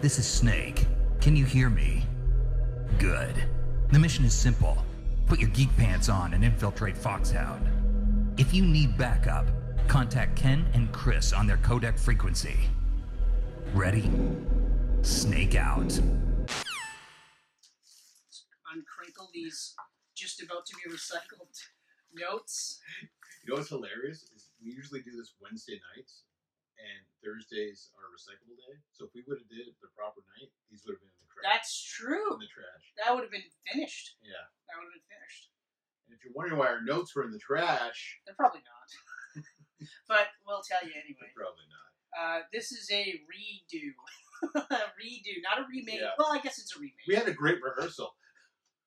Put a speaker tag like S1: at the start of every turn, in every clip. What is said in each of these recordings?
S1: This is Snake. Can you hear me? Good. The mission is simple put your geek pants on and infiltrate Foxhound. If you need backup, contact Ken and Chris on their codec frequency. Ready? Snake out.
S2: uncrankle these just about to be recycled notes.
S3: You know what's hilarious is we usually do this Wednesday nights, and Thursdays are recyclable day. So if we would have did it the proper night, these would have been in the trash.
S2: That's true.
S3: in the trash.
S2: That would have been finished.
S3: Yeah.
S2: That would have been finished.
S3: And if you're wondering why our notes were in the trash,
S2: They're probably not. but we'll tell you anyway.
S3: they're probably not.
S2: Uh, this is a redo. a redo, not a remake.
S3: Yeah.
S2: Well, I guess it's a remake.
S3: We had a great rehearsal.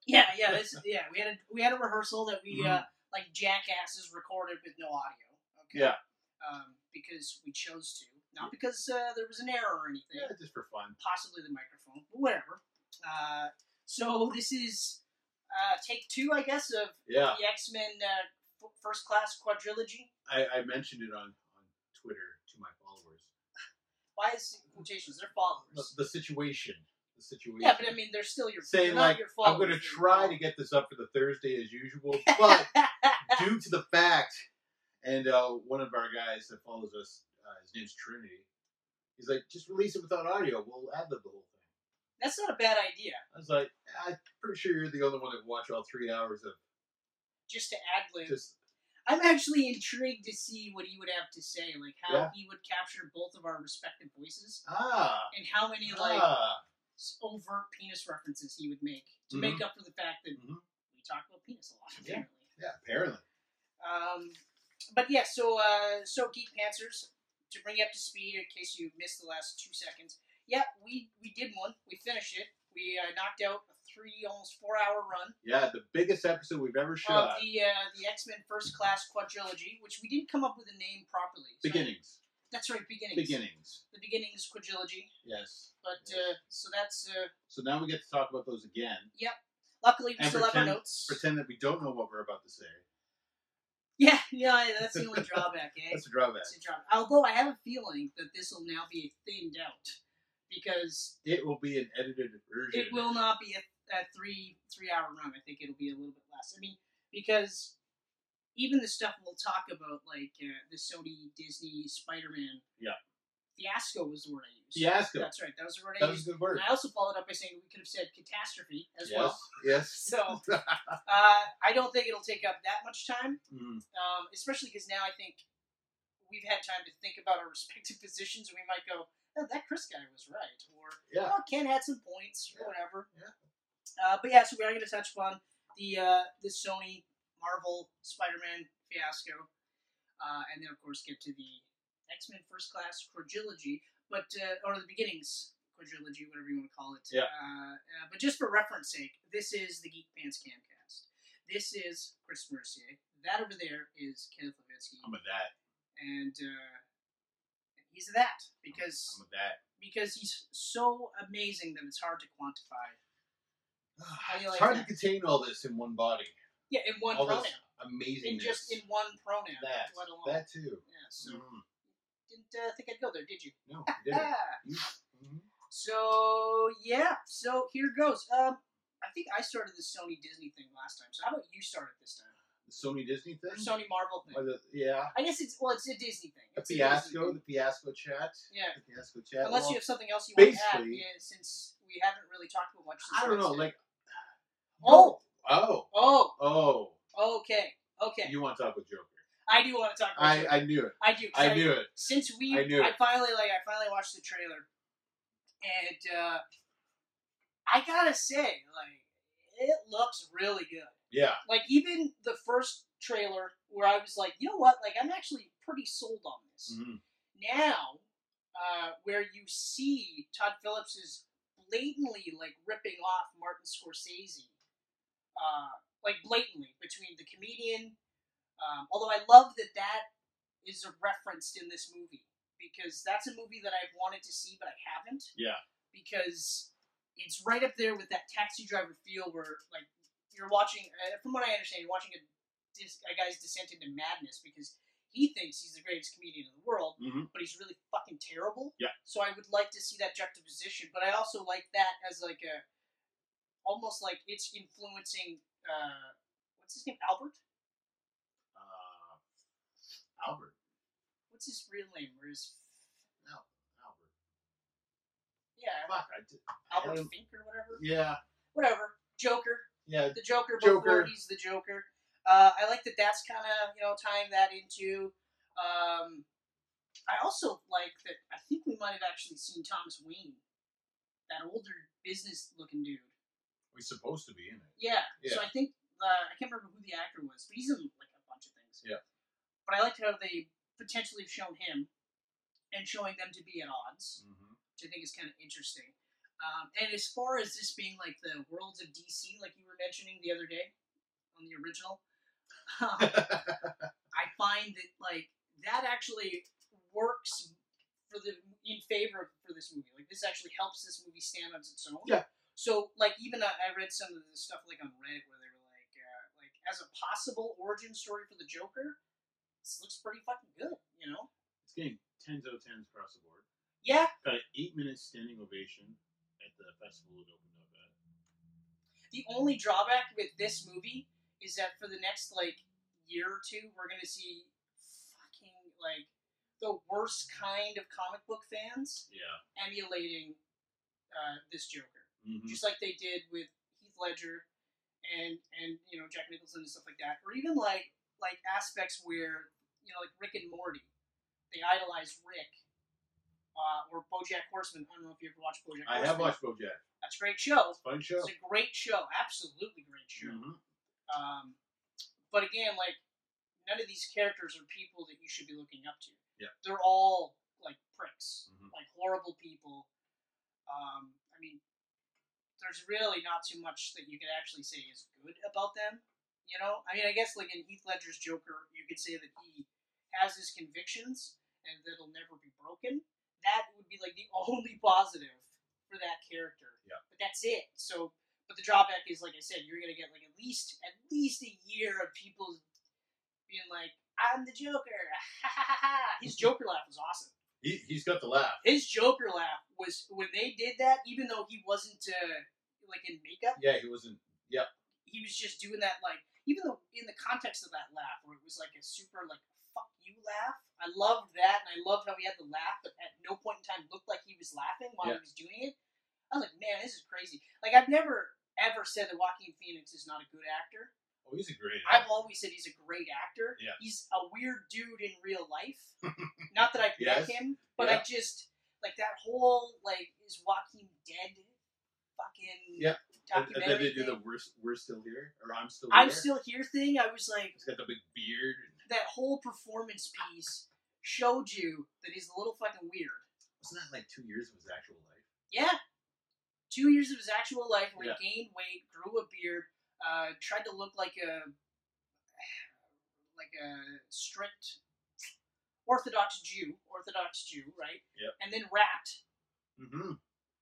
S2: yeah, yeah, this yeah, we had a we had a rehearsal that we
S3: Mhm.
S2: uh, like jackasses recorded with no audio. Okay.
S3: Yeah.
S2: Um, because we chose to. Not because uh, there was an error or anything.
S3: Yeah, just for fun.
S2: possibly the microphone, but whatever. Uh, so this is uh, take two, I guess, of
S3: Yeah.
S2: the X Men uh, f- First Class quadrilogy.
S3: I, I mentioned it on, on Twitter to my followers.
S2: Why is it quotations? They're
S3: The,
S2: followers.
S3: the situation. The situation.
S2: Yeah, but I mean, they're still your
S3: Saying
S2: they're not
S3: like,
S2: your
S3: I'm going to
S2: followers, they're
S3: try to
S2: your
S3: get this up for the Thursday as usual, but
S2: followers.
S3: due to the fact, and uh, one of our guys that follows us, uh, his name's Trinity, he's like, just release it without audio. We'll ad lib the whole thing.
S2: That's not a bad idea.
S3: I was like, I'm pretty sure you're the only one that watched all three hours of
S2: Just to ad lib.
S3: just.
S2: I'm actually intrigued to see what he would have to say, like how
S3: Yeah.
S2: he would capture both of our respective voices,
S3: Ah,
S2: and how many like
S3: ah,
S2: s- overt penis references he would make to
S3: Mhm.
S2: make up for the fact that
S3: Mhm.
S2: we talk about penis a lot.
S3: Yeah.
S2: Apparently.
S3: yeah, apparently.
S2: Um, but yeah, so uh, so Geek Panthers to bring you up to speed in case you missed the last two seconds. Yeah, we we did one. We finished it. We uh, knocked out a three almost four hour run
S3: Yeah, the biggest episode we've ever
S2: of
S3: shot.
S2: the uh, the X Men First Class quadrilogy, which we didn't come up with a name properly. So-
S3: Beginnings.
S2: That's right, beginnings.
S3: Beginnings.
S2: The beginnings quadrilogy.
S3: Yes.
S2: But
S3: Yes.
S2: uh, so that's uh,
S3: So now we get to talk about those again.
S2: luckily we
S3: And
S2: still have our
S3: pretend-
S2: notes.
S3: Pretend that we don't know what we're about to say.
S2: Yeah, yeah, that's the only drawback, eh?
S3: That's a drawback.
S2: That's the drawback. Although I have a feeling that this will now be thinned out because
S3: It will be an edited version.
S2: it will not be a, a three three hour run. I think it'll be a little bit less. I mean, because even the stuff we'll talk about, like uh, the Sony Disney Spider Man,
S3: Yeah.
S2: fiasco was the word I used.
S3: Fiasco.
S2: that's right. That was the word I
S3: That was
S2: used.
S3: a good word.
S2: And I also followed up by saying we could have said catastrophe as
S3: yes.
S2: well.
S3: Yes.
S2: So uh, I don't think it'll take up that much time.
S3: Mm.
S2: um, especially because now I think we've had time to think about our respective positions, and we might go, oh, "That Chris guy was right," or
S3: Yeah.
S2: "Oh, Ken had some points," or
S3: Yeah.
S2: whatever.
S3: Yeah.
S2: Uh, but yeah, so we are going to touch upon the uh, the Sony Marvel Spider-Man fiasco, uh, and then of course get to the X-Men First Class quadrilogy, but uh, or the beginnings quadrilogy, whatever you want to call it.
S3: Yeah.
S2: Uh, uh, but just for reference sake, this is the Geek Pants Camcast. This is Chris Mercier. That over there is Kenneth Levitsky,
S3: I'm a that.
S2: and uh, he's that because
S3: I'm a that.
S2: because he's so amazing that it's hard to quantify. do you
S3: Ah, it's
S2: like
S3: hard
S2: that?
S3: to contain all this in one body.
S2: Yeah, in one
S3: all
S2: pronoun.
S3: this amazing.
S2: in just in one pronoun,
S3: that.
S2: let alone.
S3: That too.
S2: Yeah, so
S3: Mm.
S2: didn't uh, think I'd go there, did you?
S3: No, you did it.
S2: Ah,
S3: You- mhm.
S2: so yeah, so here goes. Um, I think I started the Sony Disney thing last time. So how about you start it this time?
S3: The Sony Disney thing.
S2: Or Sony Marvel
S3: Or
S2: thing?
S3: the, yeah.
S2: I guess it's well, it's a Disney thing.
S3: The
S2: It's a
S3: fiasco.
S2: Disney
S3: The fiasco chat.
S2: thing. Yeah.
S3: The fiasco chat.
S2: Unless
S3: Well,
S2: you have something else you want to add,
S3: basically-
S2: yeah, since we haven't really talked about much. Since
S3: I don't know.
S2: Wednesday.
S3: Like.
S2: Oh!
S3: Oh.
S2: oh,
S3: Oh.
S2: okay, okay.
S3: You want to talk with Joker?
S2: I do want to talk. About
S3: I
S2: Joker.
S3: I knew it.
S2: I, do. 'cause
S3: I knew it.
S2: since we
S3: I knew
S2: I
S3: it.
S2: finally like I finally watched the trailer and uh I gotta say, like, it looks really good.
S3: Yeah.
S2: Like even the first trailer where I was like, you know what, like I'm actually pretty sold on this.
S3: Mhm.
S2: Now, uh, where you see Todd Phillips is blatantly like ripping off Martin Scorsese. Uh, like blatantly between the comedian um, although I love that that is referenced in this movie because that's a movie that I've wanted to see but I haven't.
S3: Yeah.
S2: Because it's right up there with that taxi driver feel where like you're watching. Uh, from what I understand, you're watching a, dis- a guy's descent into madness because he thinks he's the greatest comedian in the world,
S4: Mhm.
S3: Mm-hmm.
S2: but he's really fucking terrible.
S4: Yeah.
S2: So I would like to see that juxtaposition, but I also like that as like a almost like it's influencing uh what's his name? Albert?
S5: Uh,
S3: Uh,
S5: Albert.
S2: What's his real name? Or his
S5: No, Albert.
S2: yeah,
S5: Fuck, I did.
S2: Albert
S5: Um,
S2: Fink or whatever.
S5: Yeah,
S2: Whatever. Joker.
S5: yeah.
S2: the Joker before
S5: Joker.
S2: he's the Joker. Uh, I like that. That's kind of you know tying that into. Um, I also like that. I think we might have actually seen Thomas Wayne, that older business-looking dude.
S5: He's supposed to be in it.
S2: Yeah. So
S5: Yeah.
S2: I think uh, I can't remember who the actor was, but he's in like a bunch of things.
S5: Yeah.
S2: But I liked how they potentially have shown him, and showing them to be at odds
S5: Mm-hmm.
S2: which I think is kind of interesting. Um, and as far as this being like the worlds of DC, like you were mentioning the other day on the original, um, I find that like that actually works for the in favor of- for this movie. Like this actually helps this movie stand on its own.
S5: Yeah.
S2: So like even I, I read some of the stuff like on Reddit where they were like uh, like as a possible origin story for the Joker, this looks pretty fucking good. You know?
S4: It's getting tens out of tens across the board.
S2: Yeah.
S4: Got an eight minute standing ovation at the festival it opened up at.
S2: The only drawback with this movie is that for the next like year or two, we're gonna see fucking like the worst kind of comic book fans
S4: Yeah.
S2: emulating uh, this Joker,
S5: Hmm.
S4: Mm-hmm.
S2: just like they did with Heath Ledger and and you know Jack Nicholson and stuff like that, or even like like aspects where you know like Rick and Morty, they idolize Rick. Uh, or BoJack Horseman. I don't know if you ever watched BoJack.
S5: I
S2: Horseman.
S5: have watched BoJack.
S2: That's a great show.
S5: Fun show. Mm-hmm.
S2: It's a great show, absolutely great show.
S4: Mhm.
S2: Um, but again, like none of these characters are people that you should be looking up to.
S5: Yeah.
S2: they're all like pricks,
S5: Mhm.
S2: like horrible people. Um, I mean, there's really not too much that you could actually say is good about them. You know, I mean, I guess like in Heath Ledger's Joker, you could say that he has his convictions and that'll never be broken. That would be like the only positive for that character.
S5: Yeah.
S2: But that's it. So but the drawback is, like I said, you're gonna get like at least at least a year of people being like, "I'm the Joker." Ha ha ha ha. His Joker laugh was awesome.
S5: He, he's got the laugh.
S2: His Joker laugh was when they did that, even though he wasn't uh, like in makeup,
S5: Yeah, he wasn't.
S2: he was just doing that like even though in the context of that laugh where it was like a super like fuck you laugh. I loved that and I loved how he had the laugh but at no point in time looked like he was laughing while he was doing it. I was like, man, this is crazy. Like I've never ever said that Joaquin Phoenix is not a good actor.
S5: Oh, he's a great.
S2: I've always said he's a great actor.
S5: Yeah.
S2: He's a weird dude in real life. Not that I
S5: Yes.
S2: like him, but I just like that whole like is Joaquin dead fucking
S5: Yeah. And, and then
S2: documentary.
S5: they do the
S2: thing.
S5: we're, we're still here, or I'm still
S2: I'm
S5: here.
S2: still here thing. I was like
S5: He's got the big beard.
S2: that whole performance piece showed you that he's a little fucking weird.
S5: Wasn't that like two years of his actual life?
S2: Yeah. Two years of his actual life where
S5: Yeah.
S2: he gained weight, grew a beard, uh, tried to look like a like a strict Orthodox Jew, Orthodox Jew, right?
S5: Yep.
S2: And then rapped
S5: Mm-hmm.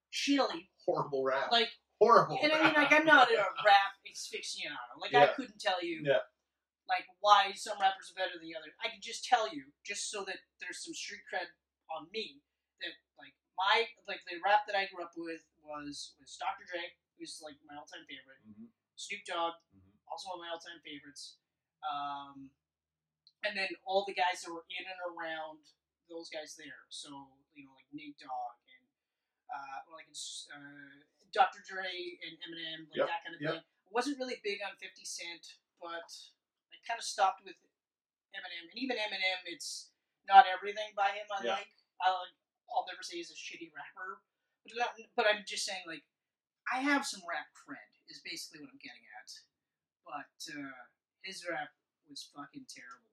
S2: shittily.
S5: Horrible rap.
S2: Like
S5: Horrible.
S2: and I mean like I'm not a rap aficionado. Like I
S5: Oh, Yeah.
S2: couldn't tell you
S5: Yeah.
S2: like why some rappers are better than the other. I can just tell you, just so that there's some street cred on me, that like my like the rap that I grew up with was was Dr. Dre, who's like my all time favorite.
S5: hmm
S2: Snoop Dogg,
S5: Mhm.
S2: also one of my all time favorites. Um, and then all the guys that were in and around those guys there. So you know like Nate Dogg and uh, or like it's, uh, Dr. Dre and Eminem, like
S5: Yep,
S2: that kind of
S5: yep.
S2: thing. Wasn't really big on 50 Cent, but I kind of stopped with Eminem. And even Eminem, it's not everything by him I
S5: Yeah.
S2: like. I like. I'll never say he's a shitty rapper, but, not, but I'm just saying like I have some rap cred is basically what I'm getting at. But uh, his rap was fucking terrible.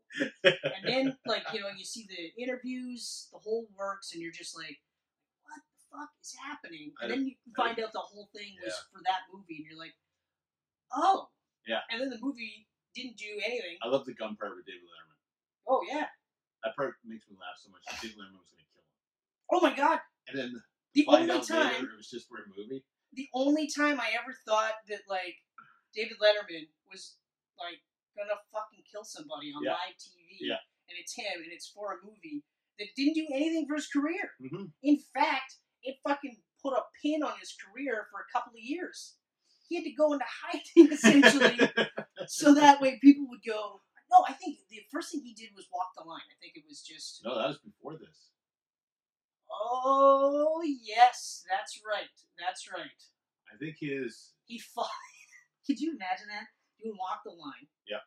S2: and then like you know you see the interviews, the whole works, and you're just like, what the fuck is happening?
S5: I
S2: And then you
S5: I
S2: find out the whole thing was
S5: Yeah.
S2: for that movie, and you're like, oh.
S4: Yeah.
S2: And then the movie didn't do anything.
S4: I love the gun part with David Letterman.
S2: Oh yeah.
S4: That part makes me laugh so much. David Letterman was going to kill him.
S2: Oh my god.
S4: And then to
S2: The
S4: find
S2: only
S4: out
S2: time
S4: later it was just for a movie.
S2: the only time I ever thought that like David Letterman was like gonna fucking kill somebody on
S4: Yeah.
S2: live TV,
S4: Yeah.
S2: and it's him and it's for a movie that didn't do anything for his career.
S4: Mm-hmm.
S2: In fact, it fucking put a pin on his career for a couple of years. He had to go into hiding essentially so that way people would go. No, I think the first thing he did was walk the line. I think it was just,
S4: No, that was before this.
S2: oh yes, that's right, that's right.
S4: I think his
S2: He fought. Could you imagine that? You walk the line.
S4: Yeah.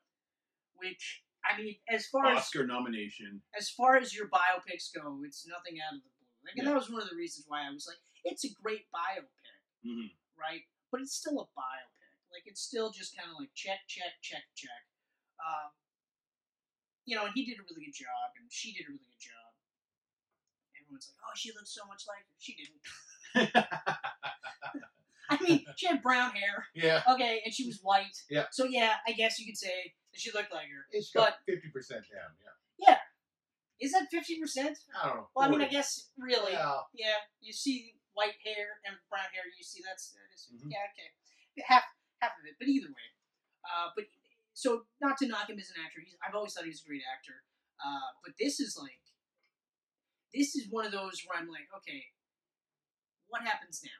S2: Which I mean, as far as
S4: Oscar nomination.
S2: as far as your biopics go, it's nothing out of the blue. Like, And
S4: Yeah.
S2: that was one of the reasons why I was like, it's a great biopic,
S4: Mm-hmm.
S2: right? But it's still a biopic. Like it's still just kind of like check, check, check, check. Um, you know, and he did a really good job, and she did a really good job. Everyone's like, oh, she looks so much like her. She didn't. I mean, she had brown hair.
S5: yeah.
S2: Okay, and she was white.
S5: Yeah.
S2: So yeah, I guess you could say that she looked like her.
S5: It's got fifty percent down. Yeah.
S2: Is that fifty percent?
S5: I don't know.
S2: Well, I mean, I
S5: 40.
S2: guess really.
S5: Yeah.
S2: Yeah, you see white hair and brown hair. You see that's that is-
S4: Mhm.
S2: yeah okay, half half of it. But either way, uh, but so not to knock him as an actor, he's, I've always thought he was a great actor. Uh, but this is like, this is one of those where I'm like, okay, what happens now?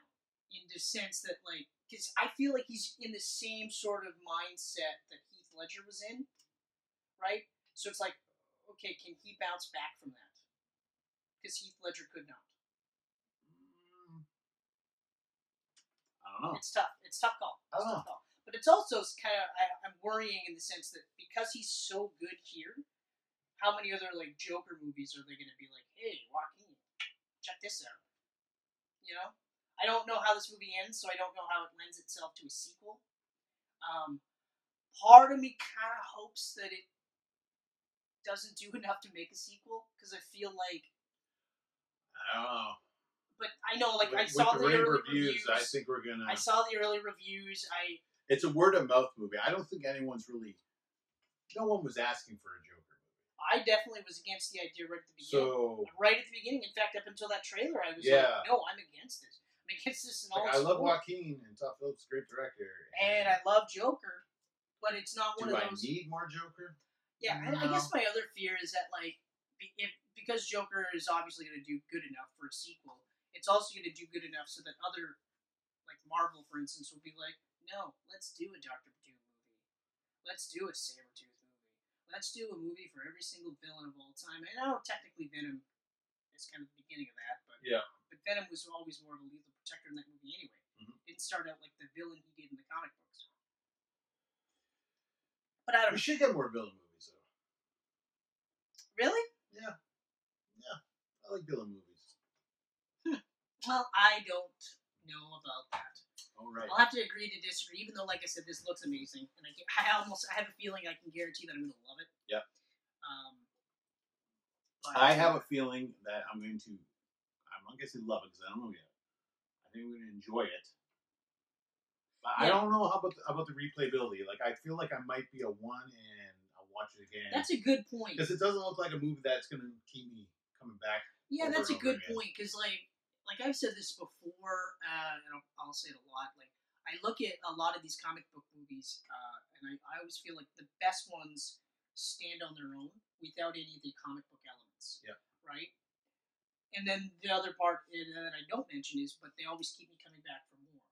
S2: In the sense that like, because I feel like he's in the same sort of mindset that Heath Ledger was in, right? So it's like, okay, can he bounce back from that? Because Heath Ledger could not.
S4: Mm. I don't know.
S2: It's tough. It's tough call.
S5: I
S2: It's
S5: don't
S2: tough call. But it's also kind of I, I'm worrying in the sense that because he's so good here, how many other like Joker movies are they going to be like, hey, Joaquin, check this out? You know, I don't know how this movie ends, so I don't know how it lends itself to a sequel. Um, part of me kind of hopes that it doesn't do enough to make a sequel because I feel like,
S4: I don't know.
S2: but I know like
S5: with,
S2: I saw
S5: with
S2: the,
S5: the rave
S2: early
S5: reviews, I
S2: reviews.
S5: think uh, we're gonna.
S2: I saw the early reviews. I
S5: it's a word of mouth movie. I don't think anyone's really. No one was asking for a Joker movie.
S2: I definitely was against the idea right at the beginning.
S5: So
S2: right at the beginning, in fact, up until that trailer, I was
S5: Yeah.
S2: like, "No, I'm against this. I'm against this." And all
S5: like, I
S2: its
S5: love
S2: form."
S5: Joaquin and Todd Phillips, great director.
S2: and I love Joker, but it's not one
S5: do
S2: of
S5: I
S2: those.
S5: need more Joker?
S2: yeah, I- I
S5: No.
S2: guess my other fear is that like, be- if because Joker is obviously going to do good enough for a sequel, it's also going to do good enough so that other, like Marvel, for instance, will be like, "No, let's do a Doctor Doom movie. Let's do a Sabretooth movie. Let's do a movie for every single villain of all time." And I know technically Venom is kind of the beginning of that, but
S5: Yeah.
S2: but Venom was always more of a lethal protector in that movie anyway.
S4: Mhm.
S5: Mm-hmm.
S2: Didn't start out like the villain he did in the comic books. But I
S5: We
S2: don't
S5: should get more villain movies though.
S2: really.
S5: I like villain movies.
S2: Well, I don't know about that.
S5: All right.
S2: I'll have to agree to disagree, even though, like I said, this looks amazing, and I, get- I almost I have a feeling I can guarantee that I'm gonna love it.
S4: Yep.
S2: Um, but-
S4: I have a feeling that I'm going to. I'm not going to say love it because I don't know yet. I think I'm going to enjoy it.
S5: But I
S2: Yeah.
S5: don't know how about the, about the replayability. Like I feel like I might be a one and I'll watch it again
S2: That's a good point.
S5: because it doesn't look like a movie that's gonna keep me coming back.
S2: Yeah,
S5: over
S2: that's a
S5: and over
S2: good
S5: again.
S2: point because, like, like I've said this before, uh, and I'll, I'll say it a lot. Like, I look at a lot of these comic book movies, uh, and I, I always feel like the best ones stand on their own without any of the comic book elements.
S5: Yeah.
S2: Right. And then the other part i- that I don't mention is, but they always keep me coming back for more.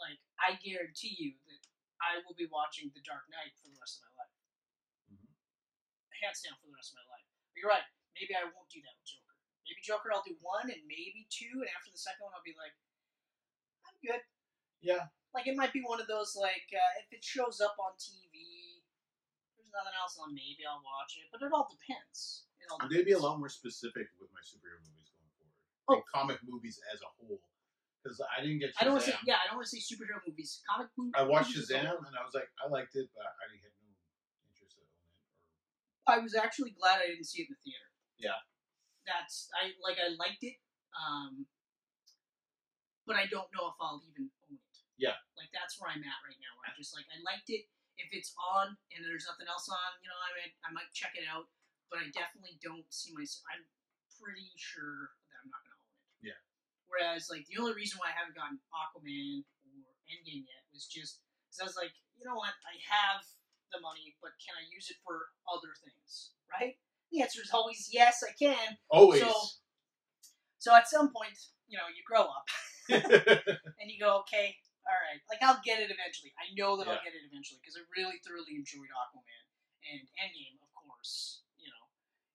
S2: Like, I guarantee you that I will be watching The Dark Knight for the rest of my life.
S5: Mhm.
S2: Hands down for the rest of my life. But you're right. Maybe I won't do that with Joker. Maybe Joker, I'll do one and maybe two, and after the second one, I'll be like, I'm good.
S5: Yeah.
S2: Like it might be one of those like uh, if it shows up on TV, there's nothing else on. Maybe I'll watch it, but it all depends. It all
S4: I'm going to be a
S2: depends.
S4: lot more specific with my superhero movies going forward.
S2: Oh.
S4: Like comic movies as a whole, because I didn't get. Shazam.
S2: I don't want to say yeah. I don't want to say superhero movies, comic movies.
S5: I watched
S2: movies-
S5: Shazam and I was like, I liked it, but I didn't have no interest in it.
S2: I was actually glad I didn't see it in the theater.
S4: Yeah.
S2: That's I like I liked it, um, but I don't know if I'll even own it.
S4: Yeah.
S2: Like that's where I'm at right now. Where I'm just like I liked it. If it's on and there's nothing else on, you know, I might I might check it out, but I definitely don't see myself. I'm pretty sure that I'm not gonna own it.
S5: Yeah.
S2: Whereas like the only reason why I haven't gotten Aquaman or Endgame yet was just because I was like, you know what, I have the money, but can I use it for other things? Right? The answer is always yes, I can.
S6: Always.
S2: So- So at some point, you know, you grow up and you go, okay, all right, like I'll get it eventually. I know that I'll get it eventually because I really thoroughly enjoyed Aquaman and Endgame, of course. You know,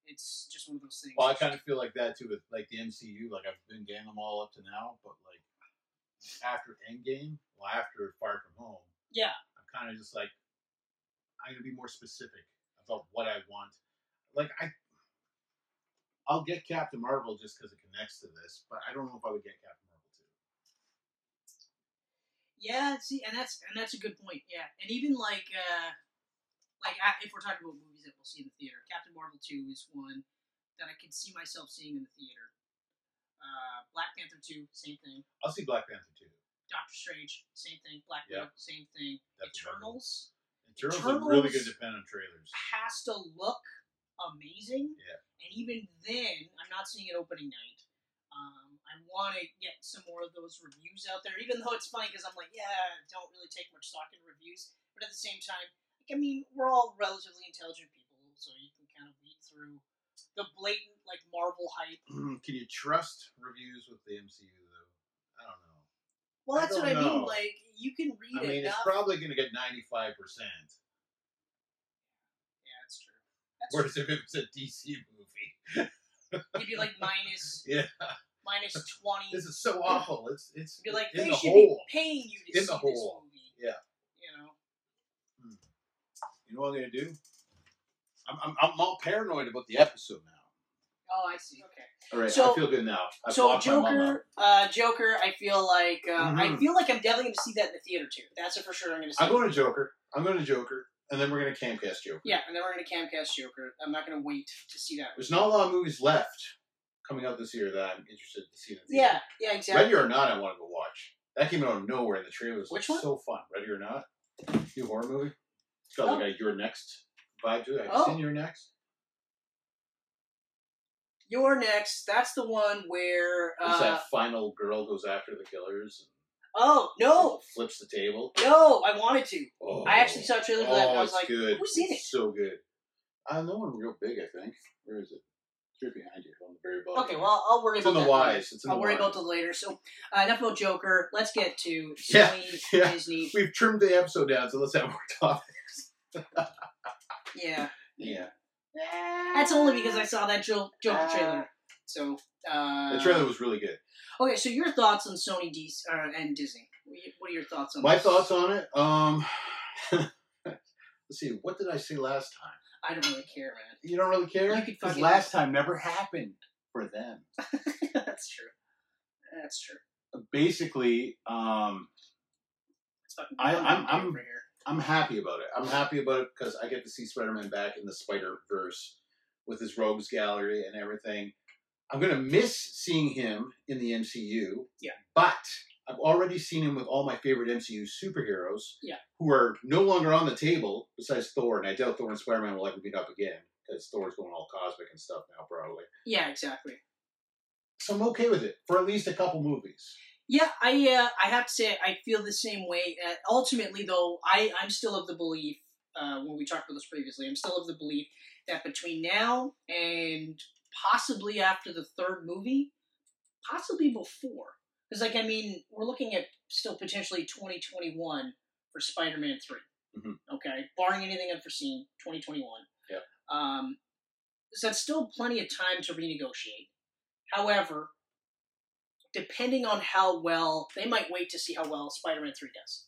S2: it's just one of those things.
S3: Well, I kind of feel like that too with like the MCU. Like I've been getting them all up to now, but like after Endgame, well, after Far From Home,
S2: yeah,
S3: I'm kind of just like I'm gonna be more specific about what I want. Like I, I'll get Captain Marvel just because it connects to this, but I don't know if I would get Captain Marvel too.
S2: yeah. See, and that's and that's a good point. Yeah, and even like uh, like I, if we're talking about movies that we'll see in the theater, Captain Marvel two is one that I can see myself seeing in the theater. Uh, Black Panther two, same thing.
S3: I'll see Black Panther too.
S2: Doctor Strange, same thing. Black
S3: Yeah.
S2: Widow, same thing.
S3: That's what I mean.
S2: Eternals.
S3: Eternals, are really
S2: Eternals-
S3: good to depend on trailers.
S2: has to look amazing.
S3: Yeah.
S2: And even then, I'm not seeing it opening night. Um, I want to get some more of those reviews out there, even though it's funny because I'm like, yeah, I don't really take much stock in reviews. But at the same time, like, I mean, we're all relatively intelligent people, so you can kind of weed through the blatant, like, Marvel hype.
S3: Can you trust reviews with the MCU though? I don't know.
S2: Well,
S3: I
S2: that's what
S3: don't
S2: I mean.
S3: know.
S2: Like, you can read
S3: I mean,
S2: it
S3: it's
S2: enough.
S3: probably going to get 95%.
S2: yeah, that's true. That's true.
S3: Whereas if it was a DC movie,
S2: You'd be like minus,
S3: yeah,
S2: minus 20.
S3: this is so awful. It's it's
S2: Be like,
S3: in
S2: they
S3: the
S2: should
S3: hole.
S2: be paying you to
S3: In
S2: see
S3: the hole.
S2: this movie.
S3: Yeah.
S2: You know?
S3: You know what I'm going to do? I'm, I'm I'm all paranoid about the episode now.
S2: Oh, I see. Okay.
S3: All right,
S2: So-
S3: I feel good now. I've
S2: so
S3: locked my mom up.
S2: Joker, uh, Joker. I feel like uh, I
S3: Mhm.
S2: feel like I'm definitely going to see that in the theater too. That's it for sure. I'm going to see.
S3: I'm going to Joker. I'm going to Joker, and then we're going to camcast Joker.
S2: yeah, and then we're going to camcast Joker. I'm not going to wait to see that.
S3: There's not a lot of movies left coming out this year that I'm interested to see. in the
S2: Yeah,
S3: theater.
S2: yeah, exactly.
S3: Ready or Not, I want to go watch. That came out of nowhere, and the trailer was
S2: Which one?
S3: like, so fun. Ready or Not, new horror movie. It's got like a Your Next vibe to it. Have
S2: Oh.
S3: you seen Your Next?
S2: You're next. That's the one where.
S3: It's
S2: Uh,
S3: that final girl goes after the killers
S2: oh
S3: and
S2: no,
S3: flips the table.
S2: no! I wanted to.
S3: Oh,
S2: I actually saw a trailer for that.
S3: Oh,
S2: and I was
S3: it's
S2: like,
S3: good.
S2: who's seen
S3: It's So good. I know one real big. I think. Where is it? It's right behind you on the very bottom.
S2: okay, well, I'll worry
S3: it's in
S2: about
S3: the
S2: that. later.
S3: wise. It's in
S2: I'll
S3: the
S2: worry
S3: wise.
S2: about the later. So uh, enough about Joker. Let's get to
S3: Yeah,
S2: Sony,
S3: yeah.
S2: Disney.
S3: We've trimmed the episode down, so let's have more topics.
S2: Yeah.
S3: Yeah.
S2: That's only because I saw that Jo- Joker trailer. So uh,
S3: Uh, The trailer was really good.
S2: Okay, so your thoughts on Sony D- uh, and Disney? What are you- what are your thoughts on
S3: My
S2: this?
S3: thoughts on it. Um, let's see. What did I say last time?
S2: I don't really care, man.
S3: You don't really care.
S2: You could
S3: 'Cause
S2: fucking-
S3: last time never happened for them.
S2: That's true. That's true.
S3: Basically, um,
S2: It's fucking
S3: I- I'm- I'm-
S2: over here.
S3: I'm happy about it. I'm happy about it because I get to see Spider-Man back in the Spider-Verse with his Rogues Gallery and everything. I'm gonna miss seeing him in the MCU.
S2: Yeah.
S3: But I've already seen him with all my favorite MCU superheroes.
S2: Yeah.
S3: Who are no longer on the table besides Thor, and I doubt Thor and Spider-Man will ever meet up again because Thor's going all cosmic and stuff now, probably.
S2: Yeah, exactly.
S3: So I'm okay with it for at least a couple movies.
S2: Yeah, I uh, I have to say I feel the same way. Uh, ultimately, though, I I'm still of the belief uh, when we talked about this previously. I'm still of the belief that between now and possibly after the third movie, possibly before, because like I mean, we're looking at still potentially 2021 for Spider-Man 3
S3: Mhm.
S2: Okay, barring anything unforeseen, 2021.
S3: Yep.
S2: Um, so that's still plenty of time to renegotiate. However, depending on how well they might wait to see how well Spider-Man 3 does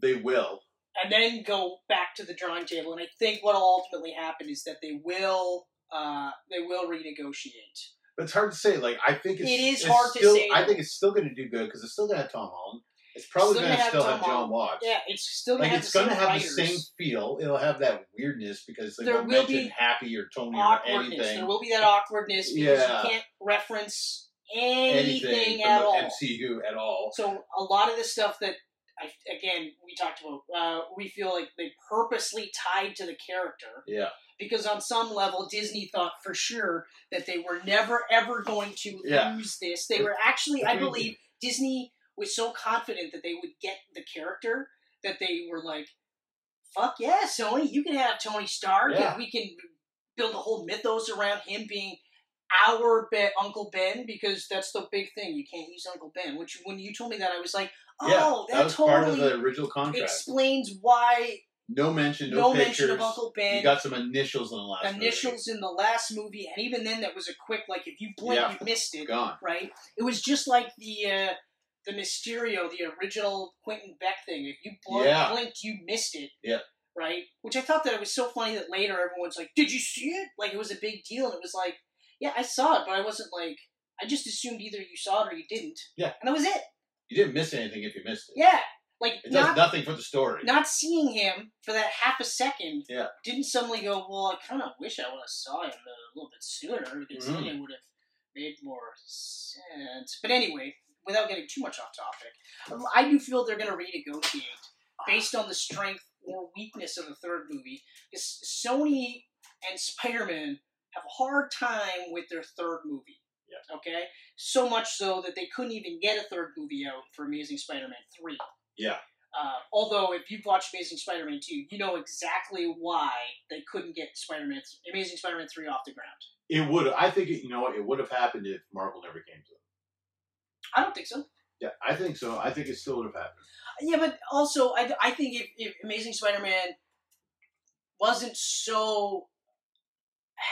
S3: They will.
S2: and then go back to the drawing table. And I think what will ultimately happen is that they will uh, they will renegotiate.
S3: But it's hard to say. Like I think it's,
S2: It is
S3: it's
S2: hard to
S3: still,
S2: say.
S3: I think it's still going to do good because it's still going to have Tom Holland. It's probably
S2: Still
S3: going
S2: gonna
S3: to
S2: have
S3: still
S2: Tom
S3: have John
S2: Holland.
S3: Watts.
S2: Yeah, it's still gonna
S3: Like
S2: have
S3: it's
S2: the
S3: going to
S2: same
S3: have
S2: writers.
S3: the same feel. It'll have that weirdness because they
S2: There
S3: won't
S2: will
S3: mention
S2: be
S3: Happy or Tony or
S2: awkwardness. There
S3: anything.
S2: will be that awkwardness because
S3: Yeah.
S2: you can't reference
S3: Anything,
S2: anything,
S3: from
S2: at
S3: the
S2: all.
S3: MCU at all.
S2: So a lot of the stuff that I, again we talked about, uh, we feel like they purposely tied to the character.
S3: Yeah,
S2: because on some level Disney thought for sure that they were never ever going to
S3: Yeah.
S2: lose this. They were actually, I
S3: Agreed.
S2: believe, Disney was so confident that they would get the character that they were like, "Fuck yeah, Sony, you can have Tony Stark,
S3: Yeah.
S2: and we can build a whole mythos around him being our Ben, Uncle Ben, because that's the big thing. You can't use Uncle Ben. Which when you told me that, I was like, oh,
S3: yeah, that,
S2: that,
S3: was
S2: totally
S3: part of the original contract.
S2: explains why
S3: no mention,
S2: no
S3: no,
S2: mention
S3: pictures.
S2: of Uncle
S3: you
S2: Ben.
S3: got some initials on the last movie.
S2: Initials in the last movie, and even then, that was a quick like if you blink,
S3: Yeah.
S2: you missed it,
S3: gone.
S2: right? It was just like the uh, the Mysterio, the original Quentin Beck thing. If you bl-
S3: Yeah.
S2: blinked, you missed it,
S3: Yeah.
S2: right? Which I thought that it was so funny that later everyone's like, "Did you see it?" Like it was a big deal, and it was like, "Yeah, I saw it, but I wasn't like." I just assumed either you saw it or you didn't.
S3: Yeah.
S2: and that was it.
S3: You didn't miss anything if you missed it.
S2: Yeah, like
S3: It does
S2: not
S3: nothing for the story.
S2: not seeing him for that half a second
S3: Yeah.
S2: didn't suddenly go, well, I kind of wish I would have saw him a little bit sooner
S3: Mm-hmm.
S2: because then it would have made more sense. But anyway, without getting too much off topic, um, I do feel they're going to renegotiate based on the strength or weakness of the third movie. Because Sony and Spider Man have a hard time with their third movie.
S3: Yeah.
S2: Okay? So much so that they couldn't even get a third movie out for Amazing Spider Man 3.
S3: Yeah.
S2: Uh, although, if you've watched Amazing Spider-Man 2, you know exactly why they couldn't get Spider-Man, Amazing Spider-Man 3 off the ground.
S3: It would. I think it, you know what? It would have happened if Marvel never came to them.
S2: I don't think so.
S3: Yeah, I think so. I think it still would have happened.
S2: Yeah, but also, I, I think if, if Amazing Spider-Man wasn't so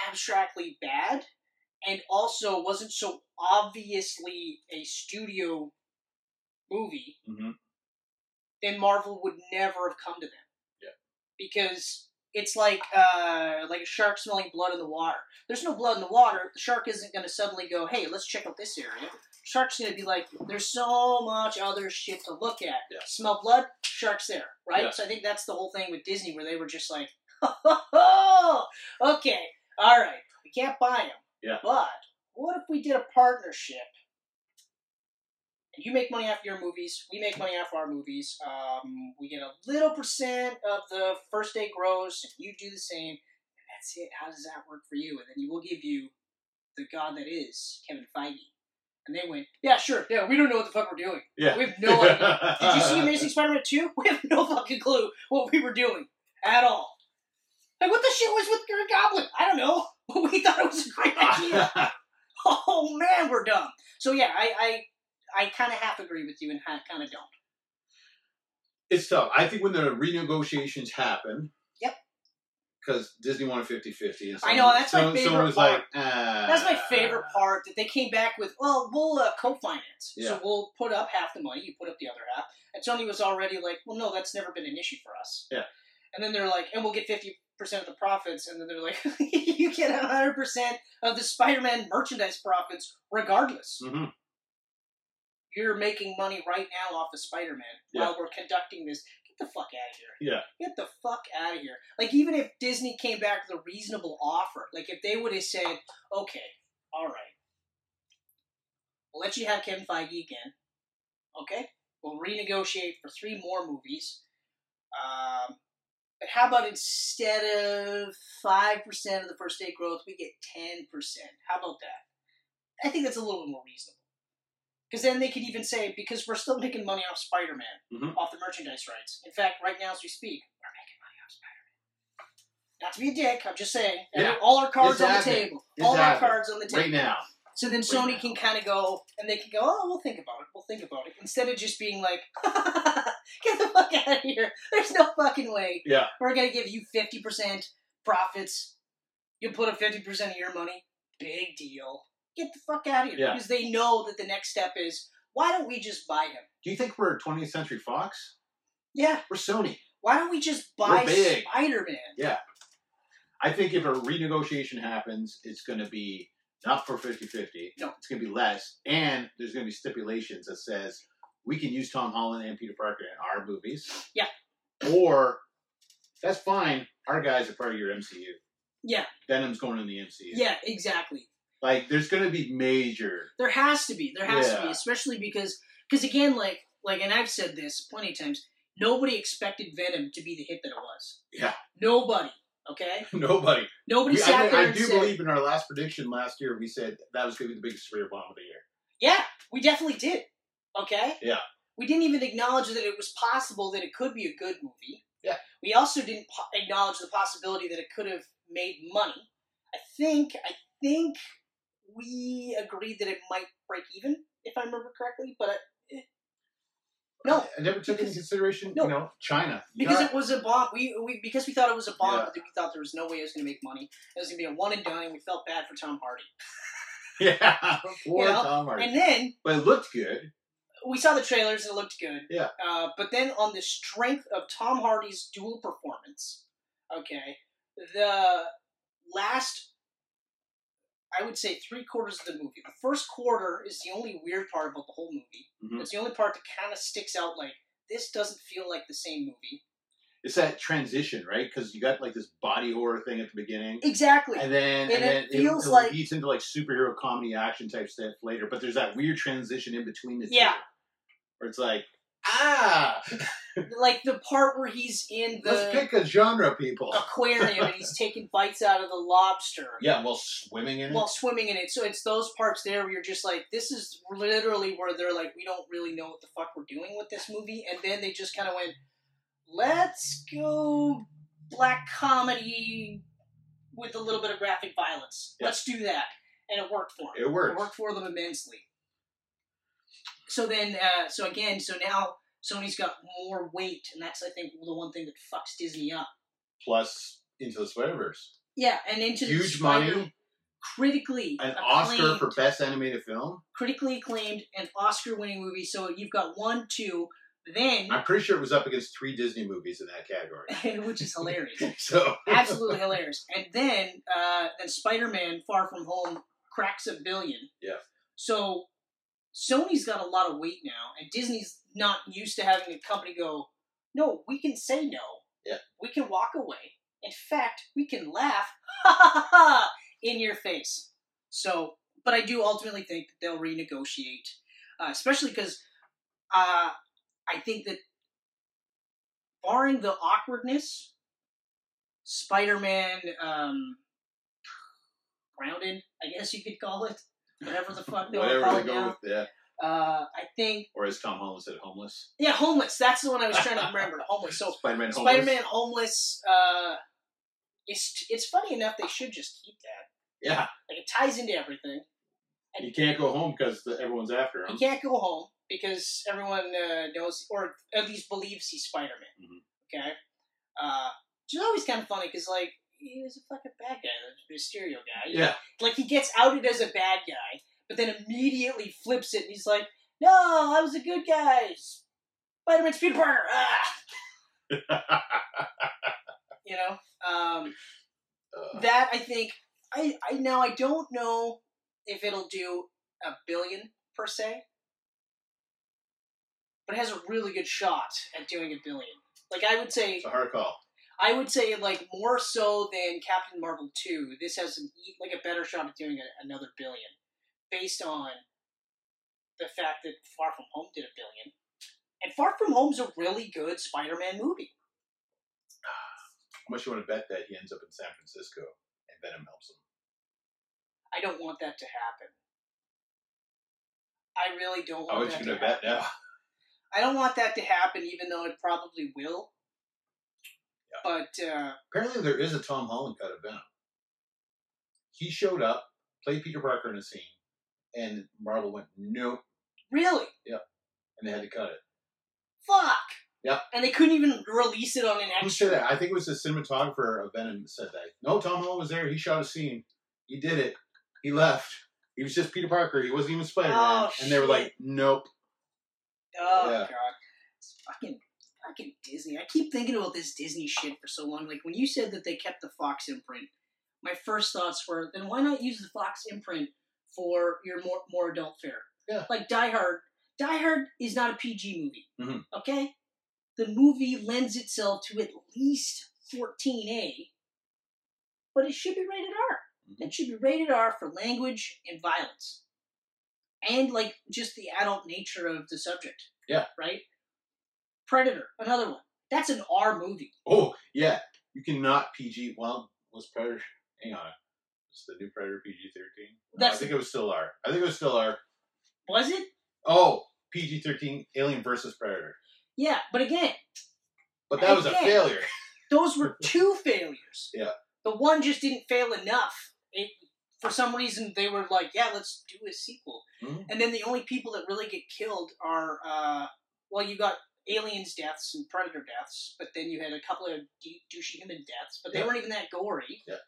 S2: abstractly bad, and also wasn't so obviously a studio movie,
S3: Mhm.
S2: then Marvel would never have come to them.
S3: Yeah.
S2: Because it's like uh, like a shark smelling blood in the water. There's no blood in the water. The shark isn't going to suddenly go, "Hey, let's check out this area." Shark's going to be like, "There's so much other shit to look at."
S3: Yeah.
S2: Smell blood, shark's there, right?
S3: Yeah.
S2: So I think that's the whole thing with Disney, where they were just like, "Oh, okay, all right, we can't buy them."
S3: Yeah.
S2: But what if we did a partnership? and you make money off your movies. We make money off our movies. Um, we get a little percent of the first day gross, and you do the same. And that's it. How does that work for you? And then we'll give you the god that is Kevin Feige. And they went, yeah, sure, yeah. We don't know what the fuck we're doing.
S3: Yeah.
S2: We have no idea. Did you
S3: Uh,
S2: see Amazing Spider-Man two? We have no fucking clue what we were doing at all. Like what the shit was with Green Goblin? I don't know. But we thought it was a great idea oh man, we're dumb. So yeah, I I, I kind of half agree with you and half kind of don't.
S3: it's tough. I think when the renegotiations happen.
S2: Yep.
S3: Because Disney wanted 50 50.
S2: I know, that's my favorite
S3: Someone was
S2: part.
S3: like, ah.
S2: That's my favorite part that they came back with. Well, we'll uh, co-finance,
S3: Yeah.
S2: so we'll put up half the money, you put up the other half. And Sony was already like, well, no, that's never been an issue for us.
S3: Yeah.
S2: And then they're like, and we'll get fifty percent of the profits. And then they're like, you get hundred percent of the Spider-Man merchandise profits, regardless.
S3: hmm
S2: You're making money right now off of Spider-Man
S3: Yeah.
S2: while we're conducting this. Get the fuck out of here.
S3: Yeah.
S2: get the fuck out of here. Like, even if Disney came back with a reasonable offer, like, if they would have said, okay, all right, we'll let you have Kevin Feige again, okay? We'll renegotiate for three more movies. Um, but how about instead of 5% of the first day growth, we get 10%? How about that? I think that's a little bit more reasonable. Because then they could even say, because we're still making money off Spider Man
S3: Mhm.
S2: off the merchandise rights. In fact, right now as we speak, we're making money off Spider-Man. Not to be a dick, I'm just saying.
S3: Yeah.
S2: Every- All our cards
S3: It's
S2: on the
S3: happening.
S2: table.
S3: It's
S2: all our
S3: happening.
S2: cards on the table.
S3: Right now.
S2: So then
S3: Right
S2: Sony
S3: now.
S2: can kind of go, and they can go, oh, we'll think about it. We'll think about it. Instead of just being like, get the fuck out of here. There's no fucking way.
S3: Yeah.
S2: We're going to give you 50% profits. You put up 50% of your money. Big deal. Get the fuck out of here.
S3: Yeah.
S2: Because they know that the next step is, why don't we just buy him?
S3: Do you think we're 20th Century Fox?
S2: Yeah.
S3: We're Sony.
S2: Why don't we just buy
S3: We're big.
S2: Spider Man?
S3: I think if a renegotiation happens, it's going to be not for 50 50.
S2: No.
S3: It's going to be less. And there's going to be stipulations that says we can use Tom Holland and Peter Parker in our movies.
S2: Yeah.
S3: Or that's fine. Our guys are part of your MCU.
S2: Yeah,
S3: Venom's going in the MCU.
S2: yeah, exactly.
S3: Like, there's going to be major.
S2: There has to be. There has to be,
S3: Yeah.
S2: especially because because again, like like, and I've said this plenty of times. Nobody expected Venom to be the hit that it was.
S3: Yeah.
S2: Nobody. Okay.
S3: Nobody.
S2: Nobody
S3: We- I,
S2: sat
S3: think-
S2: there
S3: I
S2: and
S3: do
S2: said,
S3: believe in our last prediction last year, we said that was going to be the biggest career bomb of the year.
S2: "Yeah, we definitely did." Okay.
S3: Yeah.
S2: We didn't even acknowledge that it was possible that it could be a good movie.
S3: Yeah.
S2: We also didn't po- acknowledge the possibility that it could have made money. I think I think we agreed that it might break even, if I remember correctly. But I, eh, no,
S3: I never took into
S2: because-
S3: consideration,
S2: no.
S3: you know, China. You
S2: because
S3: got-
S2: it was a bomb. We, we because we thought it was a bomb,
S3: Yeah.
S2: but then we thought there was no way it was going to make money. It was going to be a one and done. and We felt bad for Tom Hardy,
S3: yeah, poor
S2: you know,
S3: Tom Hardy.
S2: and then
S3: but it looked good.
S2: we saw the trailers and it looked good.
S3: Yeah.
S2: Uh, but then on the strength of Tom Hardy's dual performance, okay, the last, I would say, three quarters of the movie. The first quarter is the only weird part about the whole movie.
S3: Mhm.
S2: It's the only part that kind of sticks out like, this doesn't feel like the same movie.
S3: It's that transition, right? Because you got like this body horror thing at the beginning,
S2: Exactly.
S3: and then
S2: And
S3: and,
S2: it
S3: then
S2: feels
S3: it
S2: like-
S3: leads into like superhero comedy action type stuff later. But there's that weird transition in between the two,
S2: Yeah.
S3: where it's like, ah,
S2: like the part where he's in
S3: let's
S2: the
S3: pick a genre, people.
S2: aquarium and he's taking bites out of the lobster.
S3: Yeah, well, swimming in it.
S2: while swimming in it. So it's those parts there where you're just like, this is literally where they're like, we don't really know what the fuck we're doing with this movie. And then they just kind of went, let's go black comedy with a little bit of graphic violence.
S3: Yeah.
S2: Let's do that. And it worked for them.
S3: it works.
S2: It worked for them immensely. So then, uh, so again, so now Sony's got more weight, and that's I think the one thing that fucks Disney up.
S3: Plus, Into the Spider Verse,
S2: Yeah, and into the
S3: Huge
S2: Spider-
S3: money.
S2: critically
S3: an
S2: acclaimed-
S3: Oscar for best animated film.
S2: critically acclaimed and Oscar winning movie. So you've got one, two, then,
S3: I'm pretty sure it was up against three Disney movies in that category.
S2: which is hilarious,
S3: So
S2: absolutely hilarious. And then, uh, then Spider Man Far From Home cracks a billion.
S3: Yeah.
S2: So Sony's got a lot of weight now, and Disney's not used to having a company go, no, we can say no.
S3: Yeah.
S2: We can walk away. In fact, we can laugh, ha ha ha, ha, in your face. So, but I do ultimately think that they'll renegotiate, uh, especially because uh, I think that barring the awkwardness, Spider-Man um, grounded, I guess you could call it, whatever the fuck they want to
S3: whatever
S2: call
S3: they
S2: it
S3: go
S2: now.
S3: with, yeah.
S2: Uh, I think
S3: Or as Tom Holland said, homeless.
S2: yeah, homeless. That's the one I was trying to remember. Homeless. So
S3: Spider-Man. homeless.
S2: Spider-Man homeless. Uh, it's it's funny enough they should just keep that.
S3: Yeah,
S2: Like it ties into everything.
S3: he can't go home because everyone's after
S2: He
S3: him.
S2: can't go home because everyone uh, knows, or at least believes he's Spider Man.
S3: Mhm.
S2: Okay, uh, which is always kind of funny because like he was a fucking bad guy, the Mysterio guy.
S3: Yeah,
S2: Like he gets outed as a bad guy, but then immediately flips it and he's like, "No, I was a good guy. Spider Man's Peter Parker." Ah! You know, um,
S3: Uh,
S2: that I think I, I now I don't know if it'll do a billion per se, but it has a really good shot at doing a billion. Like I would say,
S3: it's a hard call.
S2: I would say like more so than Captain Marvel two. This has an, e- like a better shot at doing a, another billion, based on the fact that Far From Home did a billion, and Far From Home's a really good Spider Man movie.
S3: How much you want to bet that he ends up in San Francisco and Venom helps him?
S2: I don't want that to happen. I really don't want
S3: How much
S2: that
S3: you
S2: to
S3: going to Oh, bet
S2: happen.
S3: now?
S2: I don't want that to happen, even though it probably will. But uh,
S3: Apparently, there is a Tom Holland cut of Venom. He showed up, played Peter Parker in a scene, and Marvel went nope,
S2: really,
S3: and they had to cut it.
S2: fuck.
S3: Yeah.
S2: And they couldn't even release it on an
S3: Who
S2: extra.
S3: said that? I think it was the cinematographer of Venom said that. No, Tom Holland was there. He shot a scene. He did it. He left. He was just Peter Parker. He wasn't even Spider Man.
S2: Oh,
S3: and they were
S2: shit.
S3: like, nope.
S2: Oh
S3: Yeah.
S2: god, it's fucking fucking Disney. I keep thinking about this Disney shit for so long. Like when you said that they kept the Fox imprint, my first thoughts were, then why not use the Fox imprint for your more more adult fare?
S3: Yeah.
S2: Like Die Hard. Die Hard is not a PG movie.
S3: Mhm.
S2: Okay. The movie lends itself to at least 14A, but it should be rated R.
S3: Mm-hmm.
S2: It should be rated R for language and violence. And like just the adult nature of the subject.
S3: Yeah.
S2: Right? Predator, another one. That's an R movie.
S3: Oh, yeah. You cannot PG. Well, was Predator. Hang on. It's the new Predator PG 13. I
S2: That's-
S3: think it was still R. I think it was still R.
S2: Was it?
S3: Oh, PG 13 Alien versus Predator.
S2: Yeah, but again,
S3: But that was a
S2: Again.
S3: failure.
S2: those were two failures.
S3: Yeah.
S2: The one just didn't fail enough It, for some reason, they were like, "Yeah, let's do a sequel."
S3: Mhm.
S2: And then the only people that really get killed are, uh, well, you got aliens deaths and predator deaths, but then you had a couple of d- douchey human deaths, but they
S3: Yeah.
S2: weren't even that gory.
S3: Yeah.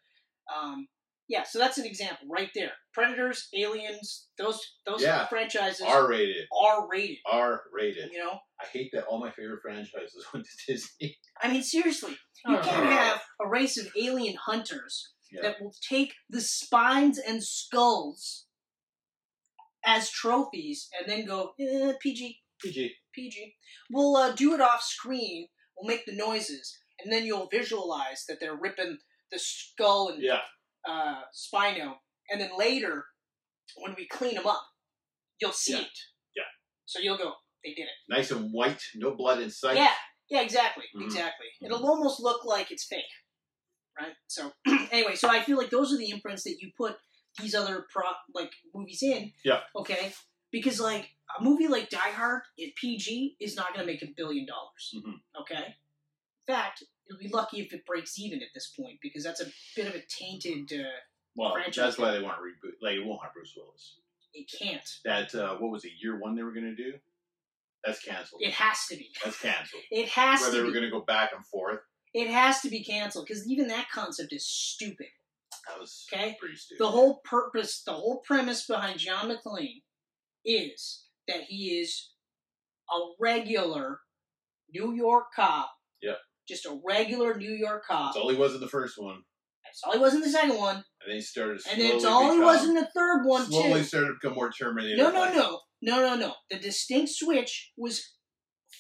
S2: Um, yeah, so that's an example right there. Predators, aliens, those those
S3: Yeah.
S2: franchises
S3: R rated.
S2: are rated.
S3: R rated.
S2: You know,
S3: I hate that all my favorite franchises went to Disney.
S2: I mean, seriously, you can't have a race of alien hunters
S3: Yeah.
S2: that will take the spines and skulls as trophies and then go eh, PG,
S3: PG.
S2: PG. We'll uh, do it off screen. We'll make the noises, and then you'll visualize that they're ripping the skull and
S3: Yeah.
S2: uh, Spino, and then later, when we clean them up, you'll see
S3: Yeah.
S2: it.
S3: Yeah.
S2: So you'll go, they did it.
S3: Nice and white, no blood in sight.
S2: yeah, yeah, exactly,
S3: Mhm.
S2: exactly. It'll almost look like it's fake, right? So anyway, so I feel like those are the imprints that you put these other pro like movies in.
S3: Yeah.
S2: Okay. Because like a movie like Die Hard at PG is not going to make a billion dollars.
S3: Mhm.
S2: Okay. In fact, you'll be lucky if it breaks even at this point because that's a bit of a tainted. Uh,
S3: Well,
S2: Franchise.
S3: that's why they want to reboot. Like, it won't have Bruce Willis.
S2: it can't.
S3: That, uh, what was it, year one they were going to do? That's canceled.
S2: It has to be.
S3: That's canceled.
S2: It has
S3: Where they
S2: to
S3: were
S2: be.
S3: going to go back and forth.
S2: It has to be canceled because even that concept is stupid.
S3: That was
S2: Okay.
S3: pretty stupid.
S2: The whole purpose, the whole premise behind John McClane is that he is a regular New York cop.
S3: Yep.
S2: Just a regular New York cop.
S3: That's all he was in the first one.
S2: That's all he was in the second one,
S3: And then he started slowly
S2: and then it's all he
S3: become-
S2: was in the third one
S3: Slowly
S2: too.
S3: started to become more Terminator.
S2: No, no, no, no, no, no. The distinct switch was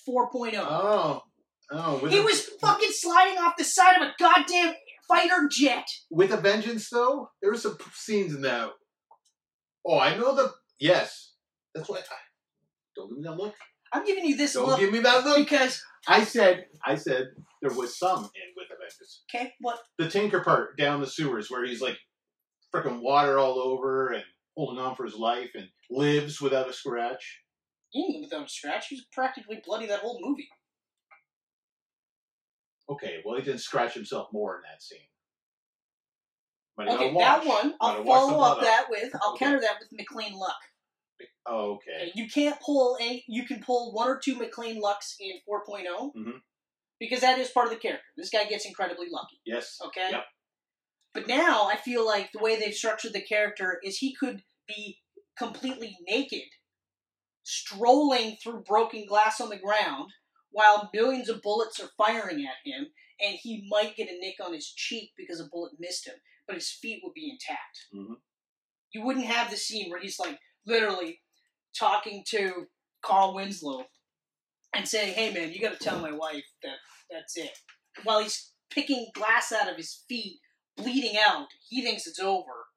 S2: 4.0.
S3: Oh. Oh. With
S2: he
S3: a,
S2: was fucking sliding off the side of a goddamn fighter jet.
S3: With a Vengeance, though, there were some p- scenes in that. Oh, I know the. Yes. That's why. I, don't give me that look.
S2: I'm giving you this
S3: Don't
S2: look
S3: give me that look.
S2: because
S3: I said, I said there was some in with a Vengeance.
S2: okay, what?
S3: The Tinker part down the sewers where he's like freaking water all over and holding on for his life and lives without a scratch.
S2: Even without a scratch, he was practically bloody that whole movie.
S3: Okay, well, he didn't scratch himself more in that scene. Might have
S2: Okay,
S3: got
S2: that
S3: washed.
S2: one
S3: Might
S2: I'll
S3: have washed the
S2: follow
S3: blood
S2: up that with. I'll
S3: Okay.
S2: counter that with McLean Luck.
S3: Oh, okay.
S2: Okay, You can't pull a. You can pull one or two McLean Lucks in 4.0
S3: Mhm.
S2: because that is part of the character. This guy gets incredibly lucky.
S3: Yes.
S2: Okay.
S3: Yep.
S2: But now I feel like the way they've structured the character is he could be completely naked, strolling through broken glass on the ground while millions of bullets are firing at him, and he might get a nick on his cheek because a bullet missed him, but his feet would be intact.
S3: Mhm.
S2: You wouldn't have the scene where he's like literally talking to Carl Winslow and saying, "Hey, man, you got to tell my wife that that's it." While he's picking glass out of his feet, bleeding out, he thinks it's over.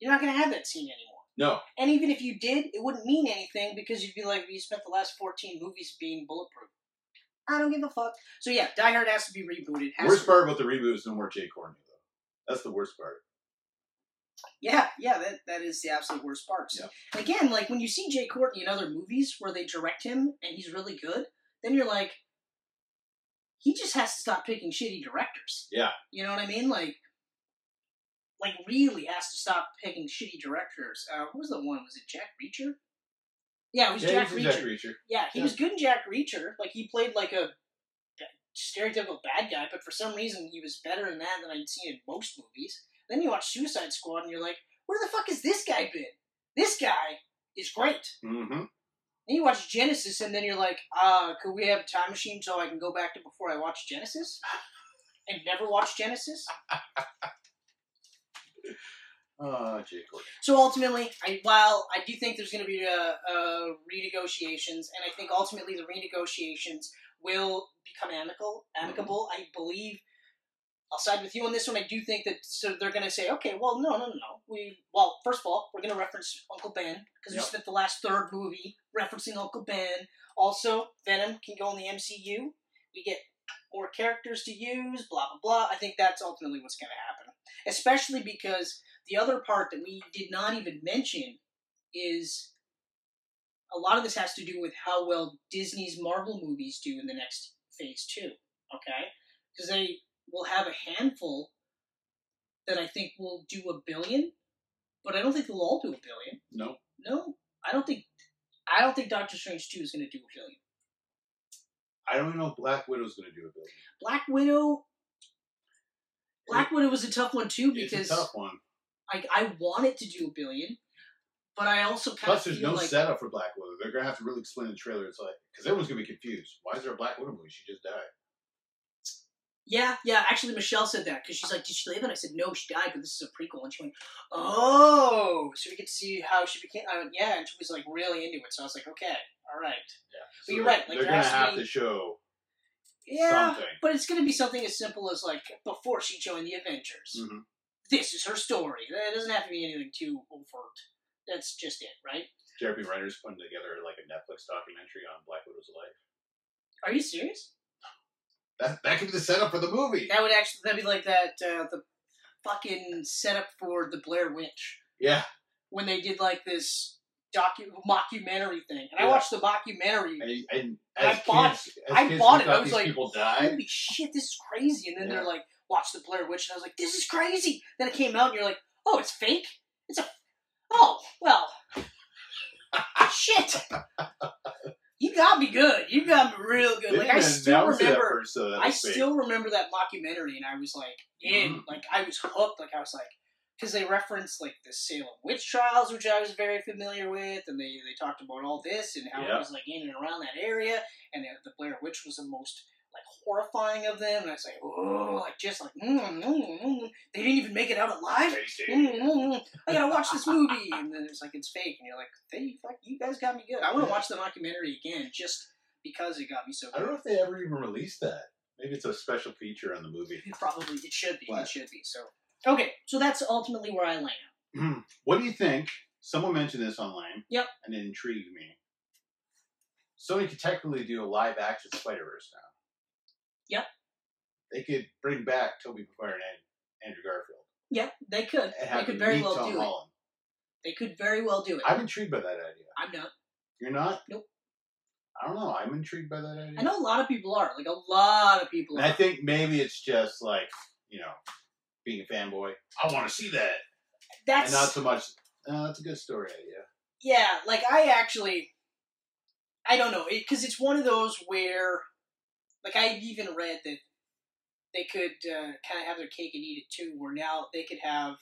S2: You're not going to have that scene anymore.
S3: No,
S2: And even if you did, it wouldn't mean anything because you'd be like, you spent the last 14 movies being bulletproof. I don't give a fuck. So yeah, Die Hard has to be rebooted. Has
S3: worst
S2: to-
S3: part about the reboot is no more Jay Courtney though. That's the worst part.
S2: Yeah, yeah, that, that is the absolute worst part. So, Again, like when you see Jay Courtney in other movies where they direct him and he's really good, then you're like, he just has to stop picking shitty directors.
S3: Yeah.
S2: You know what I mean? Like, like really has to stop picking shitty directors. Uh, what was the one? Was it Jack Reacher? Yeah, it was Jack
S3: he's a
S2: Reacher.
S3: Jack Reacher.
S2: Yeah, he
S3: Yeah.
S2: was good in Jack Reacher. Like he played like a stereotypical bad guy, but for some reason he was better in that than I'd seen in most movies. Then you watch Suicide Squad and you're like, where the fuck has this guy been? This guy is great.
S3: Mm-hmm.
S2: Then you watch Genesis and then you're like, uh, could we have a time machine so I can go back to before I watch Genesis? And never watch Genesis?
S3: Uh, Jay Courtney.
S2: So ultimately, I, while I do think there's going to be uh uh renegotiations, and I think ultimately the renegotiations will become amicable. Amicable, I believe. I'll side with you on this one. I do think that so they're going to say, okay, well, no, no, no, no. We well, first of all, we're going to reference Uncle Ben because
S3: Yep.
S2: we spent the last third movie referencing Uncle Ben. Also, Venom can go in the MCU. We get more characters to use. Blah blah blah. I think that's ultimately what's going to happen, especially because the other part that we did not even mention is a lot of this has to do with how well Disney's Marvel movies do in the next phase two. Okay, because they will have a handful that I think will do a billion, but I don't think they'll all do a billion.
S3: No.
S2: No, I don't think. I don't think Doctor Strange two is going to do a billion.
S3: I don't know if Black Widow's going to do a billion.
S2: Black Widow. Black Widow was a tough one too
S3: it's
S2: because
S3: a tough one.
S2: I I want it to do a billion, but I also kind
S3: Plus,
S2: of
S3: there's
S2: feel
S3: no
S2: like
S3: setup for Black Widow. They're going to have to really explain the trailer. It's like, because everyone's going to be confused. Why is there a Black Widow movie? She just died.
S2: yeah yeah. Actually, Michelle said that because she's like, did she live? And I said, no, she died, but this is a prequel. And she went, oh, so we could see how she became. I went, yeah, and she was like really into it. So I was like, okay, all right,
S3: Yeah.
S2: But you're right, like,
S3: They're
S2: there
S3: going to
S2: has to
S3: have
S2: be-
S3: to show
S2: yeah.
S3: something.
S2: But it's going to be something as simple as like before she joined the Avengers.
S3: Mhm.
S2: This is her story. That doesn't have to be anything too overt. That's just it, right?
S3: Jeremy Renner's putting together like a Netflix documentary on Black Widow's life.
S2: Are you serious?
S3: That, that could be the setup for the movie.
S2: That would actually that'd be like that uh, the fucking setup for the Blair Witch
S3: Yeah.
S2: when they did like this docu mockumentary thing, and I
S3: Yeah.
S2: watched the mockumentary.
S3: And, and
S2: I
S3: as
S2: bought
S3: kids, as
S2: I
S3: kids,
S2: bought
S3: we
S2: it.
S3: thought
S2: I was
S3: these
S2: like,
S3: people died.
S2: holy shit, this is crazy. And then
S3: Yeah.
S2: they're like, watch the Blair Witch, and I was like, this is crazy. Then it came out, and you're like, oh, it's fake. It's a, oh well, shit. You got me good. You got me real good.
S3: They
S2: Like I
S3: didn't
S2: still
S3: announce it at
S2: remember.
S3: first, so that
S2: I
S3: was fake. Mm-hmm.
S2: still remember that mockumentary, and I was like in, like I was hooked. Like I was like, because they referenced like the Salem witch trials, which I was very familiar with, and they they talked about all this and how
S3: Yeah.
S2: it was like in and around that area, and that the Blair Witch was the most like horrifying of them. And I was like, oh, like just like mm, mm, mm. they didn't even make it out alive.
S3: Tasty.
S2: Mm, mm, mm. I gotta watch this movie, and then it's like it's fake, and you're like, they fuck, you guys got me good. I want to watch the mockumentary again just because it got me so.
S3: I
S2: good.
S3: don't know if they ever even released that. Maybe it's a special feature on the movie.
S2: It probably it should be.
S3: What?
S2: It should be. So okay, so that's ultimately where I land.
S3: what do you think? Someone mentioned this online.
S2: Hmm. Yep.
S3: And it intrigued me. Sony could technically do a live action Spider Verse now.
S2: Yep.
S3: They could bring back Toby Maguire and An- Andrew Garfield.
S2: Yeah, they could.
S3: and
S2: They
S3: have
S2: could
S3: him
S2: very
S3: meet
S2: well
S3: Tom
S2: do it.
S3: Holland.
S2: They could very well do it.
S3: I'm intrigued by that idea.
S2: I'm not.
S3: You're not?
S2: Nope.
S3: I don't know. I'm intrigued by that idea.
S2: I know a lot of people are. Like a lot of people
S3: And
S2: are.
S3: I think maybe it's just like, you know, being a fanboy. I want to see that.
S2: that's
S3: And not so much, oh, that's a good story idea.
S2: yeah. Like I actually, I don't know, because it's one of those where, like I even read that they could uh, kind of have their cake and eat it too. Where now they could have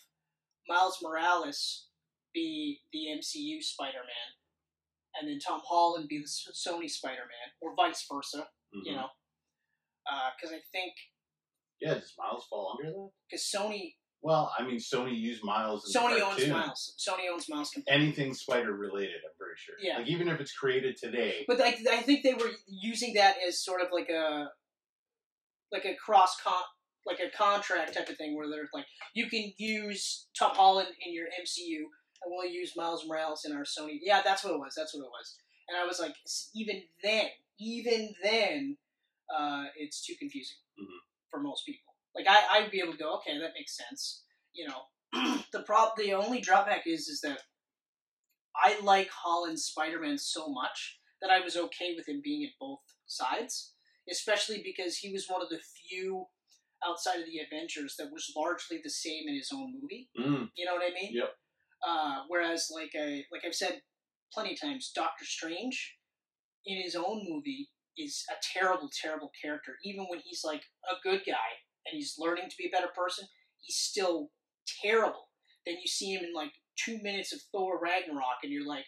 S2: Miles Morales be the MCU Spider-Man, and then Tom Holland be the S- Sony Spider-Man, or vice versa. You
S3: Mhm.
S2: know, because I think
S3: Yeah, does Miles fall under that?
S2: because Sony
S3: Well, I mean, Sony used Miles. In
S2: Sony
S3: the
S2: owns
S3: cartoon.
S2: Miles. Sony owns Miles. Completely.
S3: Anything spider related, I'm pretty sure.
S2: Yeah.
S3: Like even if it's created today,
S2: But I, I think they were using that as sort of like a like a cross con like a contract type of thing where they're like you can use Tom Holland in your MCU and we'll use Miles Morales in our Sony. Yeah, that's what it was. That's what it was. And I was like, s- even then, even then, uh, it's too confusing
S3: Mhm.
S2: for most people. Like I, I'd be able to go, okay, that makes sense. You know, the prob the only drawback is is that I like Holland's Spider Man so much that I was okay with him being at both sides, especially because he was one of the few outside of the Avengers that was largely the same in his own movie.
S3: Mm,
S2: You know what I mean?
S3: Yep.
S2: Uh, whereas, like I like I've said plenty of times, Doctor Strange in his own movie is a terrible, terrible character. Even when he's like a good guy and he's learning to be a better person, he's still terrible. Then you see him in like two minutes of Thor Ragnarok, and you're like,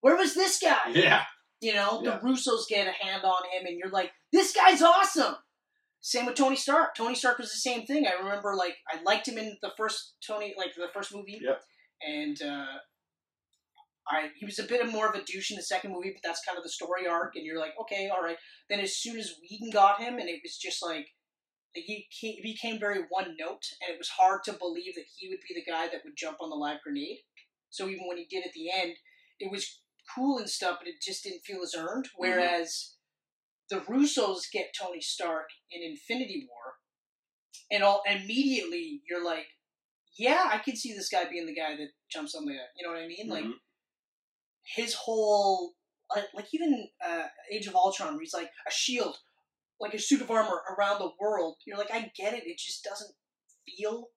S2: "Where was this guy?"
S3: yeah,
S2: You know, the
S3: Yeah.
S2: Russos get a hand on him, and you're like, this guy's awesome. Same with Tony Stark. Tony Stark was the same thing. I remember, like, I liked him in the first Tony, like the first movie,
S3: Yep.
S2: and uh, I he was a bit of more of a douche in the second movie, but that's kind of the story arc. And you're like, okay, all right. Then as soon as Whedon got him, and it was just like he ca- became very one note, and it was hard to believe that he would be the guy that would jump on the live grenade. So even when he did at the end, it was cool and stuff, but it just didn't feel as earned. Whereas the Russos get Tony Stark in Infinity War, and all immediately you're like, yeah, I can see this guy being the guy that jumps on the, you know what I mean? Like
S3: Mhm.
S2: his whole, like, like even uh, Age of Ultron, where he's like a shield, like a suit of armor around the world. You're like, I get it. It just doesn't feel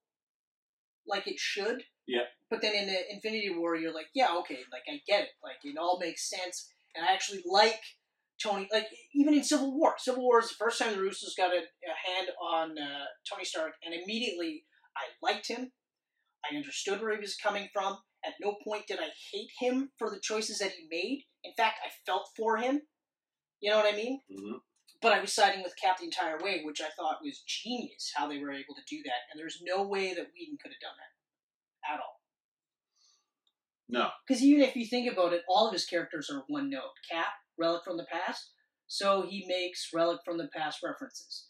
S2: like it should.
S3: Yeah.
S2: But then in the Infinity War, you're like, yeah, okay, like I get it, like it all makes sense, and I actually like Tony. Like even in Civil War, Civil War is the first time the Russo's got a, a hand on uh, Tony Stark, and immediately I liked him. I understood where he was coming from. At no point did I hate him for the choices that he made. In fact, I felt for him. You know what I mean?
S3: hmm
S2: but I was siding with Cap the entire way, which I thought was genius how they were able to do that. And there's no way that Whedon could have done that at all.
S3: No.
S2: Because even if you think about it, all of his characters are one note Cap, Relic from the Past, so he makes Relic from the Past references.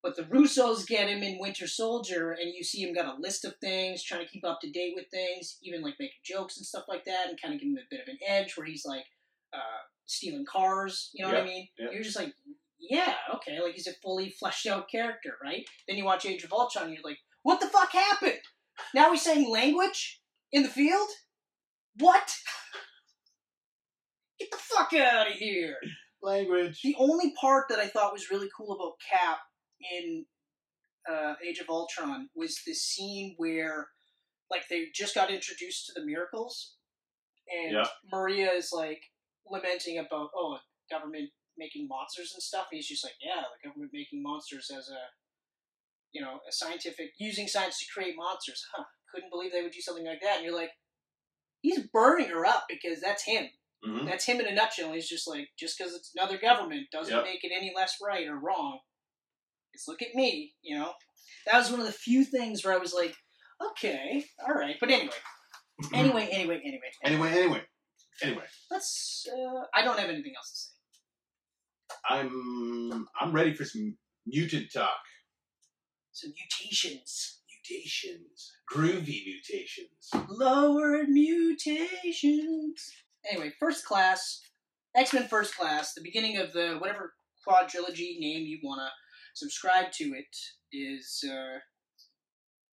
S2: But the Russos get him in Winter Soldier, and you see him got a list of things, trying to keep up to date with things, even like making jokes and stuff like that, and kind of give him a bit of an edge where he's like uh, stealing cars. You know what I mean?
S3: yeah.
S2: You're just like, yeah, okay, like he's a fully fleshed out character, right? Then you watch Age of Ultron, and you're like, what the fuck happened? Now he's saying language in the field? What? Get the fuck out of here!
S4: Language.
S2: The only part that I thought was really cool about Cap in uh, Age of Ultron was the scene where, like, they just got introduced to the miracles, and
S3: Yeah.
S2: Maria is like lamenting about oh, government making monsters and stuff. And he's just like, yeah, the government making monsters as a, you know, a scientific using science to create monsters. Huh? Couldn't believe they would do something like that. And you're like, he's burning her up because that's him.
S3: hmm
S2: That's him in a nutshell. He's just like, just because it's another government doesn't
S3: Yep.
S2: make it any less right or wrong. It's look at me, you know. That was one of the few things where I was like, okay, all right. But anyway,
S3: Mm-hmm.
S2: anyway, anyway, anyway.
S4: Anyway, anyway, anyway.
S2: let's. Uh, I don't have anything else to say.
S4: I'm I'm ready for some mutant talk.
S2: So mutations,
S4: Mutations, groovy mutations.
S2: lowered mutations. Anyway, first class, X Men First Class, the beginning of the whatever quadrilogy name you wanna subscribe to it is. Uh,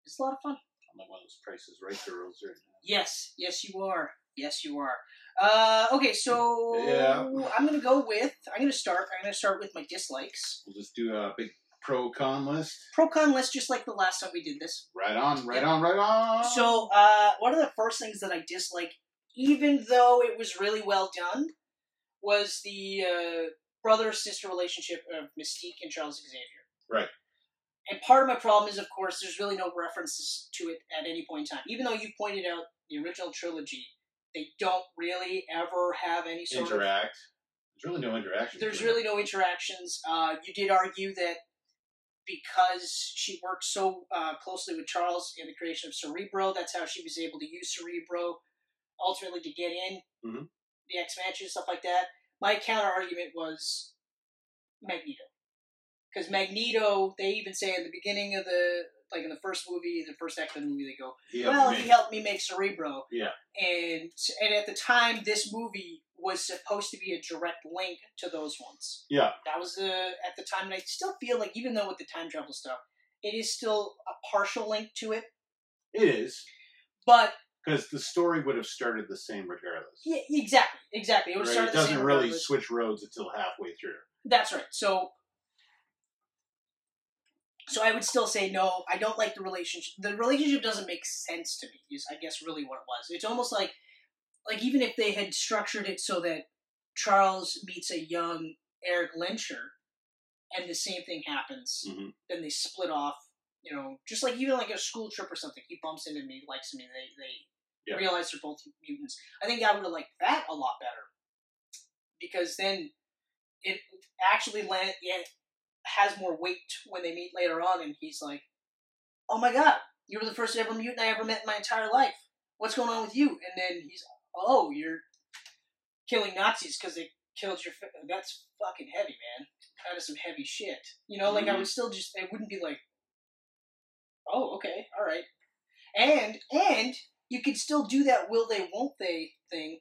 S2: it's a lot of fun.
S3: I'm like one of those prices right girls right now.
S2: Yes, yes, you are. Yes, you are. Uh, okay, so
S4: Yeah.
S2: I'm gonna go with. I'm gonna start. I'm gonna start with my dislikes.
S4: We'll just do a big pro con list.
S2: Pro con list, just like the last time we did this.
S4: Right on, right on, right on.
S2: So uh, one of the first things that I dislike, even though it was really well done, was the uh, brother sister relationship of Mystique and Charles Xavier.
S4: Right.
S2: And part of my problem is, of course, there's really no references to it at any point in time. Even though you pointed out the original trilogy, they don't really ever have any sort of
S4: interact. There's really no interaction.
S2: there's really no interactions. Uh, you did argue that because she worked so uh, closely with Charles in the creation of Cerebro, that's how she was able to use Cerebro ultimately to get in
S3: Mhm.
S2: the X Mansion stuff like that. My counter argument was Magneto, because Magneto. They even say in the beginning of the like in the first movie, the first act of the movie, they go,
S3: He
S2: well,
S3: helped
S2: he
S3: me.
S2: helped me make Cerebro.
S3: Yeah.
S2: And and at the time, this movie was supposed to be a direct link to those ones.
S3: Yeah.
S2: That was the at the time, and I still feel like even though with the time travel stuff, it is still a partial link to it.
S3: It is
S2: But
S3: because the story would have started the same regardless.
S2: yeah, exactly, exactly, it would
S3: Right?
S2: start
S3: It
S2: at the
S3: doesn't
S2: same
S3: really
S2: regardless.
S3: switch roads until halfway through.
S2: That's right. So, so I would still say no. I don't like the relationship. The relationship doesn't make sense to me. Is I guess really what it was. It's almost like, like even if they had structured it so that Charles meets a young Eric Lyncher, and the same thing happens,
S3: Mhm.
S2: then they split off. You know, just like even like a school trip or something. He bumps into me, likes me. They they
S3: Yeah.
S2: realize they're both mutants. I think I would have liked that a lot better because then it actually land, yeah, has more weight when they meet later on, and he's like, "Oh my god, you were the first ever mutant I ever met in my entire life. What's going on with you?" And then he's, "Oh, you're killing Nazis because they killed your. Fa- That's fucking heavy, man. That is some heavy shit. You know, like I would still just, I wouldn't be like, oh, okay, all right, and and." You could still do that will they won't they thing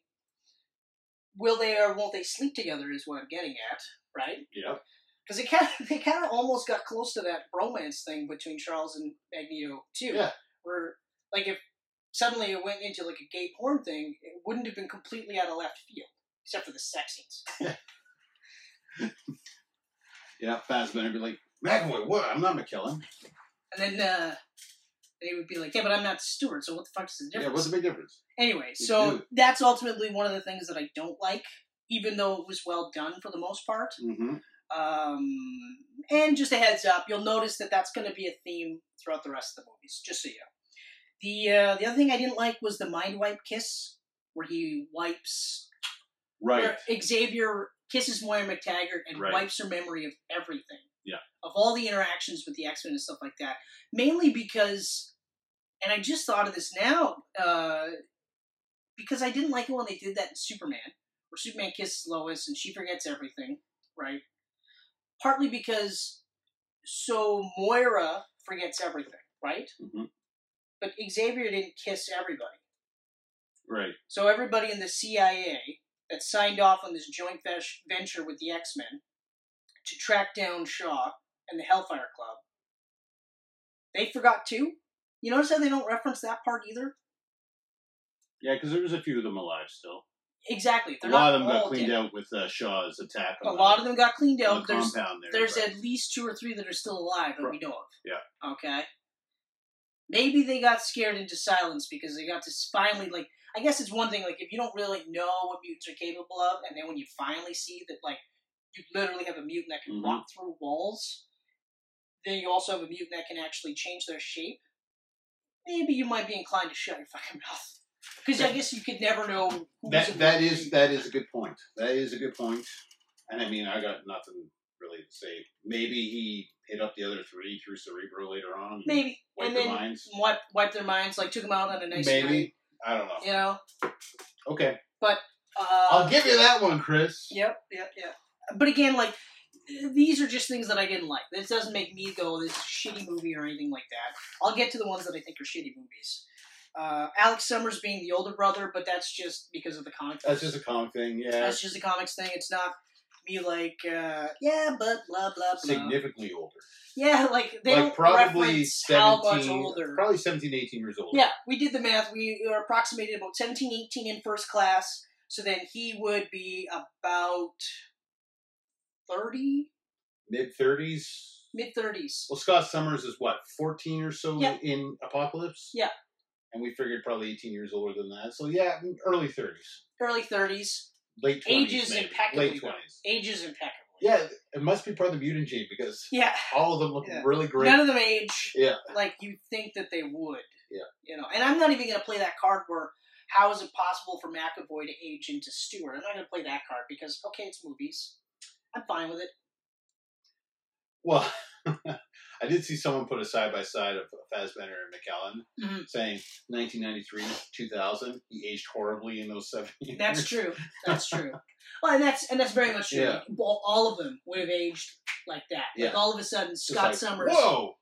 S2: will they or won't they sleep together is what I'm getting at, right?
S3: Yeah.
S2: Because it kind of, they kind of almost got close to that bromance thing between Charles and Magneto too.
S4: Yeah.
S2: Where like if suddenly it went into like a gay porn thing, it wouldn't have been completely out of left field, except for the sex scenes.
S4: Yeah, Fassbender be like, McAvoy, what? I'm not McKellen.
S2: And then uh, they would be like, yeah, but I'm not Stewart, so what the fuck is the difference?
S3: Yeah, what's the big difference?
S2: Anyway,
S3: You
S2: so
S3: do.
S2: that's ultimately one of the things that I don't like, even though it was well done for the most part.
S3: Mm-hmm.
S2: Um, and just a heads up, you'll notice that that's going to be a theme throughout the rest of the movies, just so you know. The, uh, the other thing I didn't like was the mind wipe kiss, where he wipes.
S3: Right.
S2: Where Xavier kisses Moira McTaggart and
S3: Right.
S2: wipes her memory of everything.
S3: Yeah.
S2: Of all the interactions with the X Men and stuff like that. Mainly because, and I just thought of this now, uh, because I didn't like it when they did that in Superman, where Superman kisses Lois and she forgets everything, right? Partly because, so Moira forgets everything, right?
S3: Mhm.
S2: But Xavier didn't kiss everybody.
S3: Right.
S2: So everybody in the CIA that signed off on this joint vesh- venture with the X Men to track down Shaw and the Hellfire Club, they forgot too. You notice how they don't reference that part either.
S3: Yeah, because there was a few of them alive still.
S2: Exactly,
S3: A
S2: they're not
S3: lot of them got
S2: all
S3: cleaned
S2: dead.
S3: out with uh, Shaw's attack.
S2: A
S3: On
S2: lot of them got cleaned
S3: on
S2: out.
S3: the
S2: There's
S3: compound there.
S2: there's
S3: but-
S2: at least two or three that are still alive that we know of.
S3: Yeah.
S2: Okay. Maybe they got scared into silence because they got to s- finally like. I guess it's one thing like if you don't really know what mutants are capable of, and then when you finally see that like you literally have a mutant that can
S3: Mhm.
S2: walk through walls, then you also have a mutant that can actually change their shape. Maybe you might be inclined to shut your fucking mouth because I guess you could never know. Who's
S3: That
S2: in
S3: that
S2: what
S3: is
S2: mutant.
S3: that is a good point. That is a good point. And I mean, I got nothing really to say. Maybe he hit up the other three through Cerebro later on. and
S2: maybe,
S3: wiped
S2: and
S3: their
S2: then
S3: minds.
S2: wipe wipe their minds, like took them out on a nice
S3: Maybe
S2: night,
S3: I don't know.
S2: you know.
S3: Okay,
S2: Uh,
S3: I'll give you that one, Chris.
S2: Yep, yep, yep. But again, like these are just things that I didn't like. This doesn't make me go, "This is a shitty movie" or anything like that. I'll get to the ones that I think are shitty movies. Uh, Alex Summers being the older brother, but that's just because of the comic.
S3: That's just a comic thing. Yeah,
S2: that's just a comics thing. It's not me like, uh, yeah, but blah blah blah.
S3: significantly older.
S2: yeah, like they
S3: like
S2: don't
S3: probably
S2: reference how much
S3: seventeen,
S2: older.
S3: probably 17, 18 years old.
S2: Yeah, we did the math. We are approximated about 17, 18 in first class. So then he would be about 30,
S3: mid thirties.
S2: mid 30s.
S3: Well, Scott Summers is what fourteen or so
S2: Yeah.
S3: in Apocalypse.
S2: Yeah.
S3: and we figured probably eighteen years older than that. So yeah, early thirties,
S2: Early 30s.
S3: late twenties,
S2: Ages
S3: maybe.
S2: impeccably,
S3: late
S2: though.
S3: twenties.
S2: Ages impeccably.
S3: Yeah, it must be part of the mutant gene because
S2: Yeah.
S3: all of them look
S2: Yeah.
S3: really great.
S2: None of them age
S3: Yeah.
S2: like you think that they would.
S3: Yeah.
S2: You know, and I'm not even going to play that card where how is it possible for McAvoy to age into Stewart? I'm not going to play that card because, okay, it's movies. I'm fine with it.
S3: Well, I did see someone put a side by side of Fassbender and McAllen
S2: Mhm.
S3: saying 1993, 2000, he aged horribly in those seven years.
S2: That's true. That's true. Well, and that's and that's very much true.
S3: Yeah.
S2: Like, all, all of them would have aged like that.
S3: Yeah.
S2: Like all of a sudden,
S3: Just
S2: Scott
S3: like,
S2: Summers.
S3: Whoa!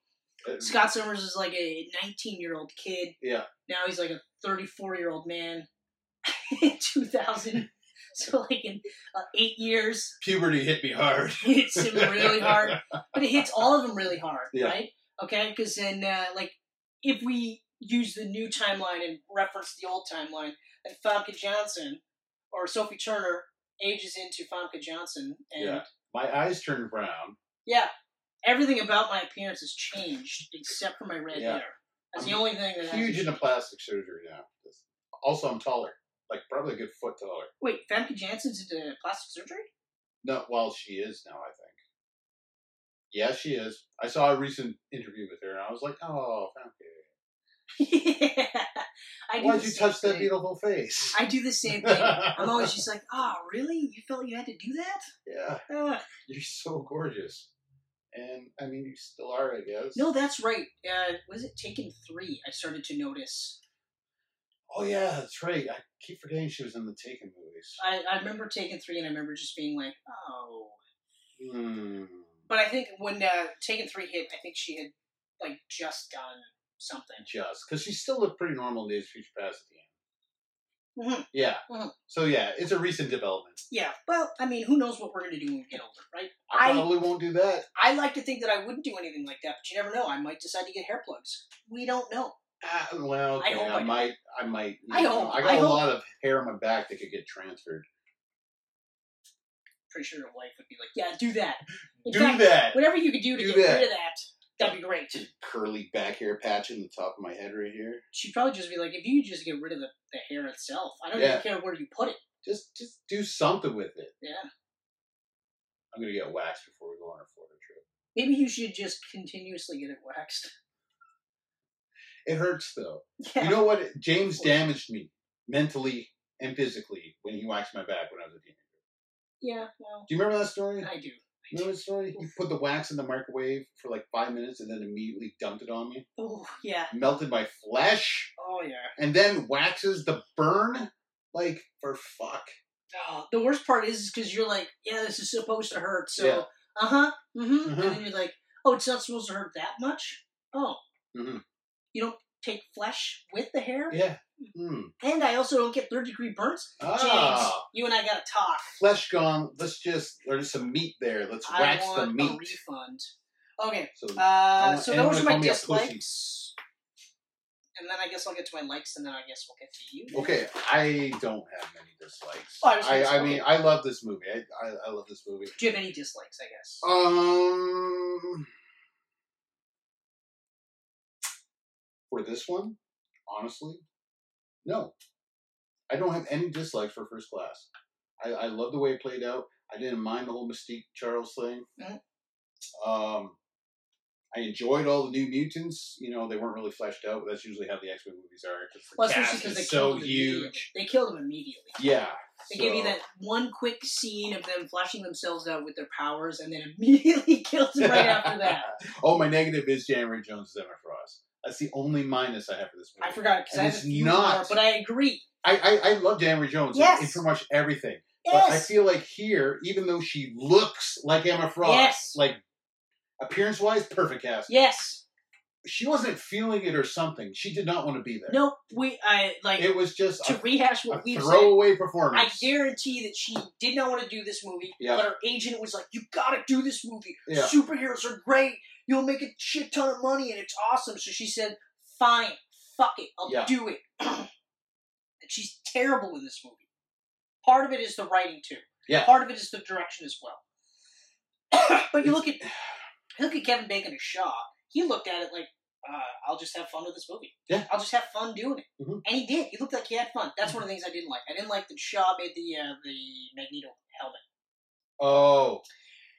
S2: Scott Summers is like a 19 year old kid.
S3: Yeah.
S2: Now he's like a 34 year old man. in 2000. So like in uh, eight years,
S3: Puberty hit me hard.
S2: hits him really hard, but it hits all of them really hard,
S3: Yeah.
S2: right? Okay, because then uh, like if we use the new timeline and reference the old timeline, then Famke Johnson or Sophie Turner ages into Famke Johnson, and yeah,
S3: Yeah. My eyes turned brown.
S2: everything about my appearance has changed except for my red
S3: Yeah.
S2: hair. That's the
S3: I'm
S2: only thing that
S3: Huge
S2: has.
S3: into plastic surgery now. Also, I'm taller. Like, probably a good foot taller.
S2: Wait, Famke Janssen's into plastic surgery?
S3: No, well, she is now, I think. Yeah, she is. I saw a recent interview with her, and I was like, oh, okay.
S2: yeah, I do
S3: Why'd
S2: the
S3: you
S2: same
S3: touch that
S2: thing.
S3: beautiful face?
S2: I do the same thing. I'm always just like, oh, really? You felt you had to do that?
S3: yeah,
S2: Ugh.
S3: you're so gorgeous. And, I mean, you still are, I guess.
S2: No, that's right. Uh, was it Taken Three? I started to notice.
S3: Oh, yeah, that's right. I keep forgetting she was in the Taken movies.
S2: I, I remember Taken Three, and I remember just being like, "Oh."
S3: Hmm.
S2: But I think when uh, Taken Three hit, I think she had like just done something.
S3: Just. Because she still looked pretty normal in Days of Future Past at the end.
S2: Mhm.
S3: Yeah.
S2: Mhm.
S3: So, yeah, it's a recent development.
S2: Yeah. Well, I mean, who knows what we're gonna do when we get older, right?
S3: I
S2: I-
S3: probably won't do that.
S2: I like to think that I wouldn't do anything like that, but you never know. I might decide to get hair plugs. We don't know.
S3: Ah, well,
S2: I
S3: okay,
S2: hope
S3: I,
S2: I don't.
S3: might, I might. you
S2: I
S3: know,
S2: hope-
S3: I got
S2: I
S3: a
S2: hope-
S3: lot of hair on my back that could get transferred.
S2: Pretty sure your wife would be like, "Yeah, do that." In
S3: do
S2: fact,
S3: that.
S2: Whatever you could do to
S3: Do
S2: get
S3: that.
S2: rid of that, That'd be great.
S3: Just curly back hair patch in the top of my head right here.
S2: She'd probably just be like, if you just get rid of the, the hair itself, I don't
S3: Yeah.
S2: even care where you put it.
S3: Just just do something with it.
S2: Yeah.
S3: I'm gonna get waxed before we go on our Florida trip.
S2: Maybe you should just continuously get it waxed.
S3: It hurts though.
S2: Yeah.
S3: You know what? James damaged me mentally and physically when he waxed my back when I was a teenager.
S2: yeah, well,
S3: Do you remember that story?
S2: I do.
S3: Remember the story? He put the wax in the microwave for like five minutes and then immediately dumped it on me.
S2: Oh, yeah.
S3: Melted my flesh
S2: Oh, yeah.
S3: and then waxes the burn? Like, for fuck.
S2: Oh, the worst part is because you're like, yeah, this is supposed to hurt. So,
S3: Yeah.
S2: uh huh, mm-hmm.
S3: Uh-huh.
S2: and then you're like, oh, it's not supposed to hurt that much. Oh,
S3: Mhm.
S2: you don't take flesh with the hair,
S3: Yeah. Hmm.
S2: and I also don't get third degree burns. James,
S3: Ah,
S2: you and I gotta talk.
S3: flesh gone. Let's just, there's some meat there. Let's
S2: I
S3: wax the
S2: want a
S3: meat.
S2: refund. Okay,
S3: So,
S2: uh,
S3: want
S2: so
S3: anyone
S2: those
S3: to
S2: are my
S3: call me a pussy.
S2: dislikes, and then I guess I'll get to my likes, and then I guess we'll get to you.
S3: okay, I don't have many dislikes.
S2: Oh, I was
S3: I,
S2: gonna
S3: I
S2: say-
S3: mean, I love this movie. I, I, I love this movie.
S2: Do you have any dislikes? I guess.
S3: Oh, Um, for this one, honestly, no. I don't have any dislikes for First Class. I, I love the way it played out. I didn't mind the whole Mystique Charles thing.
S2: Mhm.
S3: Um, I enjoyed all the new mutants. You know, they weren't really fleshed out, but that's usually how the X Men movies are. 'cause The
S2: Well, especially
S3: cast
S2: because they
S3: is so
S2: killed him immediately.
S3: huge.
S2: They killed him immediately.
S3: Yeah.
S2: They give you
S3: so-
S2: that one quick scene of them flashing themselves out with their powers, and then immediately kills them right after that.
S3: oh, my negative is January Jones is Emma Frost. That's the only minus I have for this movie.
S2: I forgot because I
S3: And
S2: have a
S3: it's
S2: few
S3: not-
S2: more, but I agree.
S3: I, I, I love January Jones
S2: Yes.
S3: in, in pretty much everything. But I
S2: Yes,
S3: feel like here, even though she looks like Emma Frost,
S2: Yes.
S3: like appearance wise, perfect cast.
S2: yes.
S3: She wasn't feeling it or something. She did not want to be there.
S2: No, we. I like
S3: It was just
S2: to
S3: a,
S2: rehash
S3: a
S2: what we've said.
S3: throwaway
S2: I
S3: performance.
S2: guarantee that she did not want to do this movie,
S3: Yeah.
S2: but her agent was like, "You gotta do this movie.
S3: Yeah.
S2: Superheroes are great. You'll make a shit ton of money, and it's awesome." So she said, "Fine, fuck it, I'll
S3: Yeah.
S2: do it." and she's terrible in this movie. Part of it is the writing too.
S3: Yeah.
S2: Part of it is the direction as well. but you look at you look at Kevin Bacon as Shaw. He looked at it like, uh, "I'll just have fun with this movie.
S3: Yeah.
S2: I'll just have fun doing it."
S3: Mhm.
S2: And he did. He looked like he had fun. That's one of the things I didn't like. I didn't like that Shaw made the uh, the Magneto helmet.
S3: oh.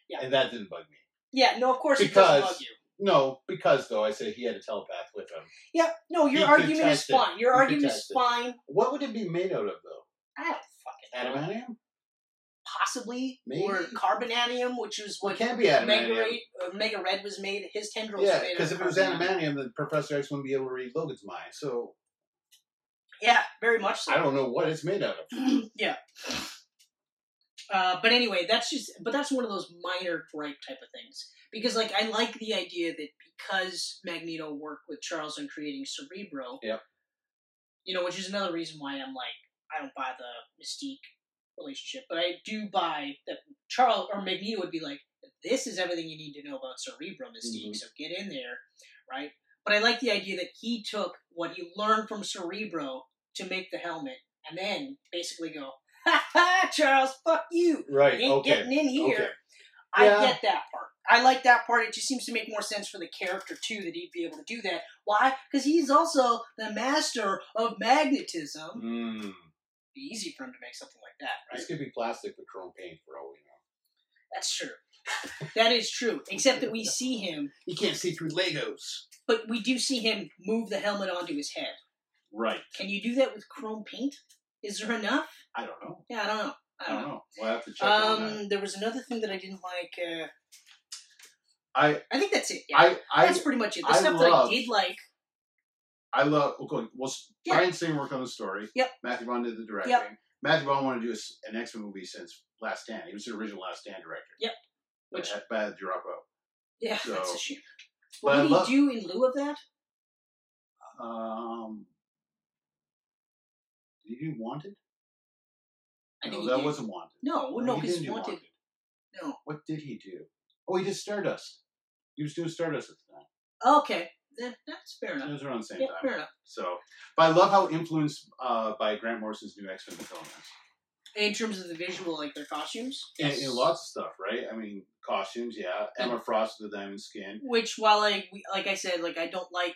S2: Yeah.
S3: And that didn't bug me.
S2: Yeah, no, of course it doesn't
S3: Because-
S2: bug you.
S3: No, because though I said he had a telepath with him.
S2: Yeah, no, your
S3: He
S2: argument is
S3: contested.
S2: fine. Your
S3: He
S2: argument is
S3: contested.
S2: fine.
S3: What would it be made out of though?
S2: I don't fucking know.
S3: Adamantium?
S2: possibly
S3: Maybe.
S2: or carbonanium, which was
S3: Well, it
S2: what
S3: can't be
S2: Mega
S3: adamantium.
S2: Red, uh, Mega Red was made. His tendrils. were
S3: Yeah,
S2: made
S3: because
S2: of
S3: if it was
S2: carbonanium.
S3: adamantium, then Professor X wouldn't be able to read Logan's mind. So
S2: Yeah, very much so.
S3: I don't know what it's made out of.
S2: yeah. Uh, but anyway, that's just but that's one of those minor gripe type of things because like I like the idea that because Magneto worked with Charles on creating Cerebro,
S3: Yep.
S2: you know, which is another reason why I'm like I don't buy the Mystique relationship, but I do buy that Charles or Magneto would be like, this is everything you need to know about Cerebro Mystique,
S3: Mhm.
S2: so get in there, right? But I like the idea that he took what he learned from Cerebro to make the helmet, and then basically go, ha ha, Charles, fuck you.
S3: Right.
S2: You ain't
S3: Okay.
S2: getting in here.
S3: Okay.
S2: I
S3: Yeah.
S2: get that part. I like that part. It just seems to make more sense for the character too that he'd be able to do that. Why? Because he's also the master of magnetism.
S3: Mm.
S2: Be easy for him to make something like that, right?
S3: This could be plastic with chrome paint for all we know.
S2: That's true. that is true. Except that we see him,
S3: You can't see through Legos.
S2: but we do see him move the helmet onto his head.
S3: Right.
S2: Can you do that with chrome paint? Is there enough?
S3: I don't know.
S2: Yeah, I don't know. I
S3: I
S2: don't
S3: don't
S2: know.
S3: know. We'll have to check on that.
S2: Um, there was another thing that I didn't like. Uh,
S3: I
S2: I think that's it. Yeah.
S3: I
S2: that's
S3: I
S2: pretty much it. The
S3: I
S2: stuff
S3: love-
S2: that I did like.
S3: I love. Okay. Well, s-
S2: Yeah.
S3: Brian Singer worked on the story.
S2: Yep.
S3: Matthew Vaughn did the directing.
S2: Yep.
S3: Matthew Vaughn wanted to do a s- an X Men movie since Last Stand. He was the original Last Stand director.
S2: Yep.
S3: But
S2: Which-
S3: had bad drop out.
S2: Yeah,
S3: So-
S2: that's a shame.
S3: But I
S2: What did
S3: love-
S2: he do in lieu of that?
S3: Um. Did you do Wanted?
S2: I
S3: No,
S2: he
S3: that
S2: did.
S3: wasn't Wanted.
S2: No, no,
S3: he
S2: because
S3: didn't do
S2: wanted. No.
S3: What did he do? Oh, he did Stardust. He was doing Stardust at the time.
S2: Okay, that, that's fair
S3: It
S2: enough.
S3: was around the same
S2: Yeah,
S3: time.
S2: fair enough.
S3: So, but I love how influenced uh, by Grant Morrison's new X Men film is.
S2: in terms of the visual, like their costumes.
S3: And,
S2: Yes.
S3: and lots of stuff, right? I mean, costumes, yeah. Emma Frost with the diamond skin.
S2: Which, while like we, like I said, like I don't like,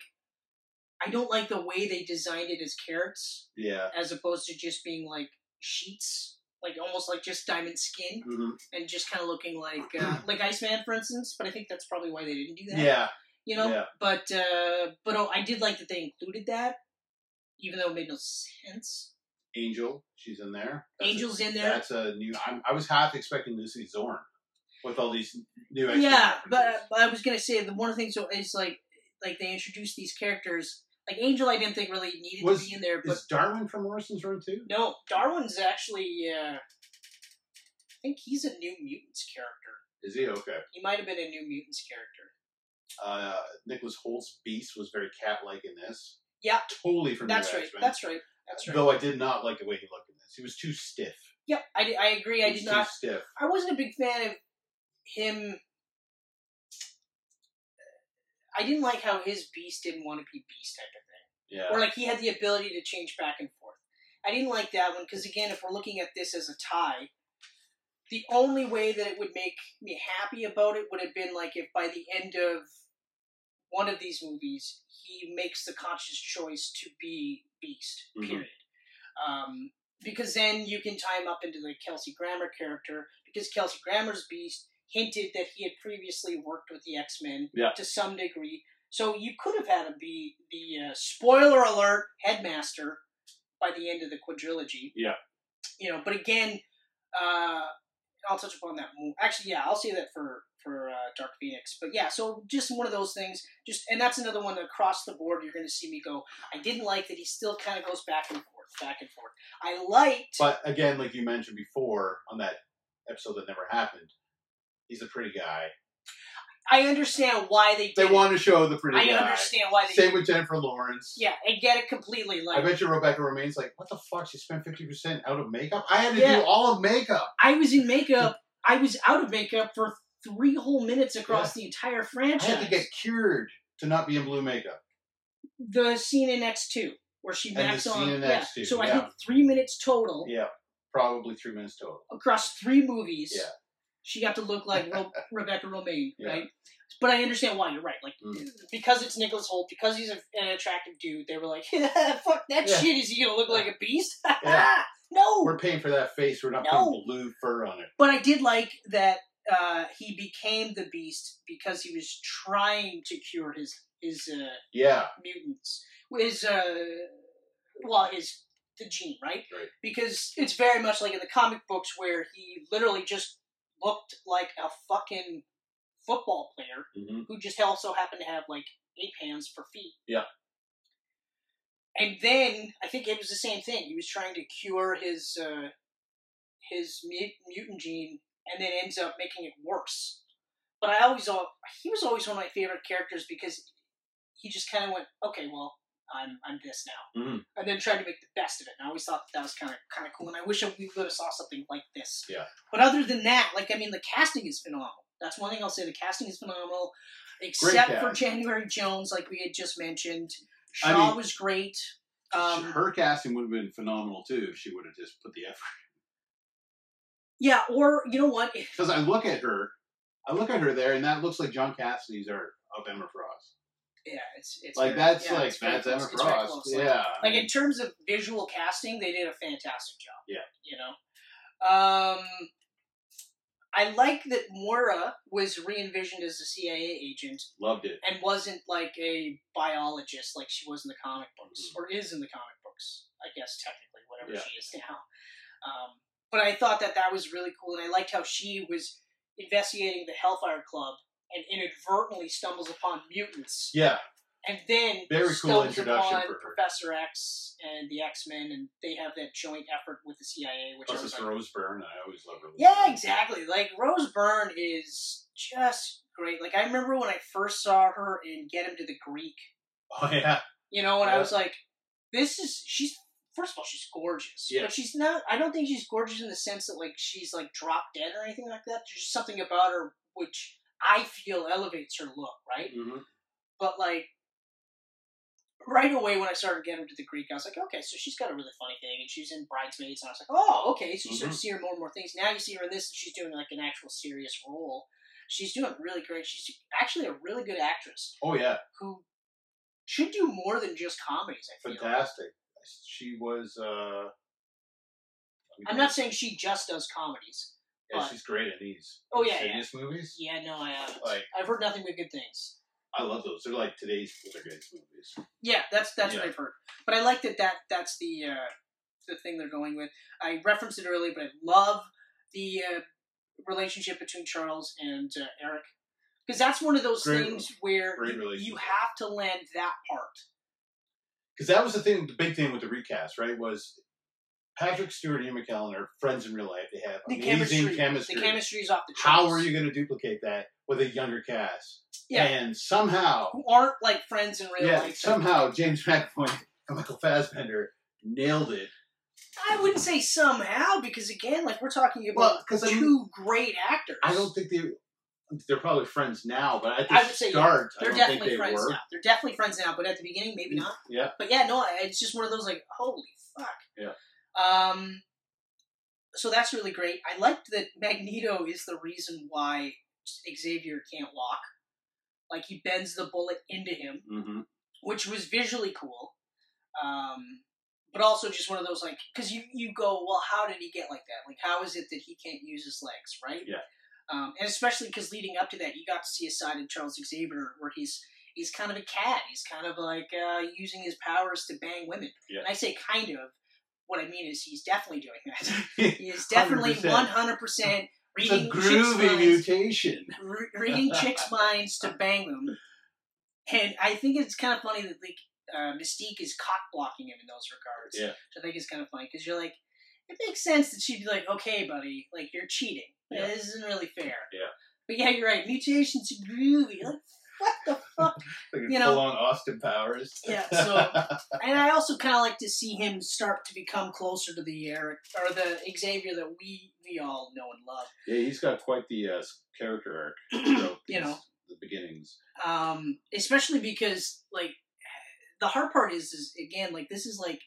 S2: I don't like the way they designed it as carrots
S3: Yeah.
S2: as opposed to just being like sheets, like almost like just diamond skin
S3: hmm
S2: and just kind of looking like uh, like Iceman, for instance. But I think that's probably why they didn't do that.
S3: Yeah.
S2: you know.
S3: Yeah.
S2: But uh, but oh, I did like that they included that, even though it made no sense.
S3: Angel, she's in there. That's
S2: Angel's in
S3: a,
S2: there.
S3: That's a new. I'm, I was half expecting to see Zorn with all these new. X-Men
S2: yeah, but, uh,
S3: references.
S2: but I was gonna say the one thing so is like like they introduced these characters like Angel. I didn't think really needed
S3: Was-
S2: to be in there, but
S3: is Darwin from Morrison's Room too?
S2: no, Darwin's actually. Uh, I think he's a New Mutants character.
S3: Is he okay?
S2: He might have been a New Mutants character.
S3: Uh, Nicholas Holt's Beast was very cat-like in this.
S2: Yeah,
S3: Totally from
S2: that's
S3: new
S2: right.
S3: X-Men.
S2: That's right. That's right.
S3: Though I did not like the way he looked in this. He was too stiff.
S2: Yep, I, di- I agree. I
S3: He was
S2: did
S3: too
S2: not.
S3: stiff.
S2: I wasn't a big fan of him. I didn't like how his beast didn't want to be beast type of thing,
S3: Yeah.
S2: or like he had the ability to change back and forth. I didn't like that one because again, if we're looking at this as a tie, the only way that it would make me happy about it would have been like if by the end of one of these movies he makes the conscious choice to be beast.
S3: Mhm.
S2: Period. Um, because then you can tie him up into the Kelsey Grammer character because Kelsey Grammer's Beast hinted that he had previously worked with the X Men
S3: Yeah.
S2: to some degree. So you could have had him be the uh, spoiler alert headmaster by the end of the quadrilogy.
S3: Yeah.
S2: You know, but again, uh, I'll touch upon that more. Actually, yeah, I'll say that for for uh, Dark Phoenix. But yeah, so just one of those things. Just and that's another one across the board. You're going to see me go. I didn't like that he still kind of goes back and forth, back and forth. I liked.
S3: But again, like you mentioned before on that episode that never happened, he's a pretty guy.
S2: I understand why they did.
S3: They
S2: it.
S3: want to show the pretty
S2: I
S3: guy.
S2: understand why they.
S3: Same with Jennifer Lawrence.
S2: yeah, I get it completely. Like
S3: I bet you Rebecca remains like, what the fuck? She spent fifty percent out of makeup. I had to
S2: Yeah.
S3: do all of makeup.
S2: I was in makeup. I was out of makeup for three whole minutes across the entire
S3: I
S2: franchise.
S3: had to get cured to not be in blue makeup.
S2: the scene in X two where she
S3: And the
S2: backs on.
S3: scene in
S2: yeah.
S3: X2,
S2: so I
S3: yeah.
S2: hit three minutes total
S3: Yeah, probably three minutes total.
S2: across three movies.
S3: Yeah.
S2: She got to look like Ro- Rebecca Romaine,
S3: Yeah.
S2: right? But I understand why you're right. Like
S3: Mm.
S2: because it's Nicholas Holt, because he's a, an attractive dude, they were like, "Fuck that
S3: Yeah.
S2: shit! Is he gonna look like a beast?
S3: Yeah.
S2: No,
S3: We're paying for that face. We're not
S2: No.
S3: putting blue fur on it.
S2: But I did like that uh, he became the beast because he was trying to cure his his uh,
S3: Yeah,
S2: mutants, his uh, well, his the gene, right?
S3: Right.
S2: Because it's very much like in the comic books where he literally just looked like a fucking football player
S3: Mhm.
S2: who just also happened to have like ape hands for feet.
S3: Yeah.
S2: And then I think it was the same thing. He was trying to cure his uh, his mut- mutant gene, and then ends up making it worse. But I always al- he was always one of my favorite characters because he just kind of went, okay, well, I'm I'm this now,
S3: Mhm.
S2: and then tried to make the best of it. And I always thought that, that was kind of kind of cool, and I wish we would have saw something like this.
S3: Yeah.
S2: But other than that, like I mean, the casting is phenomenal. That's one thing I'll say. The casting is phenomenal, except for
S3: cast.
S2: January Jones, like we had just mentioned. Shaw
S3: I mean-
S2: was great. Um,
S3: her casting would have been phenomenal too if she would have just put the effort.
S2: yeah, or you know what?
S3: Because I look at her, I look at her there, and that looks like John Cassidy's art of Emma Frost.
S2: Yeah, it's it's
S3: like
S2: very-
S3: that's
S2: yeah,
S3: like
S2: it's very
S3: that's
S2: close-
S3: Emma
S2: it's very
S3: Frost.
S2: close, like-
S3: yeah,
S2: like in terms of visual casting, they did a fantastic job.
S3: Yeah.
S2: you know, um, I like that Moira was re-envisioned as a CIA agent
S3: loved it.
S2: and wasn't like a biologist like she was in the comic books or is in the comic books, I guess technically whatever
S3: Mm-hmm. Yeah.
S2: she is now. Um, but I thought that that was really cool, and I liked how she was investigating the Hellfire Club and inadvertently stumbles upon mutants
S3: Yeah,
S2: and then
S3: Very cool
S2: stumbles
S3: introduction
S2: upon
S3: for her.
S2: Professor X and the X Men, and they have that joint effort with the CIA, which I
S3: plus
S2: was
S3: it's
S2: like,
S3: Rose Byrne. I always love her.
S2: yeah, exactly. Like Rose Byrne is just great. Like I remember when I first saw her in Get Him to the Greek,
S3: Oh yeah,
S2: you know, and I
S3: Yeah.
S2: was like, this is she's. First of all, she's gorgeous,
S3: Yeah.
S2: but she's not. I don't think she's gorgeous in the sense that like she's like drop dead or anything like that. There's just something about her mm-hmm. which I feel elevates her look, right?
S3: hmm
S2: But like, right away when I started getting to the Greek, I was like, okay, so she's got a really funny thing, and she's in Bridesmaids, and I was like, oh, okay. So you
S3: Mm-hmm.
S2: start to see her more and more things. Now you see her in this, and she's doing like an actual serious role. She's doing really great. She's actually a really good actress
S3: Oh yeah,
S2: who should do more than just comedies. I feel.
S3: fantastic. She was. uh
S2: I'm not saying she just does comedies.
S3: Yeah,
S2: but-
S3: she's great at these.
S2: Oh,
S3: Those
S2: yeah, yeah.
S3: Sidious movies.
S2: Yeah, no, I haven't.
S3: Like
S2: I've heard nothing but good things.
S3: I love those. They're like today's they're great movies.
S2: Yeah, that's that's what
S3: Yeah.
S2: I've heard. But I like that that that's the uh, the thing they're going with. I referenced it earlier, but I love the uh, relationship between Charles and uh, Eric because that's one of those
S3: Great-
S2: things where
S3: great
S2: you, you
S3: relationship.
S2: have to land that part.
S3: Because that was the thing, the big thing with the recast, right? Was Patrick Stewart and Ian McKellen are friends in real life. They have
S2: The
S3: amazing
S2: chemistry,
S3: chemistry.
S2: the chemistry is off the charts.
S3: How are you going to duplicate that with a younger cast?
S2: Yeah.
S3: And somehow,
S2: Who aren't like friends in real
S3: yeah,
S2: life?
S3: somehow James McAvoy and Michael Fassbender nailed it.
S2: I wouldn't say somehow because again, like we're talking
S3: Well,
S2: about
S3: 'cause I mean-
S2: two great actors.
S3: I don't think they they're probably friends now, but at the
S2: I would say, yeah.
S3: start, I
S2: They're
S3: don't
S2: definitely
S3: think they
S2: friends
S3: were.
S2: now. They're definitely friends now, but at the beginning, maybe not.
S3: Yeah.
S2: But yeah, no, I- it's just one of those like, holy fuck.
S3: Yeah.
S2: Um. So that's really great. I liked that Magneto is the reason why Xavier can't walk. Like he bends the bullet into him,
S3: Mm-hmm.
S2: which was visually cool. Um, but also just one of those like, because you you go, well, how did he get like that? Like, how is it that he can't use his legs, right?
S3: Yeah.
S2: Um, and especially because leading up to that, you got to see a side of Charles Xavier where he's he's kind of a cat. He's kind of like uh, using his powers to bang women.
S3: Yeah.
S2: And I say kind of. What I mean is he's definitely doing that. he is definitely
S3: 100%.
S2: one hundred percent
S3: It's a
S2: reading chicks'
S3: groovy
S2: minds
S3: mutation.
S2: re- reading chicks' minds to bang them. And I think it's kind of funny that like uh, Mystique is cock blocking him in those regards.
S3: Yeah.
S2: Which I think is kind of funny because you're like, it makes sense that she'd be like, okay, buddy, like you're cheating.
S3: Yeah.
S2: This isn't really fair.
S3: Yeah.
S2: But yeah, you're right. Mutations are groovy. You're like, what the fuck?
S3: Like
S2: You know-
S3: full on Austin Powers.
S2: yeah. So, and I also kind of like to see him start to become closer to the Eric or the Xavier that we we all know and love.
S3: Yeah, he's got quite the uh, character arc. throughout
S2: You
S3: these-
S2: know.
S3: the beginnings.
S2: um, especially because like the hard part is is again like this is like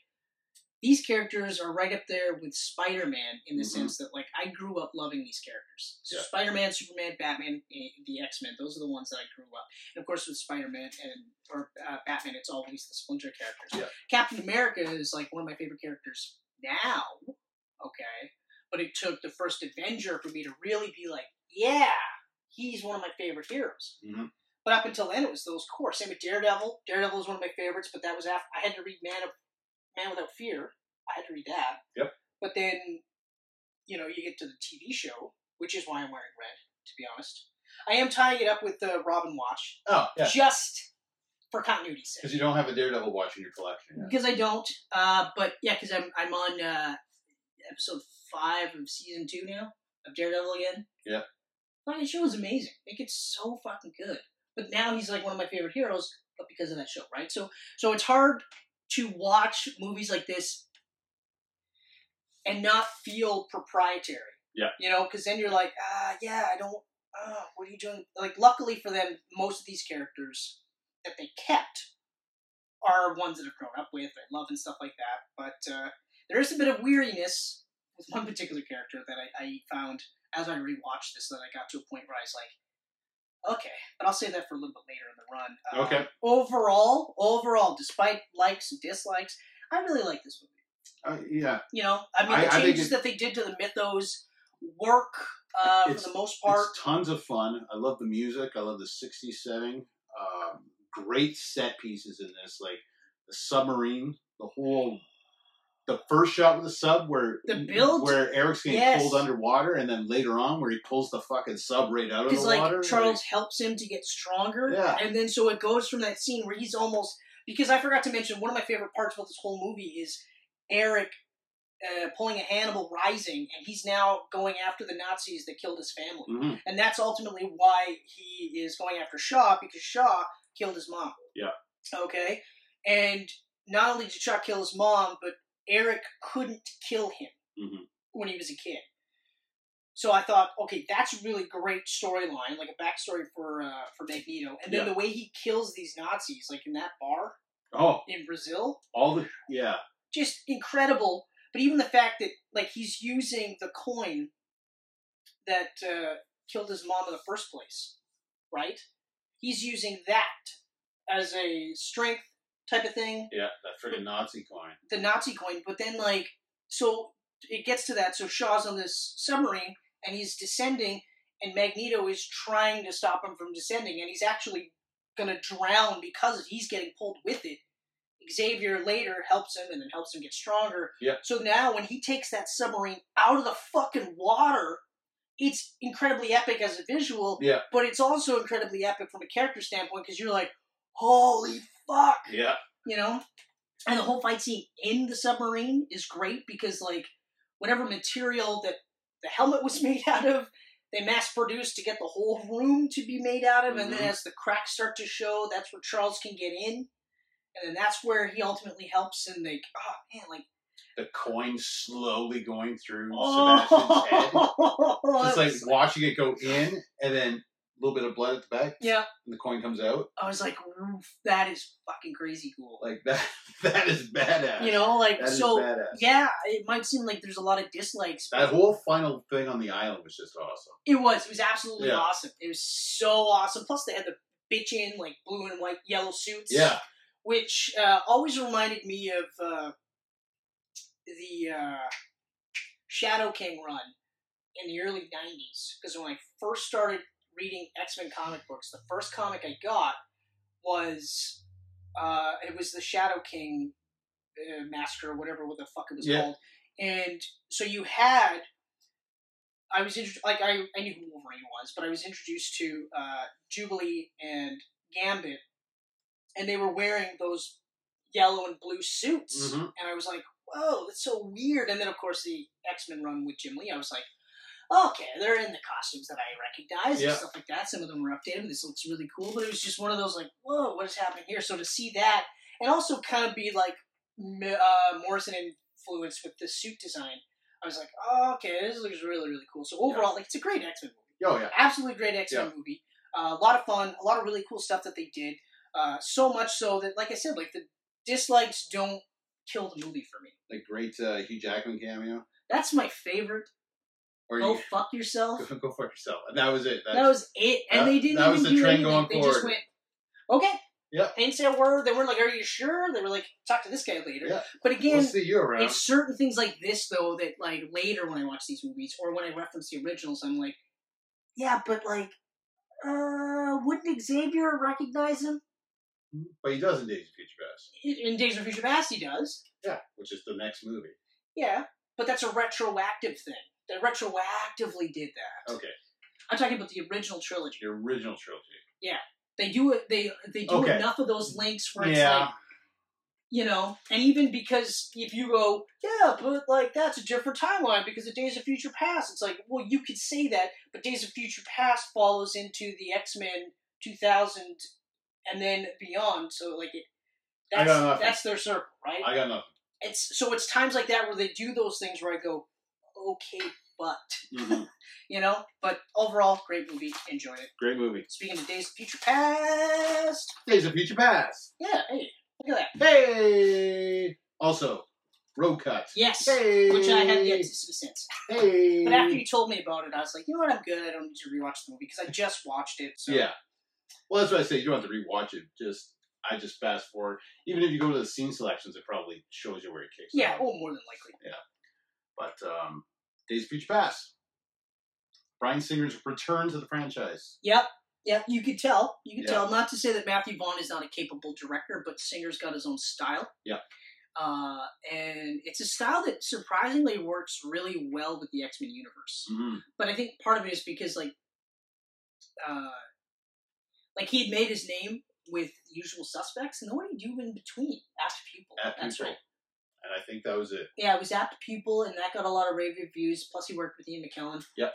S2: these characters are right up there with Spider-Man in the
S3: Mhm.
S2: sense that like I grew up loving these characters. So
S3: Yeah.
S2: Spider-Man, Superman, Batman, eh, the X-Men, those are the ones that I grew up. And of course with Spider-Man and or uh, Batman, it's always the Splinter characters. Captain America is like one of my favorite characters now. Okay. But it took the first Avenger for me to really be like, yeah, he's one of my favorite heroes.
S3: Mhm.
S2: But up until then, it was those core. Same with Daredevil. Daredevil was one of my favorites, but that was after I had to read Man of Man Without Fear. I had to read that.
S3: Yep.
S2: But then, you know, you get to the TV show, which is why I'm wearing red. To be honest, I am tying it up with the Robin watch
S3: Oh, yeah.
S2: just for continuity's sake
S3: Because you don't have a Daredevil watch in your collection. yet.
S2: because I don't. Uh, but yeah, because I'm I'm on uh, episode five of season two now of Daredevil again.
S3: Yeah.
S2: Fucking show is amazing. It gets so fucking good. But now he's like one of my favorite heroes, but because of that show, right? So so it's hard to watch movies like this and not feel proprietary.
S3: Yeah.
S2: You know, because then you're like, ah, yeah, I don't. Uh, what are you doing? Like, luckily for them, most of these characters that they kept are ones that I've grown up with, I love and stuff like that. But uh, there is a bit of weariness with one particular character that I, I found as I rewatched this that I got to a point where I was like, okay, but I'll say that for a little bit later in the run. Uh,
S3: Okay.
S2: Overall, overall, despite likes and dislikes, I really like this movie.
S3: Uh, yeah.
S2: You know, I mean,
S3: I- I
S2: the
S3: think
S2: changes
S3: it-
S2: that they did to the mythos work uh, for
S3: It's-
S2: the most part.
S3: It's tons of fun. I love the music. I love the 60s setting. Um, great set pieces in this, like the submarine, the whole. The first shot with the sub, where
S2: The build?
S3: where Eric's getting
S2: Yes.
S3: pulled underwater, and then later on, where he pulls the fucking sub right out of the
S2: because like
S3: water.
S2: Charles helps him to get stronger,
S3: Yeah.
S2: and then so it goes from that scene where he's almost because I forgot to mention one of my favorite parts about this whole movie is Eric uh, pulling a Hannibal Rising, and he's now going after the Nazis that killed his family,
S3: Mhm.
S2: and that's ultimately why he is going after Shaw because Shaw killed his mom.
S3: Yeah.
S2: Okay, and not only did Shaw kill his mom, but Eric couldn't kill him
S3: Mhm.
S2: when he was a kid. So I thought, okay, that's a really great storyline, like a backstory for uh, for Magneto. And then
S3: Yeah.
S2: the way he kills these Nazis, like in that bar,
S4: Oh,
S2: in Brazil.
S4: all the yeah.
S2: Just incredible. But even the fact that like he's using the coin that uh, killed his mom in the first place, right? He's using that as a strength type of thing.
S3: Yeah, that friggin' Nazi coin.
S2: the Nazi coin, but then like so it gets to that. So Shaw's on this submarine and he's descending, and Magneto is trying to stop him from descending, and he's actually gonna drown because he's getting pulled with it. Xavier later helps him and then helps him get stronger.
S3: Yeah.
S2: So now when he takes that submarine out of the fucking water, it's incredibly epic as a visual.
S3: Yeah.
S2: But it's also incredibly epic from a character standpoint because you're like, holy fuck
S3: Yeah.
S2: you know and the whole fight scene in the submarine is great because like whatever material that the helmet was made out of they mass produced to get the whole room to be made out of and
S3: Mm-hmm.
S2: then as the cracks start to show that's where charles can get in and then that's where he ultimately helps and like oh man like
S3: The coin slowly going through Sebastian's head.
S2: oh
S3: Just
S2: that
S3: like
S2: was-
S3: watching it go in and then a little bit of blood at the back
S2: yeah
S3: and the coin comes out.
S2: i was like oof, that is fucking crazy cool
S3: Like that that is badass.
S2: you know like
S3: That is
S2: so
S3: badass.
S2: yeah it might seem like there's a lot of dislikes
S3: That whole final thing on the island was just awesome.
S2: It was. It was absolutely
S3: Yeah.
S2: awesome. It was so awesome. Plus, they had the bitchin' like blue and white yellow suits.
S3: Yeah.
S2: Which uh, always reminded me of uh, the uh, Shadow King run in the early '90s. Because when I first started reading X Men comic books, the first comic I got was uh, it was the Shadow King uh, Massacre, or whatever the fuck it was
S3: Yeah.
S2: called. And so you had I was intro- like I, I knew who Wolverine was, but I was introduced to uh, Jubilee and Gambit, and they were wearing those yellow and blue suits,
S3: Mhm.
S2: and I was like, "Whoa, that's so weird!" And then of course the X Men run with Jim Lee, I was like, "Okay, they're in the costumes that I recognize
S3: Yeah.
S2: and stuff like that. Some of them were updated. and This looks really cool." But it was just one of those like, "Whoa, what is happening here?" So to see that, and also kind of be like m- uh, Morrison influenced with the suit design. I was like, oh, okay, this looks really, really cool. So overall, like, it's a great X Men movie.
S3: Oh yeah.
S2: Absolutely great X Men movie. Uh, a lot of fun, a lot of really cool stuff that they did. Uh, so much so that, like I said, like the dislikes don't kill the movie for me.
S3: The great uh, Hugh Jackman cameo.
S2: That's my favorite.
S3: Or
S2: Go
S3: you
S2: fuck yourself.
S3: go, go fuck yourself. And that was it. That's,
S2: Oh, That was it, and
S3: that-
S2: they didn't
S3: that was
S2: even
S3: the
S2: do
S3: trend
S2: anything.
S3: going
S2: they just
S3: forward.
S2: went, okay.
S3: Yeah.
S2: They didn't say a word. They weren't like, "Are you sure?" They were like, "Talk to this guy later."
S3: Yeah.
S2: But
S3: we'll
S2: again,
S3: see you around.
S2: It's certain things like this though that like later when I watch these movies or when I reference the originals, I'm like, yeah, but like, uh, wouldn't Xavier recognize him?
S3: But he does in Days of Future Past.
S2: In Days of Future Past, he does.
S3: Yeah. Which is the next movie.
S2: Yeah, but that's a retroactive thing. They retroactively did that.
S3: Okay.
S2: I'm talking about the original trilogy.
S3: The original trilogy.
S2: They do it. They they do
S3: Okay.
S2: enough of those links where it's
S3: Yeah.
S2: like. You know, and even because if you go, yeah, but like that's a different timeline because of Days of Future Past, it's like, well, you could say that, but Days of Future Past follows into the X Men 2000 and then beyond. So like it,
S3: I got
S2: that's
S3: nothing.
S2: that's their circle, right?
S3: I got nothing.
S2: it's so it's times like that where they do those things where I go, okay, but
S3: Mm-hmm.
S2: you know, but overall, great movie, enjoy it.
S3: Great movie.
S2: Speaking of Days of Future Past,
S3: Days of Future Past.
S2: yeah, hey, look at that,
S3: Hey. Also, Road Cut.
S2: yes.
S3: Hey.
S2: Which I haven't yet to see since.
S3: Hey.
S2: But after you told me about it, I was like, you know what, I'm good. I don't need to rewatch the movie because I just watched it. So.
S3: Yeah. Well, that's what I say. You don't have to rewatch it. Just I just fast forward. Even if you go to the scene selections, it probably shows you where it kicks.
S2: Yeah,
S3: off.
S2: well, more than likely.
S3: But um, Days of Future Past. Brian Singer's return to the franchise.
S2: Yep. Yeah, you could tell. You could
S3: Yeah.
S2: tell. Not to say that Matthew Vaughn is not a capable director, but Singer's got his own style.
S3: Yeah.
S2: Uh, and it's a style that surprisingly works really well with the X Men universe.
S3: Mm-hmm.
S2: But I think part of it is because like, uh, like he had made his name with Usual Suspects, and then what did he do in between? Apt Pupil.
S3: At
S2: That's
S3: Pupil.
S2: right.
S3: And I think that was it.
S2: Yeah, it was Apt Pupil, and that got a lot of rave reviews. Plus, he worked with Ian McKellen.
S3: Yep.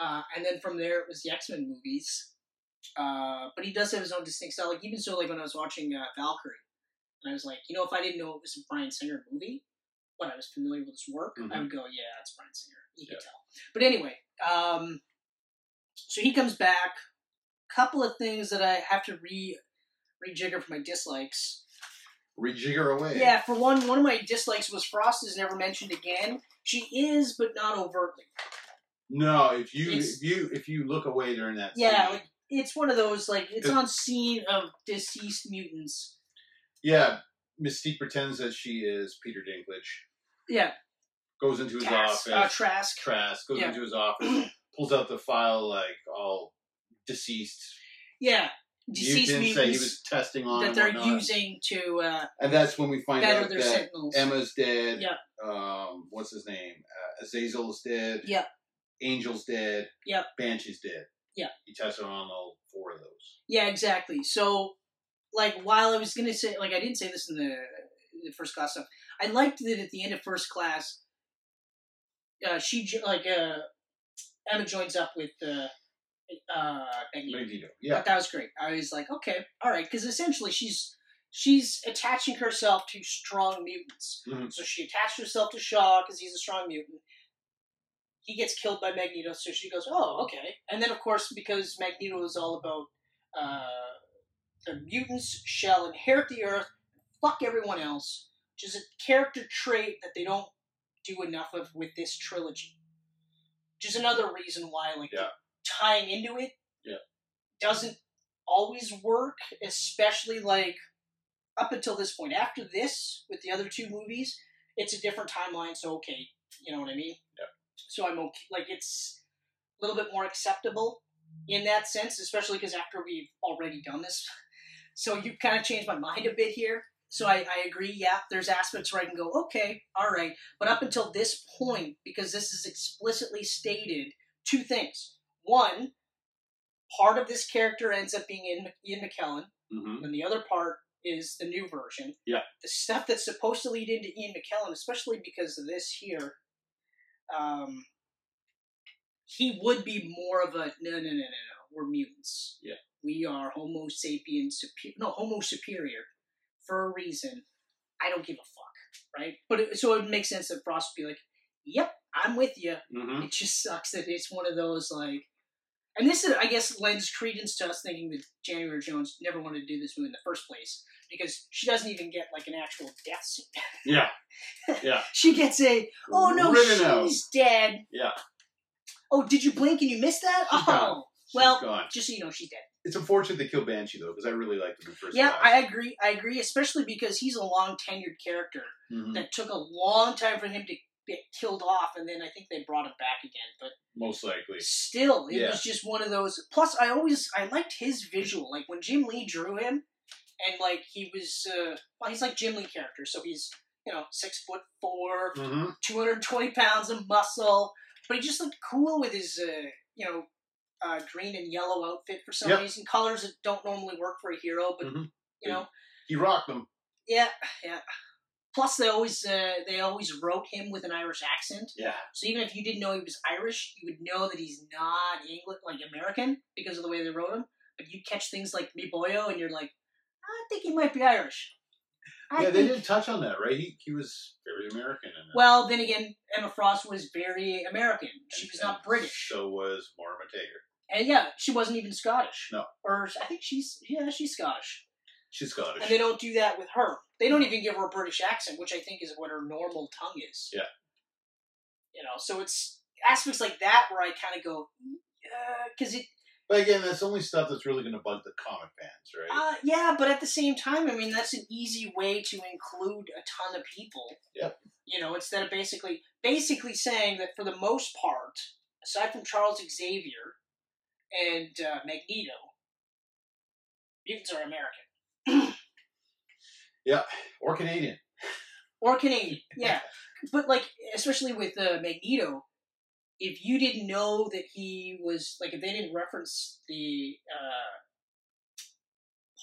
S2: Uh, and then from there, it was the X Men movies. Uh, but he does have his own distinct style. Like even so, like when I was watching uh, Valkyrie, and I was like, you know, if I didn't know it was a Brian Singer movie, but I was familiar with his work,
S3: Mm-hmm.
S2: I would go, yeah, that's Brian Singer. You could tell. But anyway, um, so he comes back. Couple of things that I have to re rejigger for my dislikes.
S3: rejigger away.
S2: Yeah, for one, one of my dislikes was Frost is never mentioned again. She is, but not overtly.
S3: No, if you
S2: It's-
S3: if you if you look away during that.
S2: Yeah,
S3: scene-
S2: like it's one of those like it's
S3: It-
S2: on scene of deceased mutants.
S3: yeah. Mystique pretends that she is Peter Dinklage.
S2: Yeah,
S3: Goes into his
S2: Task,
S3: office.
S2: uh, Trask.
S3: Trask goes
S2: Yeah.
S3: into his office, pulls out the file like all deceased.
S2: Yeah, deceased
S3: mutants that he
S2: mutants
S3: was testing on
S2: that
S3: and
S2: they're
S3: whatnot.
S2: using to uh,
S3: and that's when we find
S2: better
S3: out
S2: their
S3: that
S2: sentinels.
S3: Emma's dead.
S2: Yeah.
S3: Um, what's his name? Uh, Azazel's dead.
S2: Yeah.
S3: Angel's dead.
S2: Yeah.
S3: Banshee's dead.
S2: Yeah.
S3: He tested on all four of those.
S2: Yeah, exactly. So, like, while I was gonna say, like, I didn't say this in the, the first class stuff. I liked that at the end of first class, uh, she jo- like uh, Emma joins up with uh, uh, Magneto.
S3: Magneto.
S2: I
S3: Yeah.
S2: thought that was great. I was like, okay, all right, because essentially she's she's attaching herself to strong mutants.
S3: Mhm.
S2: So she attached herself to Shaw because he's a strong mutant. He gets killed by Magneto, so she goes, oh, okay. And then, of course, because Magneto is all about uh, the mutants shall inherit the Earth, fuck everyone else, which is a character trait that they don't do enough of with this trilogy. Which is another reason why, like,
S3: Yeah.
S2: tying into it
S3: Yeah.
S2: doesn't always work, especially like up until this point. After this, with the other two movies, it's a different timeline, so okay, you know what I mean?
S3: Yeah.
S2: So I'm okay. Like, it's a little bit more acceptable in that sense, especially because after we've already done this. So you kind of changed my mind a bit here. So I, I agree, yeah, there's aspects where I can go, okay, all right. But up until this point, because this is explicitly stated, two things. One, part of this character ends up being in Ian McKellen,
S3: Mm-hmm.
S2: and the other part is the new version.
S3: Yeah.
S2: The stuff that's supposed to lead into Ian McKellen, especially because of this here, um, he would be more of a no, no, no, no, no. We're mutants.
S3: Yeah.
S2: We are Homo sapien superior. No, Homo superior for a reason. I don't give a fuck, right? But it, so it makes sense that Frost would be like, "Yep, I'm with you."
S3: Mm-hmm.
S2: It just sucks that it's one of those like, and this is, I guess lends credence to us thinking that January Jones never wanted to do this movie in the first place because she doesn't even get like an actual death scene.
S3: Yeah.
S2: She gets a oh no,
S3: Riven
S2: she's
S3: out.
S2: dead.
S3: Yeah.
S2: Oh, did you blink and you missed that?
S3: She's
S2: Oh,
S3: gone.
S2: well,
S3: gone.
S2: just so you know, she's dead.
S3: It's unfortunate they killed Banshee though, because I really liked him in first.
S2: Yeah,
S3: class.
S2: I agree. I agree, especially because he's a long tenured character
S3: Mhm.
S2: that took a long time for him to get killed off, and then I think they brought him back again, but.
S3: most likely.
S2: still it
S3: Yeah.
S2: was just one of those plus i always i liked his visual like when jim lee drew him and like he was uh well he's like jim lee character so he's you know six foot four
S3: Mm-hmm.
S2: 220 pounds of muscle but he just looked cool with his uh you know uh green and yellow outfit for some
S3: Yep.
S2: reason colors that don't normally work for a hero but
S3: Mhm.
S2: you know
S3: He rocked him.
S2: yeah yeah plus they always uh, they always wrote him with an irish accent
S3: Yeah.
S2: so even if you didn't know he was Irish, you would know that he's not English, like American, because of the way they wrote him. But you catch things like Mi Boyo, and you're like, I think he might be Irish. I
S3: yeah, they
S2: think-
S3: didn't touch on that, right? He he was very American in that.
S2: Well, then again, Emma Frost was very American. She
S3: And-
S2: was not
S3: and
S2: British,
S3: So was Mara Tager.
S2: and yeah, she wasn't even Scottish.
S3: No.
S2: or I think she's yeah, she's Scottish,
S3: She's Scottish.
S2: and they don't do that with her. They don't even give her a British accent, which I think is what her normal tongue is.
S3: Yeah.
S2: You know, so it's aspects like that where I kind of go, because it
S3: But again, that's the only stuff that's really going to bug the comic fans, right?
S2: Uh, yeah, but at the same time, I mean, that's an easy way to include a ton of people.
S3: Yep.
S2: You know, instead of basically basically saying that for the most part, aside from Charles Xavier and uh, Magneto, mutants are American
S3: yeah, or Canadian.
S2: or Canadian. Yeah, but like especially with uh, Magneto, if you didn't know that he was like if they didn't reference the uh,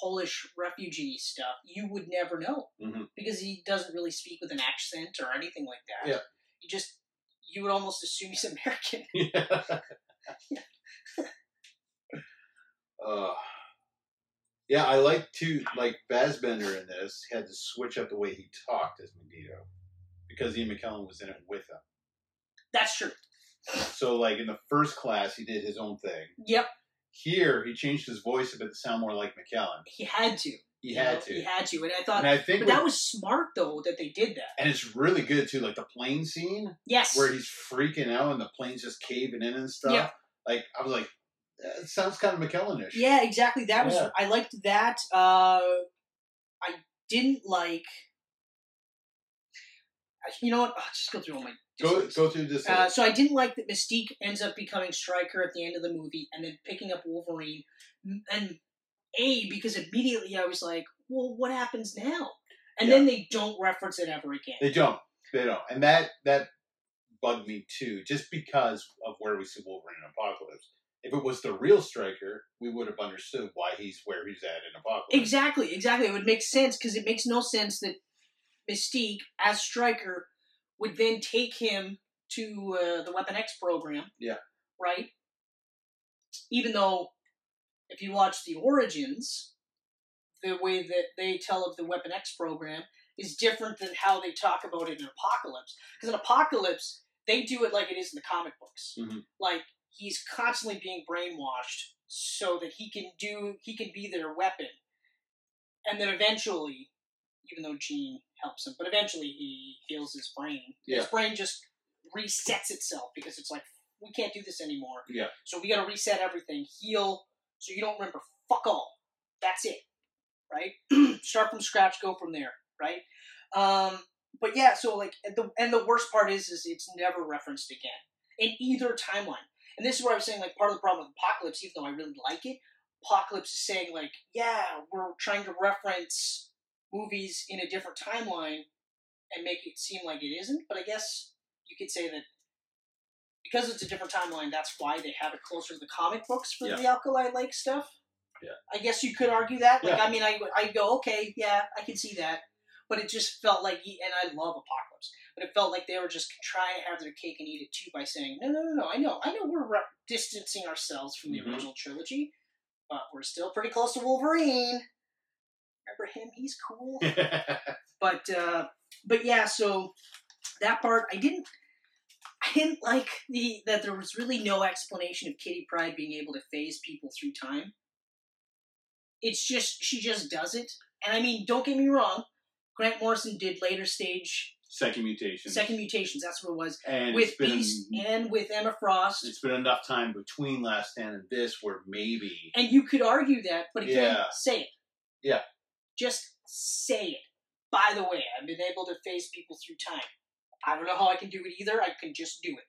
S2: Polish refugee stuff, you would never know
S3: Mhm.
S2: because he doesn't really speak with an accent or anything like that.
S3: Yeah.
S2: you just you would almost assume he's American.
S3: uh, yeah, I like to like Bazbender in this had to switch up the way he talked as Magneto because Ian McKellen was in it with him.
S2: That's true.
S3: So like in the first class, he did his own thing.
S2: Yep,
S3: Here, he changed his voice a bit to sound more like McKellen.
S2: he had to.
S3: He
S2: You know,
S3: had to.
S2: He had to, and I thought
S3: And I think
S2: but
S3: with-
S2: that was smart though that they did that.
S3: and it's really good too, like the plane scene
S2: Yes.
S3: where he's freaking out and the plane's just caving in and stuff.
S2: Yeah.
S3: Like I was like, it sounds kind of McKellenish.
S2: Yeah, exactly. That was
S3: Yeah.
S2: I liked that. Uh, I didn't like. You know what? I'll just go through all my.
S3: Go
S2: dislikes.
S3: go through this.
S2: Uh, so I didn't like that Mystique ends up becoming Striker at the end of the movie and then picking up Wolverine, M- and a because immediately I was like, well, what happens now? And then they don't reference it ever again.
S3: They don't. They don't. And that that bugged me too, just because of where we see Wolverine in Apocalypse. If it was the real Striker, we would have understood why he's where he's at in Apocalypse.
S2: Exactly, exactly. It would make sense because it makes no sense that Mystique, as Striker, would then take him to uh, the Weapon X program.
S3: Yeah.
S2: Right? Even though, if you watch the Origins, the way that they tell of the Weapon X program is different than how they talk about it in Apocalypse. Because in Apocalypse, they do it like it is in the comic books.
S3: Mhm.
S2: Like, he's constantly being brainwashed so that he can do he can be their weapon and then eventually, even though Gene helps him, but eventually he heals his brain. His
S3: Yeah.
S2: brain just resets itself because it's like we can't do this anymore.
S3: Yeah.
S2: So we got to reset everything, heal, so you don't remember fuck all. That's it, right? Start from scratch, go from there, right? Um, but yeah, so like and the and the worst part is is it's never referenced again in either timeline. And this is where I was saying like part of the problem with Apocalypse, even though I really like it, Apocalypse is saying like, yeah, we're trying to reference movies in a different timeline and make it seem like it isn't. But I guess you could say that because it's a different timeline, that's why they have it closer to the comic books for
S3: Yeah.
S2: the Alkali Lake stuff.
S3: Yeah.
S2: I guess you could argue that. Like,
S3: Yeah.
S2: I mean, I I go okay, yeah, I can see that. But it just felt like, and I love Apocalypse, but it felt like they were just trying to have their cake and eat it too by saying, no, no, no, no, I know, I know we're re- distancing ourselves from the
S3: Mhm.
S2: original trilogy, but we're still pretty close to Wolverine. Remember him? He's cool. but uh, but yeah, so that part I didn't I didn't like the that there was really no explanation of Kitty Pride being able to phase people through time. It's just she just does it, and I mean, don't get me wrong. Grant Morrison did later stage
S3: Second mutation.
S2: Second Mutations. That's what it was
S3: and
S2: with
S3: it's been
S2: Beast and with Emma Frost.
S3: it's been enough time between Last Stand and this where maybe
S2: And you could argue that, but again,
S3: Yeah.
S2: say it.
S3: Yeah.
S2: Just say it. By the way, I've been able to phase people through time. I don't know how I can do it either. I can just do it.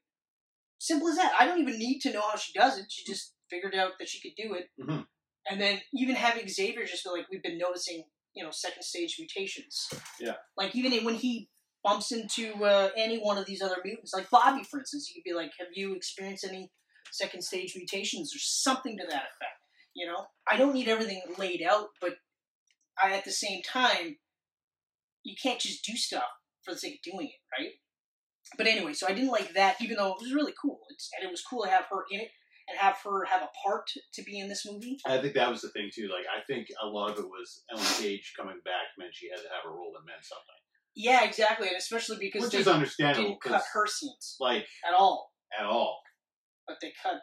S2: Simple as that. I don't even need to know how she does it. She just figured out that she could do it.
S3: Mhm.
S2: And then even having Xavier just be like, we've been noticing, you know, second stage mutations.
S3: Yeah.
S2: Like even when he bumps into uh, any one of these other mutants, like Bobby, for instance, you could be like, have you experienced any second stage mutations or something to that effect? You know, I don't need everything laid out, but I, at the same time, you can't just do stuff for the sake of doing it, right? But anyway, so I didn't like that, even though it was really cool, it's, and it was cool to have her in it and have her have a part to be in this movie.
S3: I think that was the thing too. Like I think a lot of it was Ellen Page coming back meant she had to have a role that meant something,
S2: Yeah, exactly, and especially because
S3: which
S2: they
S3: is understandable
S2: didn't cut
S3: because
S2: her scenes
S3: like
S2: at all,
S3: at all,
S2: but they cut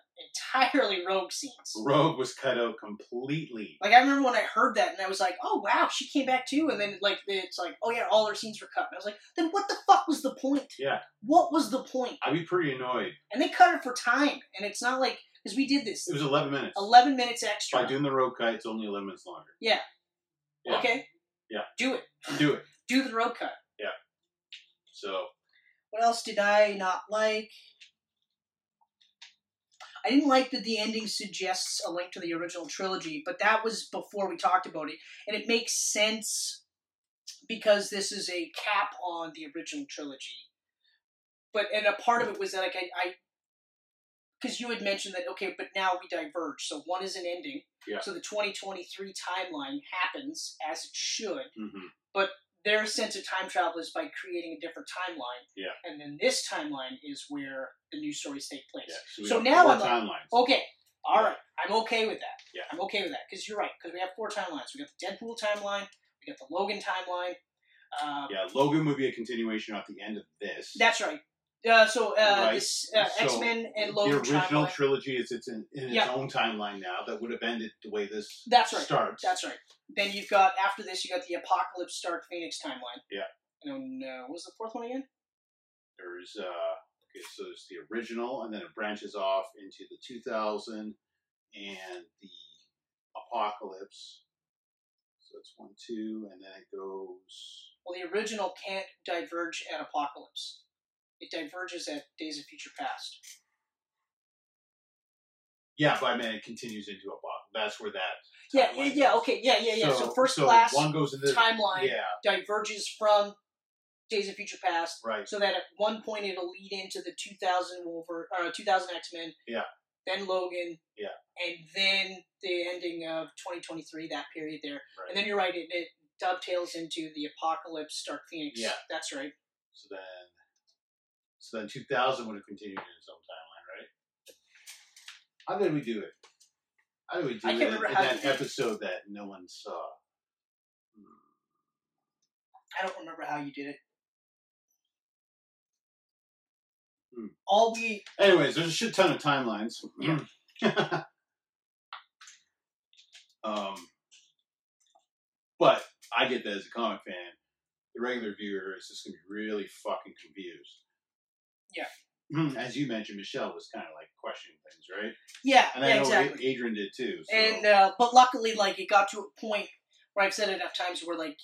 S2: entirely Rogue scenes.
S3: Rogue was cut out completely.
S2: Like I remember when I heard that, and I was like, "Oh wow, she came back too." And then like it's like, "Oh yeah, all her scenes were cut." And I was like, "Then what the fuck was the point?"
S3: Yeah.
S2: What was the point?
S3: I'd be pretty annoyed.
S2: And they cut it for time, and it's not like because we did this
S3: It was 11 minutes.
S2: eleven minutes extra.
S3: By doing the road cut, it's only 11 minutes longer. yeah.
S2: Okay.
S3: Yeah.
S2: Do it.
S3: Do it.
S2: Do the road cut.
S3: So
S2: What else did I not like? I didn't like that the ending suggests a link to the original trilogy, but that was before we talked about it, and it makes sense because this is a cap on the original trilogy. But and a part of it was that like I, I because you had mentioned that okay, but now we diverge, so one is an ending,
S3: Yeah.
S2: so the 2023 timeline happens as it should,
S3: mhm.
S2: their sense of time travel is by creating a different timeline.
S3: Yeah.
S2: And then this timeline is where the new stories take place.
S3: yeah. we
S2: So
S3: got
S2: now
S3: four
S2: I'm like- oh
S3: timelines.
S2: Okay. all
S3: Yeah.
S2: right, I'm okay with that.
S3: Yeah.
S2: I'm okay with that because you're right. Because we have four timelines. We got the Deadpool timeline. We got the Logan timeline. Um,
S3: yeah, Logan would be a continuation off the end of this.
S2: That's right. Uh, so uh,
S3: Right.
S2: this uh,
S3: So,
S2: X Men and
S3: the
S2: Logan
S3: original
S2: timeline.
S3: trilogy is it's in, in its
S2: Yeah.
S3: own timeline now that would have ended the way this
S2: That's right.
S3: starts.
S2: That's right. Then you've got after this, you got the Apocalypse Dark Phoenix timeline.
S3: Yeah.
S2: And then uh, what was the fourth one again?
S3: There's uh okay, so there's the original and then it branches off into the 2000 and the apocalypse. So that's one, two, and then it goes.
S2: Well, the original can't diverge at Apocalypse. It diverges at Days of Future Past.
S3: Yeah, but I mean it continues into apocalypse. That's where that.
S2: Yeah, yeah,
S3: timeline
S2: yeah,
S3: goes.
S2: okay, yeah, yeah, yeah. So, first class
S3: one goes into
S2: timeline
S3: Yeah,
S2: diverges from Days of Future Past.
S3: right.
S2: So that at one point it'll lead into the 2000 Wolver or 2000 X Men.
S3: Yeah.
S2: Then Logan.
S3: Yeah.
S2: And then the ending of 2023, that period there.
S3: Right.
S2: And then you're right, it, it dovetails into the Apocalypse, Dark Phoenix.
S3: Yeah.
S2: That's right.
S3: So then, so then 2000 would have continued in its own timeline, right? How did we do it? How did we do
S2: I
S3: it
S2: can't
S3: in,
S2: remember
S3: in
S2: how we
S3: that
S2: did it.
S3: episode that no one saw?
S2: I don't remember how you did it.
S3: Hmm.
S2: All we
S3: Anyways, there's a shit ton of timelines. um, but I get that as a comic fan. The regular viewer is just gonna be really fucking confused.
S2: Yeah.
S3: Hmm, As you mentioned, Michelle was kind of like questioning things, right?
S2: yeah,
S3: And I
S2: yeah
S3: know
S2: exactly.
S3: Adrian did too. So.
S2: And uh, but luckily, like it got to a point where I've said it enough times where like,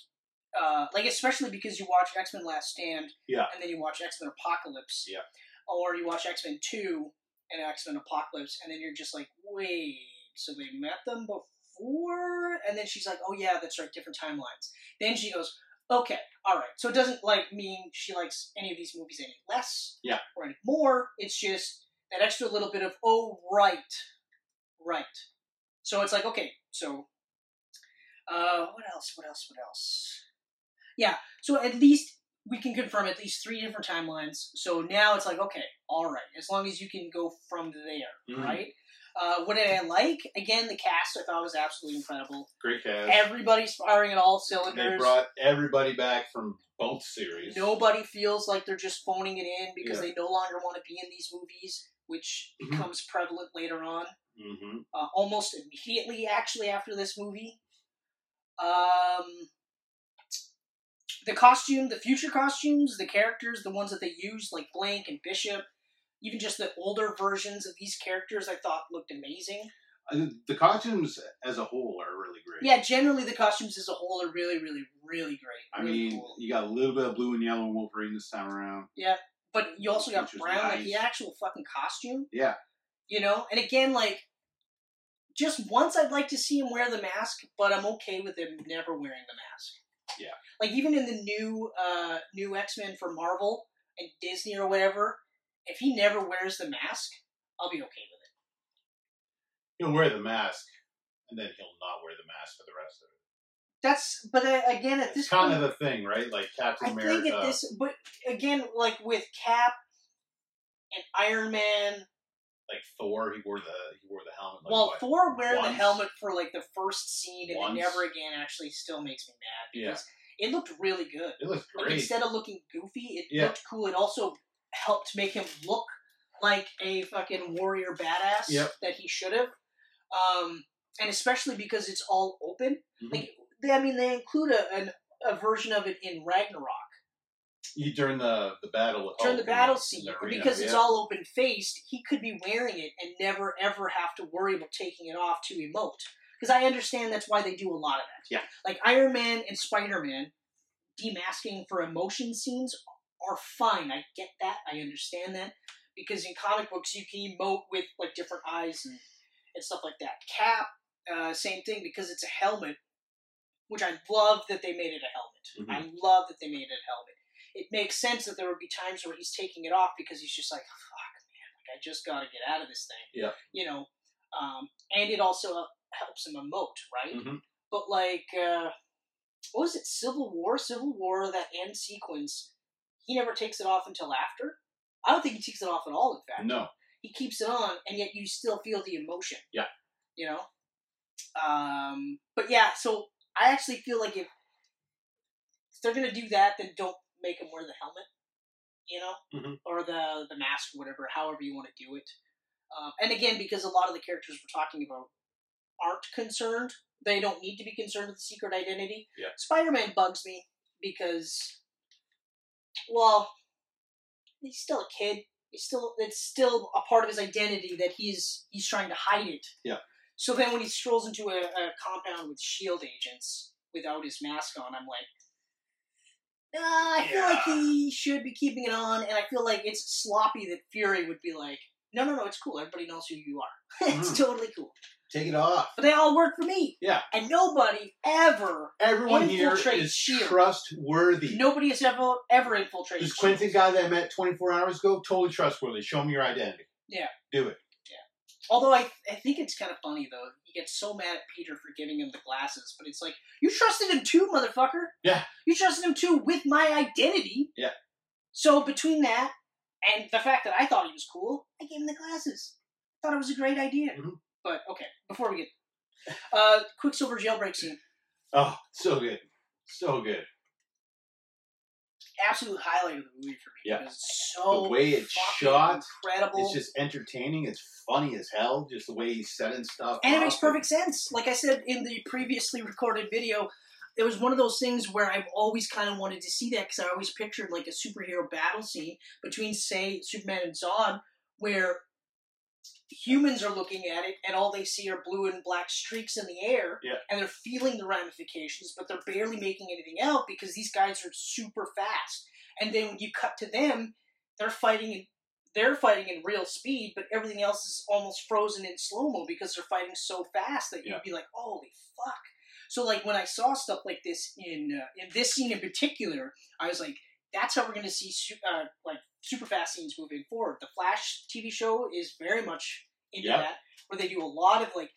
S2: uh, like especially because you watch X Men Last Stand,
S3: Yeah.
S2: and then you watch X Men Apocalypse,
S3: Yeah.
S2: or you watch X Men Two and X Men Apocalypse, and then you're just like, wait, so they met them before? And then she's like, oh yeah, that's right, different timelines. Then she goes, okay, all right, so it doesn't like mean she likes any of these movies any less,
S3: Yeah.
S2: or any more. It's just that extra little bit of oh right, right. So it's like, okay, so uh, what else? What else? What else? Yeah. So at least we can confirm at least three different timelines. So now it's like, okay, all right. As long as you can go from there,
S3: Mhm.
S2: right? Uh, what did I like? Again, the cast I thought was absolutely incredible.
S3: Great cast.
S2: Everybody's firing at all
S3: They
S2: cylinders.
S3: brought everybody back from both series.
S2: Nobody feels like they're just phoning it in because
S3: Yeah.
S2: they no longer want to be in these movies, which
S3: Mhm.
S2: becomes prevalent later on.
S3: hmm
S2: uh, almost immediately actually after this movie. Um, the costume, the future costumes, the characters, the ones that they used, like Blank and Bishop, even just the older versions of these characters, I thought looked amazing.
S3: Uh, The costumes as a whole are really great.
S2: Yeah, generally the costumes as a whole are really, really, really great.
S3: I
S2: really
S3: mean,
S2: cool.
S3: you got a little bit of blue and yellow in Wolverine this time around.
S2: but you also got
S3: which was
S2: Brown, like
S3: nice.
S2: the actual fucking costume.
S3: Yeah.
S2: You know, and again, like, just once I'd like to see him wear the mask, but I'm okay with him never wearing the mask.
S3: Yeah.
S2: Like even in the new uh new X Men for Marvel and Disney or whatever, if he never wears the mask, I'll be okay with it.
S3: He'll wear the mask, and then he'll not wear the mask for the rest of it.
S2: That's but I, again at this
S3: It's kind
S2: point,
S3: of the thing, right? Like Captain
S2: I
S3: America.
S2: think at this, but again, like with Cap and Iron Man,
S3: like Thor, he wore the he wore the helmet. Like
S2: well,
S3: what?
S2: Thor wearing the
S3: once?
S2: helmet for like the first scene and
S3: Once?
S2: then never again actually still makes me mad
S3: Yeah.
S2: because it looked really good.
S3: It looks
S2: Like,
S3: great.
S2: instead of looking goofy, it
S3: Yeah.
S2: looked cool. It also helped make him look like a fucking warrior badass
S3: Yep.
S2: that he should have. Um, and especially because it's all open.
S3: Mhm.
S2: Like, they, I mean, they include a, an, a version of it in Ragnarok
S3: you during the the battle with
S2: during the
S3: Hulk in
S2: battle
S3: in
S2: scene
S3: the arena,
S2: because it's
S3: yeah.
S2: all open faced. He could be wearing it and never ever have to worry about taking it off to emote. Because I understand that's why they do a lot of that.
S3: Yeah.
S2: like Iron Man and Spider Man demasking for emotion scenes are fine. I get that. I understand that because in comic books you can emote with like different eyes and and stuff like that. Cap, uh, same thing because it's a helmet, which I love that they made it a helmet. I love that they made it a helmet. It makes sense that there would be times where he's taking it off because he's just like, fuck, man, like I just got to get out of this thing.
S3: Yeah.
S2: You know, um, and it also helps him emote, right?
S3: Mhm.
S2: But like, uh, what was it? Civil War? Civil War, that end sequence, he never takes it off until after? I don't think he takes it off at all, in fact
S3: No,
S2: he keeps it on, and yet you still feel the emotion.
S3: Yeah.
S2: You know. Um, but yeah, so I actually feel like if, if they're gonna do that, then don't make him wear the helmet you know,
S3: Mm-hmm.
S4: Mhm.
S2: or the the mask, whatever, however you want to do it. Um, and again, because a lot of the characters we're talking about aren't concerned, they don't need to be concerned with secret identity.
S4: Yeah.
S2: Spider-Man bugs me because, well, he's still a kid. He's still it's still a part of his identity that he's he's trying to hide it.
S3: Yeah.
S2: So then when he strolls into a, a compound with shield E agents without his mask on, I'm like, nah, I feel like
S4: Yeah.
S2: he should be keeping it on, and I feel like it's sloppy that Fury would be like, no, no, no, it's cool. Everybody knows who you are. it's
S3: Mhm.
S2: totally cool.
S3: Take it off.
S2: But they all work for me.
S3: Yeah.
S2: And nobody ever,
S3: Everyone here
S2: Infiltrate
S3: is
S2: shield.
S3: trustworthy.
S2: nobody has ever ever infiltrated.
S3: This
S2: Shield.
S3: Quentin guy that I met 24 hours ago, totally trustworthy. Show me your identity.
S2: Yeah.
S3: Do it.
S2: Although I, I think it's kind of funny though. He gets so mad at Peter for giving him the glasses, but it's like you trusted him too, motherfucker.
S3: Yeah.
S2: You trusted him too with my identity.
S3: Yeah.
S2: So between that and the fact that I thought he was cool, I gave him the glasses. Thought it was a great idea.
S3: Mhm.
S2: But okay, before we get uh, Quicksilver jailbreak scene,
S3: Oh, so good. So good.
S2: absolute highlight of the movie for me.
S3: Yeah.
S2: because It's so
S3: The way it's
S2: fucking
S3: shot,
S2: incredible.
S3: It's just entertaining. It's funny as hell. Just the way he's setting stuff.
S2: And it
S3: up.
S2: makes perfect sense. Like I said in the previously recorded video, it was one of those things where I've always kind of wanted to see that because I always pictured like a superhero battle scene between, say, Superman and Zod, where humans are looking at it and all they see are blue and black streaks in the air
S3: Yeah.
S2: and they're feeling the ramifications, but they're barely making anything out because these guys are super fast. And then when you cut to them, they're fighting in they're fighting in real speed, but everything else is almost frozen in slow mo because they're fighting so fast that you'd
S3: Yeah.
S2: be like, "Holy fuck!" So like when I saw stuff like this in uh, in this scene in particular, I was like, "That's how we're gonna see su- uh, like super fast scenes moving forward." The Flash TV show is very much into
S3: Yeah.
S2: that, where they do a lot of like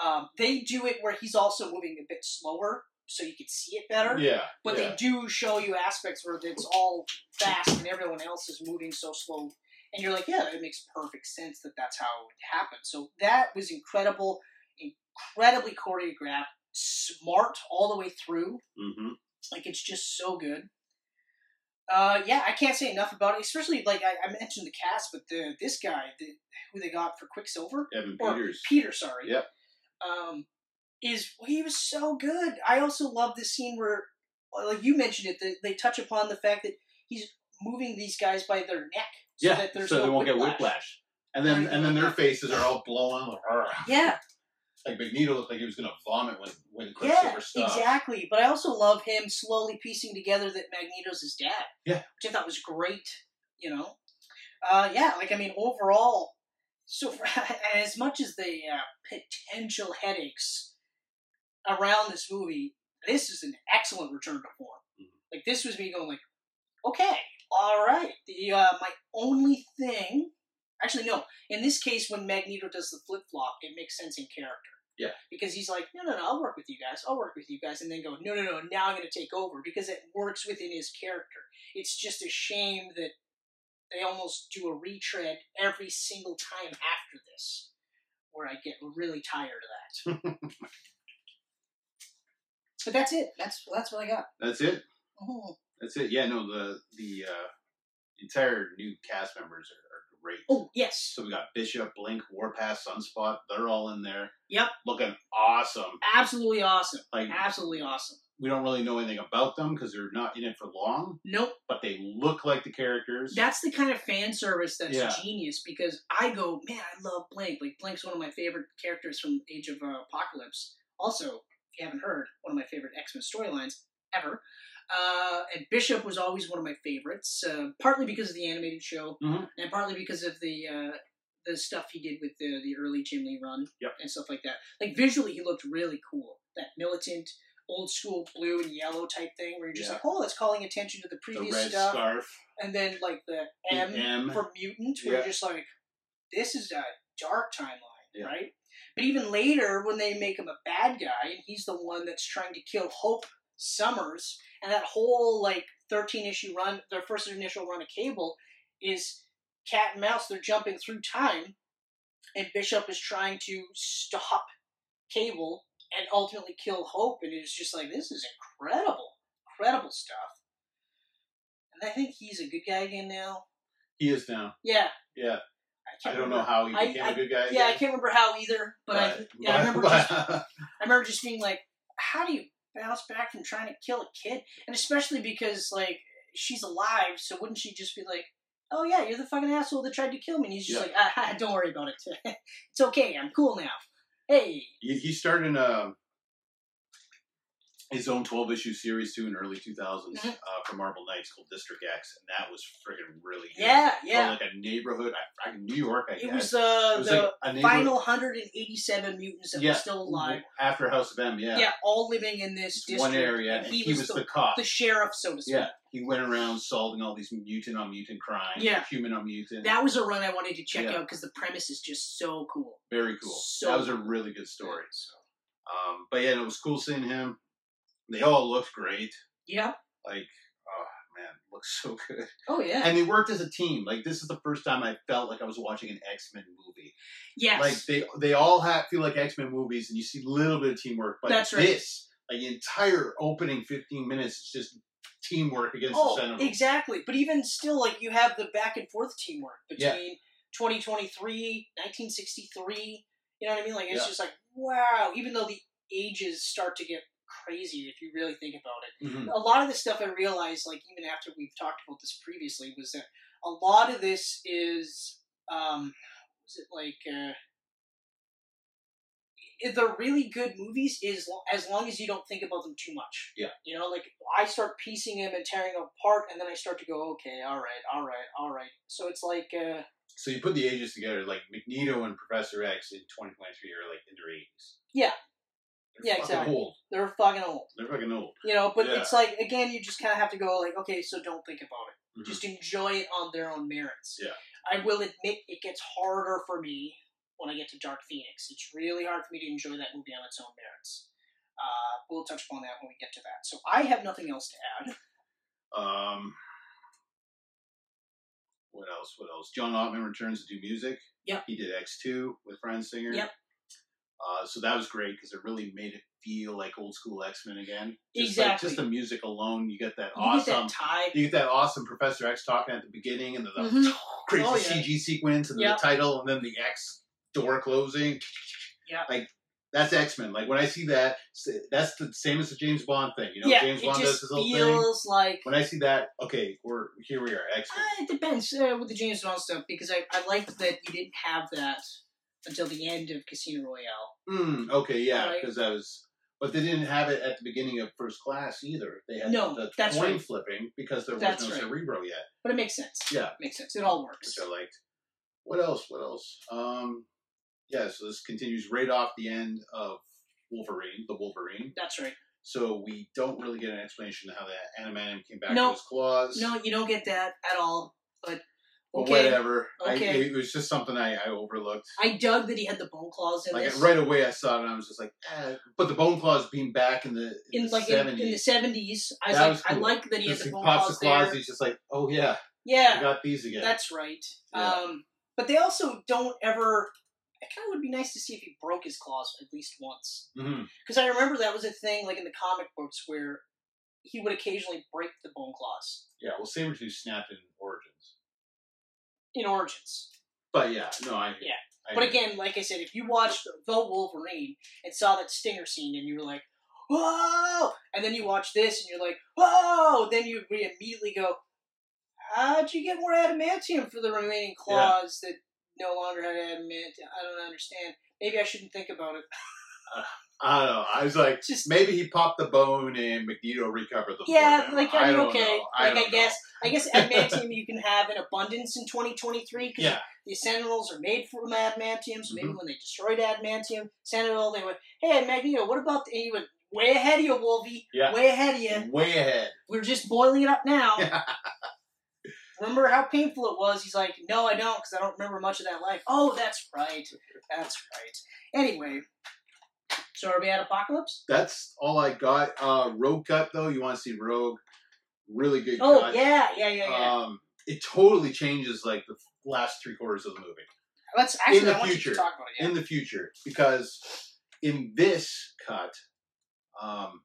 S2: um, they do it where he's also moving a bit slower, so you can see it better
S3: Yeah.
S2: but
S3: yeah.
S2: they do show you aspects where it's all fast and everyone else is moving so slow and you're like yeah it makes perfect sense that that's how it happened so that was incredible incredibly choreographed smart all the way through
S3: hmm
S2: like it's just so good uh, yeah, I can't say enough about it. Especially like I, I mentioned the cast, but the this guy the, who they got for Quicksilver,
S3: Evan
S2: or
S3: Peters.
S2: Peter, sorry.
S3: Yep.
S2: Um, is well, he was so good. I also love this scene where, like you mentioned it, they, they touch upon the fact that he's moving these guys by their neck so
S3: yeah.
S2: that there's
S3: so
S2: no
S3: they won't
S2: whiplash.
S3: get whiplash. And then and then their faces are all blown. Like, "Argh."
S2: Yeah,
S3: Like Magneto looked like he was gonna vomit when when
S2: yeah,
S3: Quicksilver stopped.
S2: exactly. But I also love him slowly piecing together that Magneto's his dad.
S3: Yeah.
S2: which I thought was great. You know, uh, yeah, like I mean, overall, so for, as much as the uh, potential headaches around this movie, this is an excellent return to form.
S3: Mhm.
S2: Like this was me going like, okay, all right. The uh, my only thing, actually no. In this case, when Magneto does the flip flop, it makes sense in character.
S3: Yeah.
S2: Because he's like, no, no, no, I'll work with you guys. I'll work with you guys, and then go, no, no, no. Now I'm going to take over because it works within his character. It's just a shame that they almost do a retread every single time after this, where I get really tired of that. but that's it. That's that's what I got.
S3: That's it.
S2: Oh,
S3: That's it. Yeah, no, the the uh, entire new cast members are, are great.
S2: oh yes,
S3: So we got Bishop, Blink, Warpath, Sunspot. They're all in there.
S2: Yep.
S3: Looking awesome.
S2: absolutely awesome.
S3: Like
S2: Absolutely awesome.
S3: we don't really know anything about them because they're not in it for long,
S2: Nope.
S3: but they look like the characters.
S2: That's the kind of fan service that's
S3: Yeah.
S2: genius because I go, man, I love Blink. Like Blink's one of my favorite characters from Age of uh, Apocalypse. Also, if you haven't heard, one of my favorite X Men storylines ever. Uh, and Bishop was always one of my favorites, uh, partly because of the animated show,
S3: Mhm.
S2: and partly because of the uh, the stuff he did with the the early Jim Lee run
S3: Yep.
S2: and stuff like that. Like visually, he looked really cool. That militant, old school blue and yellow type thing, where you're just
S3: Yeah.
S2: like, oh, that's calling attention to the
S3: the
S2: previous
S3: red
S2: stuff
S3: scarf.
S2: and then like the
S3: The
S2: M,
S3: M.
S2: for mutant, where
S3: Yeah.
S2: you're just like, this is a dark timeline,
S3: Yeah.
S2: right? But even later, when they make him a bad guy, and he's the one that's trying to kill Hope Summers, and that whole like 13 issue run, their first initial run of Cable is cat and mouse. They're jumping through time, and Bishop is trying to stop Cable and ultimately kill Hope, and it's just like this is incredible, incredible stuff. And I think he's a good guy again now.
S3: He is now.
S2: Yeah.
S3: Yeah. I
S2: can't
S3: don't know
S2: remember.
S3: how he
S2: I-
S3: became a good guy.
S2: Yeah, I
S3: again,
S2: can't remember how either, but, I yeah, I remember just I remember just being like, how do you bounce back from trying to kill a kid? And especially because like she's alive, so wouldn't she just be like, oh yeah, you're the fucking asshole that tried to kill me? And he's just
S3: Yeah.
S2: like, ah, ha, don't worry about it. it's okay, I'm cool now. Hey,
S3: he, he started um, his own 12 issue series too in early 2000s uh,
S2: Mhm.
S3: from Marvel Knights called District X, and that was friggin' really good.
S2: yeah,
S3: Or
S2: yeah.
S3: like a neighborhood, I, I, New York, I
S2: It was
S3: guess.
S2: uh,
S3: It was
S2: the
S3: like a neighborhood-
S2: final 187 mutants that
S3: Yeah.
S2: were still alive.
S3: after House of M, yeah,
S2: Yeah, all living in this
S3: It's
S2: district.
S3: one area, and he, was, the, cop.
S2: the sheriff, so to speak.
S3: yeah, he went around solving all these mutant on mutant crimes,
S2: Yeah.
S3: human on mutant.
S2: That was a run I wanted to check
S3: Yeah.
S2: out because the premise is just so cool.
S3: very cool.
S2: so-
S3: that was a really good story.
S2: So,
S3: Um, but yeah, it was cool seeing him. They all looked great.
S2: yeah.
S3: Like, oh man, looks so good.
S2: Oh yeah.
S3: And they worked as a team. Like this is the first time I felt like I was watching an X Men movie.
S2: yes.
S3: Like they they all have, feel like X Men movies, and you see a little bit of teamwork. But
S2: That's right.
S3: this, like the entire opening fifteen minutes, is just teamwork against the
S2: oh,
S3: Sentinel.
S2: exactly. But even still, like you have the back and forth teamwork between
S3: Yeah.
S2: 2023, 1963. You know what I mean? Like it's
S3: Yeah.
S2: just like wow. Even though the ages start to get crazy if you really think about it.
S3: Mhm.
S2: a lot of the stuff I realized, like even after we've talked about this previously, was that a lot of this is, um, was it like, uh, if they're really good movies is lo- as long as you don't think about them too much.
S3: Yeah.
S2: You know, like I start piecing them and tearing them apart, and then I start to go, okay, all right, all right, all right. So it's like, uh,
S3: So you put the ages together, like Magneto and Professor X in twenty twenty three are like in their eighties.
S2: Yeah.
S3: They're
S2: Yeah,
S3: fucking
S2: exactly.
S3: Old.
S2: they're fucking old.
S3: They're fucking old.
S2: You know, but
S3: Yeah.
S2: it's like again, you just kind of have to go like, okay, so don't think about it.
S3: Mhm.
S2: Just enjoy it on their own merits.
S3: Yeah.
S2: I will admit it gets harder for me when I get to Dark Phoenix. It's really hard for me to enjoy that movie on its own merits. Uh, we'll touch upon that when we get to that. So I have nothing else to add.
S3: Um, what else? What else? John Ottman returns to do music.
S2: Yep.
S3: He did X2 with Brian Singer.
S2: Yep.
S3: Uh, so that was great because it really made it feel like old school X Men again. Just Like,
S2: Exactly.
S3: just the music alone, you get that
S2: You
S3: awesome.
S2: get that tie.
S3: you get that awesome Professor X talking at the beginning, and then the
S2: Mhm.
S3: crazy
S2: Oh, yeah.
S3: CG sequence, and then
S2: Yep.
S3: the title, and then the X door closing.
S2: Yep.
S3: Like that's X Men. Like when I see that, s- that's the same as the James Bond thing. You know,
S2: yeah,
S3: James
S2: it
S3: Bond does
S2: just
S3: his little thing
S2: feels like.
S3: when I see that, okay, we're here. We are X Men.
S2: Uh, it depends uh, with the James Bond stuff because I, I liked that you didn't have that until the end of Casino Royale.
S3: Mm, okay, yeah,
S2: Ah. Right.
S3: because that was. But they didn't have it at the beginning of First Class either. They had
S2: No,
S3: the
S2: that's
S3: coin
S2: right.
S3: flipping because there was
S2: That's
S3: no
S2: right.
S3: Cerebro yet,
S2: But it makes sense.
S3: Yeah.
S2: It makes sense. It all works.
S3: which I liked. What else? What else? Um, yeah, so this continues right off the end of Wolverine, the Wolverine.
S2: That's right.
S3: So we don't really get an explanation of how that Animanium came back
S2: No.
S3: to his claws.
S2: No, you don't get that at all. But
S3: but
S2: okay,
S3: whatever. I-
S2: Okay.
S3: it was just something I, I overlooked.
S2: I dug that he had the bone claws in
S3: Like
S2: this.
S3: right away, I saw it and I was just like, eh. but the bone claws being back in the in,
S2: in
S3: the
S2: like in, in
S3: seventies.
S2: the seventies, I was
S3: That
S2: like,
S3: was
S2: I
S3: cool.
S2: like that he had
S3: Just
S2: the
S3: he
S2: bone
S3: pops the
S2: claws there.
S3: claws. He's just like, oh yeah, I
S2: yeah,
S3: got these again.
S2: that's right.
S3: Yeah.
S2: Um, but they also don't ever. It kind of would be nice to see if he broke his claws at least once,
S3: Mhm.
S2: because I remember that was a thing like in the comic books where he would occasionally break the bone claws
S3: Yeah, well, Sabretooth snapped in Origins,
S2: in Origins.
S3: but yeah, no, I
S2: Yeah.
S3: I
S2: But again, like I said, if you watched The Wolverine and saw that stinger scene and you were like, whoa! And then you watch this and you're like, whoa! Then you re- immediately go, how'd you get more adamantium for the remaining claws that no longer had adamantium? I don't understand. Maybe I shouldn't think about it.
S3: I don't know. I was like,
S2: Just
S3: maybe he popped the bone and Magneto recovered the
S2: Yeah,
S3: bone.
S2: like
S3: I
S2: I mean,
S3: don't
S2: okay,
S3: know. I
S2: like I
S3: don't know.
S2: guess I guess adamantium you can have in abundance in 2023 because
S3: Yeah,
S2: the Sentinels are made from adamantium, so
S3: Mm-hmm.
S2: maybe when they destroyed adamantium, Sentinel, they went, hey, Magneto, what about, the-" and he went, way ahead of you, Wolvie,
S3: Yeah. Mm-hmm.
S2: way ahead of you.
S3: way ahead.
S2: We're just boiling it up now. remember how painful it was? He's like, no, I don't, because I don't remember much of that life. Oh, that's right. That's right. Anyway, so are we at Apocalypse?
S3: That's all I got. Uh, Rogue cut though. You want to see Rogue? Really good.
S2: Oh,
S3: cut.
S2: yeah, yeah, yeah, yeah.
S3: Um, it totally changes like the last three quarters of the movie.
S2: Let's actually,
S3: in the
S2: I want you
S3: future,
S2: to talk about it. Yeah.
S3: in the future because in this cut, um,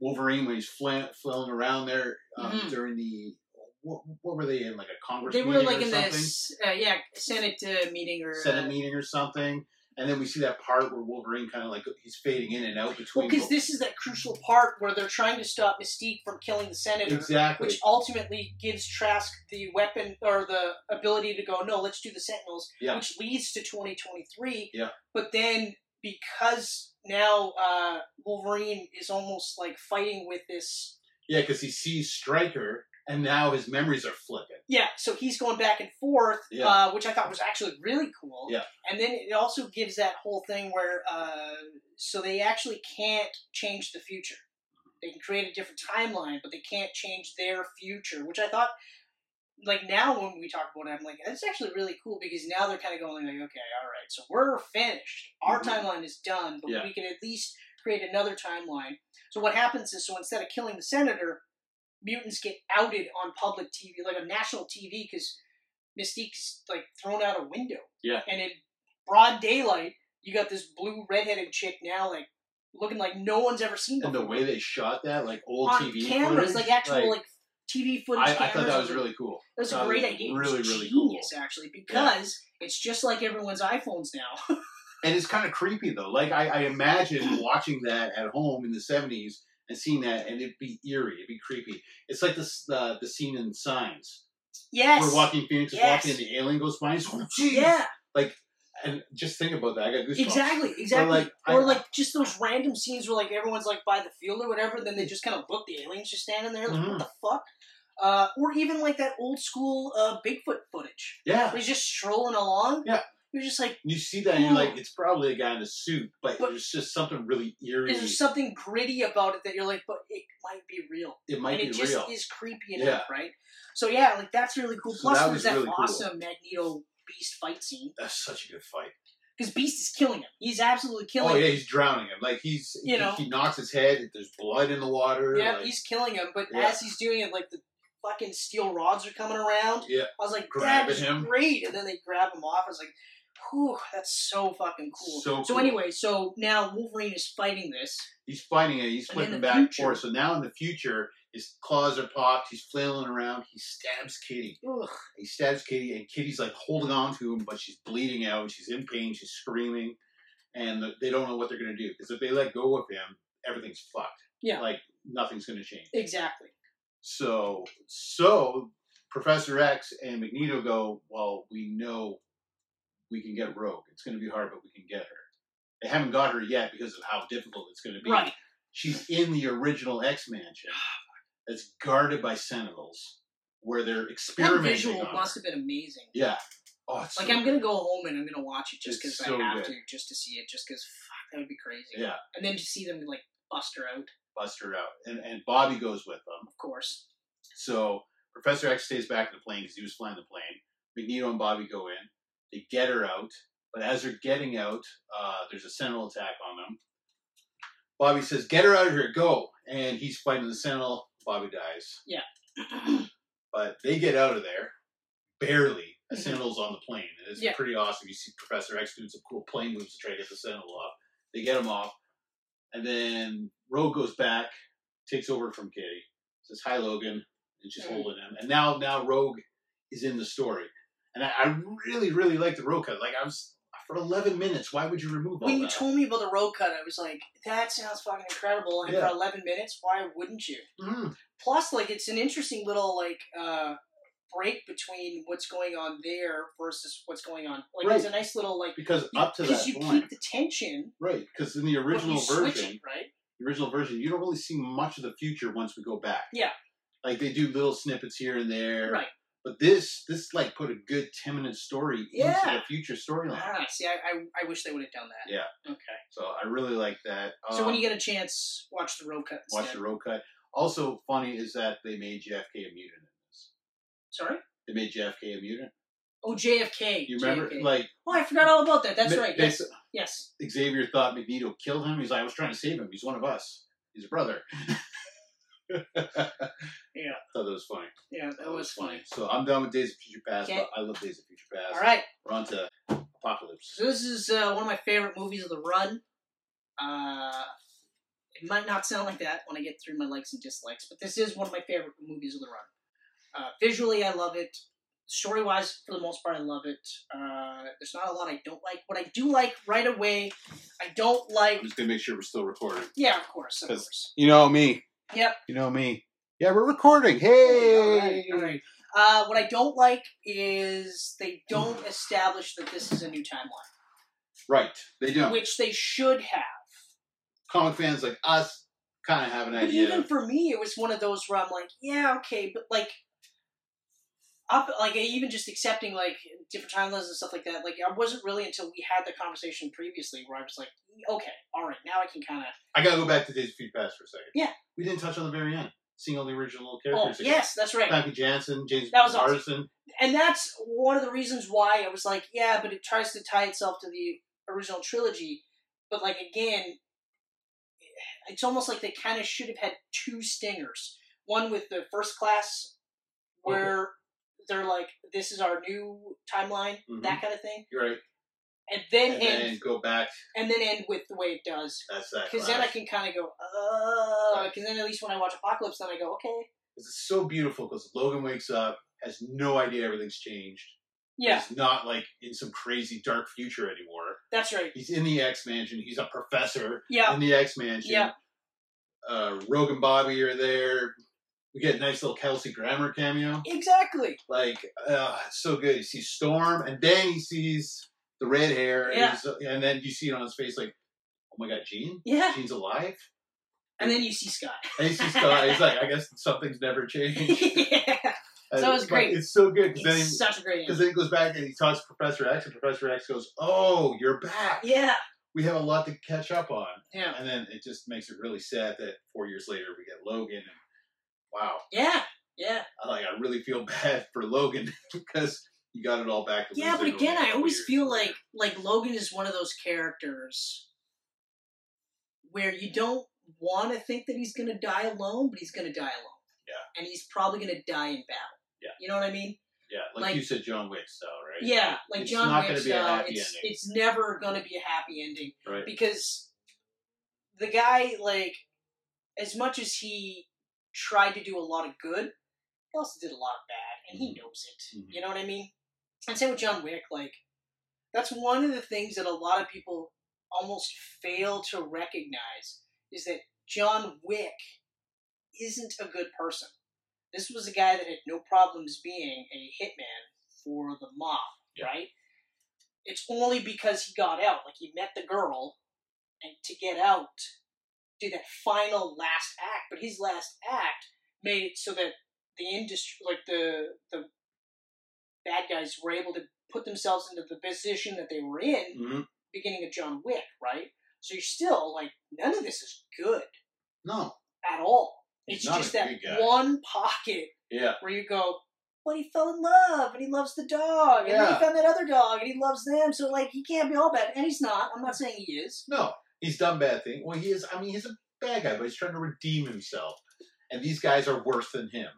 S3: Wolverine when he's flan- flailing around there um,
S2: Mhm.
S3: during the what, what were they in like a Congress?
S2: They were
S3: meeting
S2: like
S3: or
S2: in the
S3: something?
S2: s- uh, yeah Senate uh, meeting or
S3: Senate
S2: uh,
S3: meeting or something, and then we see that part where Wolverine kind of like he's fading in and out
S2: Well,
S3: between.
S2: because this is that crucial part where they're trying to stop Mystique from killing the senator,
S3: exactly.
S2: which ultimately gives Trask the weapon or the ability to go, no, let's do the Sentinels,
S3: Yeah.
S2: which leads to 2023.
S3: Yeah.
S2: But then because now uh, Wolverine is almost like fighting with this.
S3: yeah, because he sees Stryker, and now his memories are flipping.
S2: Yeah, so he's going back and forth,
S3: Yeah.
S2: uh, which I thought was actually really cool.
S3: Yeah.
S2: And then it also gives that whole thing where, uh, so they actually can't change the future. They can create a different timeline, but they can't change their future, which I thought, like now when we talk about it, I'm like, that's actually really cool because now they're kind of going like, okay, all right, so we're finished. Our
S3: Mhm.
S2: timeline is done, but
S3: Yeah.
S2: we can at least create another timeline. So what happens is, so instead of killing the senator, mutants get outed on public TV, like on national TV, because Mystique's like thrown out a window.
S3: Yeah.
S2: And in broad daylight, you got this blue redheaded chick now, like looking like no one's ever seen
S3: And the
S2: before.
S3: way they shot that, like old
S2: on
S3: TV
S2: cameras,
S3: footage,
S2: like actual like, TV footage.
S3: I, I
S2: cameras.
S3: thought that was really cool.
S2: That was
S3: that
S2: a
S3: was
S2: great idea. It was
S3: really, really cool.
S2: genius, actually, because it's just like everyone's iPhones now.
S3: And it's kind of creepy though. Like I, I imagine watching that at home in the seventies and seeing that, and it'd be eerie, it'd be creepy. It's like this uh, the scene in Signs
S2: yes.
S3: where Walking Phoenix is
S2: Yes.
S3: walking, and the alien goes by. And, he's, oh, geez.
S2: Yeah,
S3: and just think about that. I got goosebumps.
S2: exactly, exactly.
S3: like, I-
S2: or like just those random scenes where like everyone's like by the field or whatever, then they just kind of look. The aliens just standing there,
S3: Mm-hmm.
S2: like what the fuck? Uh, or even like that old school uh, Bigfoot footage.
S3: Yeah,
S2: Where he's just strolling along.
S3: Yeah.
S2: You're just like,
S3: you see that, and you're like, it's probably a guy in a suit, but,
S2: But-
S3: there's just something really eerie.
S2: is there something gritty about it that you're like, but it might be real.
S3: It
S2: and
S3: might be
S2: it just
S3: real.
S2: is creepy enough, right? So yeah, like that's really cool.
S3: So
S2: Plus,
S3: that
S2: there's
S3: was
S2: that
S3: really cool.
S2: awesome Magneto Beast fight scene
S3: That's such a good fight.
S2: because Beast is killing him. He's absolutely killing.
S3: Oh yeah,
S2: him.
S3: he's drowning him. Like he's,
S2: You
S3: he,
S2: know.
S3: he knocks his head. There's blood in the water.
S2: Yeah,
S3: like,
S2: he's killing him. But
S3: Yeah.
S2: as he's doing it, like the fucking steel rods are coming around.
S3: Yeah.
S2: I was like, that
S3: Grabbing
S2: is
S3: him.
S2: great. And then they grab him off. I was like, whew, that's so fucking cool.
S3: So
S2: so
S3: cool.
S2: anyway, so now Wolverine is fighting this.
S3: he's fighting it. He's
S2: And
S3: flipping
S2: in the
S3: back and
S2: future-
S3: forth. So now in the future, his claws are popped. He's flailing around. He stabs Kitty.
S2: Ugh.
S3: He stabs Kitty, and Kitty's like holding on to him, but she's bleeding out. She's in pain. She's screaming, and the, they don't know what they're gonna do because if they let go of him, everything's fucked.
S2: Yeah.
S3: like nothing's gonna change.
S2: Exactly.
S3: So, so Professor X and Magneto go, well, we know we can get Rogue. It's going to be hard, but we can get her. They haven't got her yet because of how difficult it's going to be.
S2: Right.
S3: She's in the original X Mansion that's guarded by Sentinels, where they're
S2: That
S3: experimenting.
S2: visual
S3: on her.
S2: must have been amazing.
S3: Yeah. Oh, it's
S2: Like
S3: so
S2: I'm gonna
S3: good.
S2: go home and I'm gonna watch it just
S3: It's
S2: because
S3: so
S2: I have
S3: good.
S2: to, just to see it, just because fuck, that would be crazy.
S3: Yeah,
S2: And then to see them like bust her out,
S3: bust her out, and and Bobby goes with them.
S2: of course.
S3: So Professor X stays back in the plane because he was flying the plane. Magneto and Bobby go in. They get her out, but as they're getting out, uh, there's a Sentinel attack on them. Bobby says, "Get her out of here, go!" And he's fighting the Sentinel. Bobby dies, but they get out of there barely. The
S2: Mhm.
S3: Sentinel's on the plane, and it's
S2: Yeah.
S3: pretty awesome. You see Professor X doing some cool plane moves to try to get the Sentinel off. They get him off, and then Rogue goes back, takes over from Kitty, says hi Logan, and she's
S2: Mhm.
S3: holding him. And now now Rogue is in the story, and I, I really really like the Rogue cut. Like I was for eleven minutes. Why would you remove all
S2: When you
S3: that?
S2: told me about the road cut, I was like, that sounds fucking incredible. And
S3: Yeah.
S2: for 11 minutes, why wouldn't you?
S3: Mm,
S2: Plus, like, it's an interesting little like uh, break between what's going on there versus what's going on. Like, it's a nice little like
S3: because up to that
S2: because you
S3: point,
S2: keep the tension.
S3: right? Because in the
S2: but
S3: original
S2: you switch
S3: version,
S2: it, right?
S3: the original version, you don't really see much of the future once we go back.
S2: Yeah.
S3: Like they do little snippets here and there.
S2: Right.
S3: But this this like put a good ten minute story into
S2: Yeah.
S3: the future storyline.
S2: Ah, see, I, I, I wish they would have done that.
S3: Yeah.
S2: Okay.
S3: So I really like that.
S2: so when
S3: Um,
S2: you get a chance, watch the road cut
S3: watch
S2: instead.
S3: the road cut. Also funny is that they made JFK a mutant in this.
S2: Sorry.
S3: They made JFK a mutant.
S2: Oh, JFK.
S3: You remember
S2: JFK.
S3: like
S2: oh, I forgot all about that. That's
S3: Ma-
S2: right.
S3: they-
S2: Yes. Yes.
S3: Xavier thought Magneto killed him. He's like, I was trying to save him. He's one of us. He's a brother. yeah. Thought that was funny.
S2: Yeah, that was funny.
S3: So I'm done with Days of Future Past,
S2: Okay.
S3: but I love Days of Future Past.
S2: All right.
S3: We're on to Apocalypse.
S2: So this is uh, one of my favorite movies of the run. Uh, it might not sound like that when I get through my likes and dislikes, but this is one of my favorite movies of the run. Uh, visually, I love it. Story wise, for the most part, I love it. Uh, there's not a lot I don't like. What I do like right away, I don't like.
S7: I'm just gonna make sure we're still recording.
S2: Yeah, of course, of
S7: 'Cause-
S2: course.
S7: You know me.
S2: Yep.
S7: You know me. Yeah, we're recording. Hey.
S2: All right, all right. Uh, what I don't like is they don't establish that this is a new timeline,
S7: Right. They don't.
S2: which they should have.
S7: Comic fans like us kind of have an
S2: But
S7: idea.
S2: even for me, it was one of those where I'm like, yeah, okay, but like, up, like even just accepting like different timelines and stuff like that. Like, I wasn't really until we had the conversation previously where I was like, "E, okay, all right, now I can kind of.
S3: I gotta go back to Days of Future Past for a second.
S2: Yeah.
S3: We didn't touch on the very end. Seeing all the
S2: Oh
S3: original characters. again.
S2: yes, that's right.
S3: Patty Jansen, James
S2: That was awesome.
S3: Marsden.
S2: And that's one of the reasons why I was like, yeah, but it tries to tie itself to the original trilogy, but like again, it's almost like they kind of should have had two stingers. One with the first class,
S3: Mm-hmm.
S2: where they're like, "This is our new timeline,"
S3: Mhm.
S2: that kind of thing,
S3: You're right.
S2: and then
S3: And
S2: end
S3: then go back.
S2: and then end with the way it does.
S3: That's that.
S2: Because then I
S3: class.
S2: can kind of go, oh,
S3: Right.
S2: because then at least when I watch Apocalypse, then I go, okay,
S3: 'Cause It's so beautiful because Logan wakes up, has no idea everything's changed.
S2: yeah,
S3: He's not like in some crazy dark future anymore.
S2: that's right,
S3: He's in the X Mansion. He's a professor
S2: yeah,
S3: in the X Mansion.
S2: Yeah.
S3: Uh, Rogue and Bobby are there. We get a nice little Kelsey Grammer cameo.
S2: exactly,
S3: Like, uh, it's so good. He sees Storm, and then he sees the red hair. and
S2: Yeah.
S3: he's- And, then you see it on his face, like, oh my god, Gene?
S2: yeah.
S3: Gene's alive?
S2: And then you see Scott.
S3: And he's just uh, he's like, I guess something's never changed.
S2: yeah,
S3: And-
S2: So it's
S3: but
S2: great.
S3: It's so good because then,
S2: it's such a great
S3: because
S2: ending.
S3: then he goes back and he talks to Professor X, and Professor X goes, "Oh, you're back.
S2: Yeah,
S3: We have a lot to catch up on."
S2: yeah,
S3: And then it just makes it really sad that four years later we get Logan. And wow,
S2: yeah, yeah.
S3: I, like I really feel bad for Logan because you got it all back. To
S2: Yeah, but
S3: losing
S2: again,
S3: over
S2: I
S3: four
S2: always
S3: years.
S2: feel like like Logan is one of those characters where you don't want to think that he's going to die alone, but he's going to die alone.
S3: Yeah.
S2: And he's probably going to die in battle.
S3: Yeah.
S2: You know what I mean?
S3: yeah, like,
S2: like-
S3: you said, John Wick style, right?
S2: Yeah, like
S3: it's
S2: John
S3: not
S2: Wick
S3: gonna be a
S2: style,
S3: happy
S2: it's
S3: ending.
S2: it's never going to be a happy ending
S3: right.
S2: because the guy like as much as he tried to do a lot of good, he also did a lot of bad, and he knows it.
S3: Mhm.
S2: You know what I mean? And same with John Wick. Like, that's one of the things that a lot of people almost fail to recognize is that John Wick isn't a good person. This was a guy that had no problems being a hitman for the mob,
S3: Yeah.
S2: right? It's only because he got out, like he met the girl, and to get out, do that final last act. But his last act made it so that the industry, like the the bad guys, were able to put themselves into the position that they were in
S3: Mhm.
S2: beginning of John Wick, right? So you're still like none of this is good
S3: No,
S2: at all.
S3: He's
S2: It's
S3: not
S2: just
S3: a
S2: that
S3: good guy.
S2: one pocket
S3: yeah,
S2: where you go, but he fell in love and he loves the dog and then
S3: Yeah.
S2: he found that other dog and he loves them. So like he can't be all bad, and he's not. I'm not saying he is.
S3: no, he's done bad thing. Well, he is. I mean, he's a bad guy, but he's trying to redeem himself, and these guys are worse than him.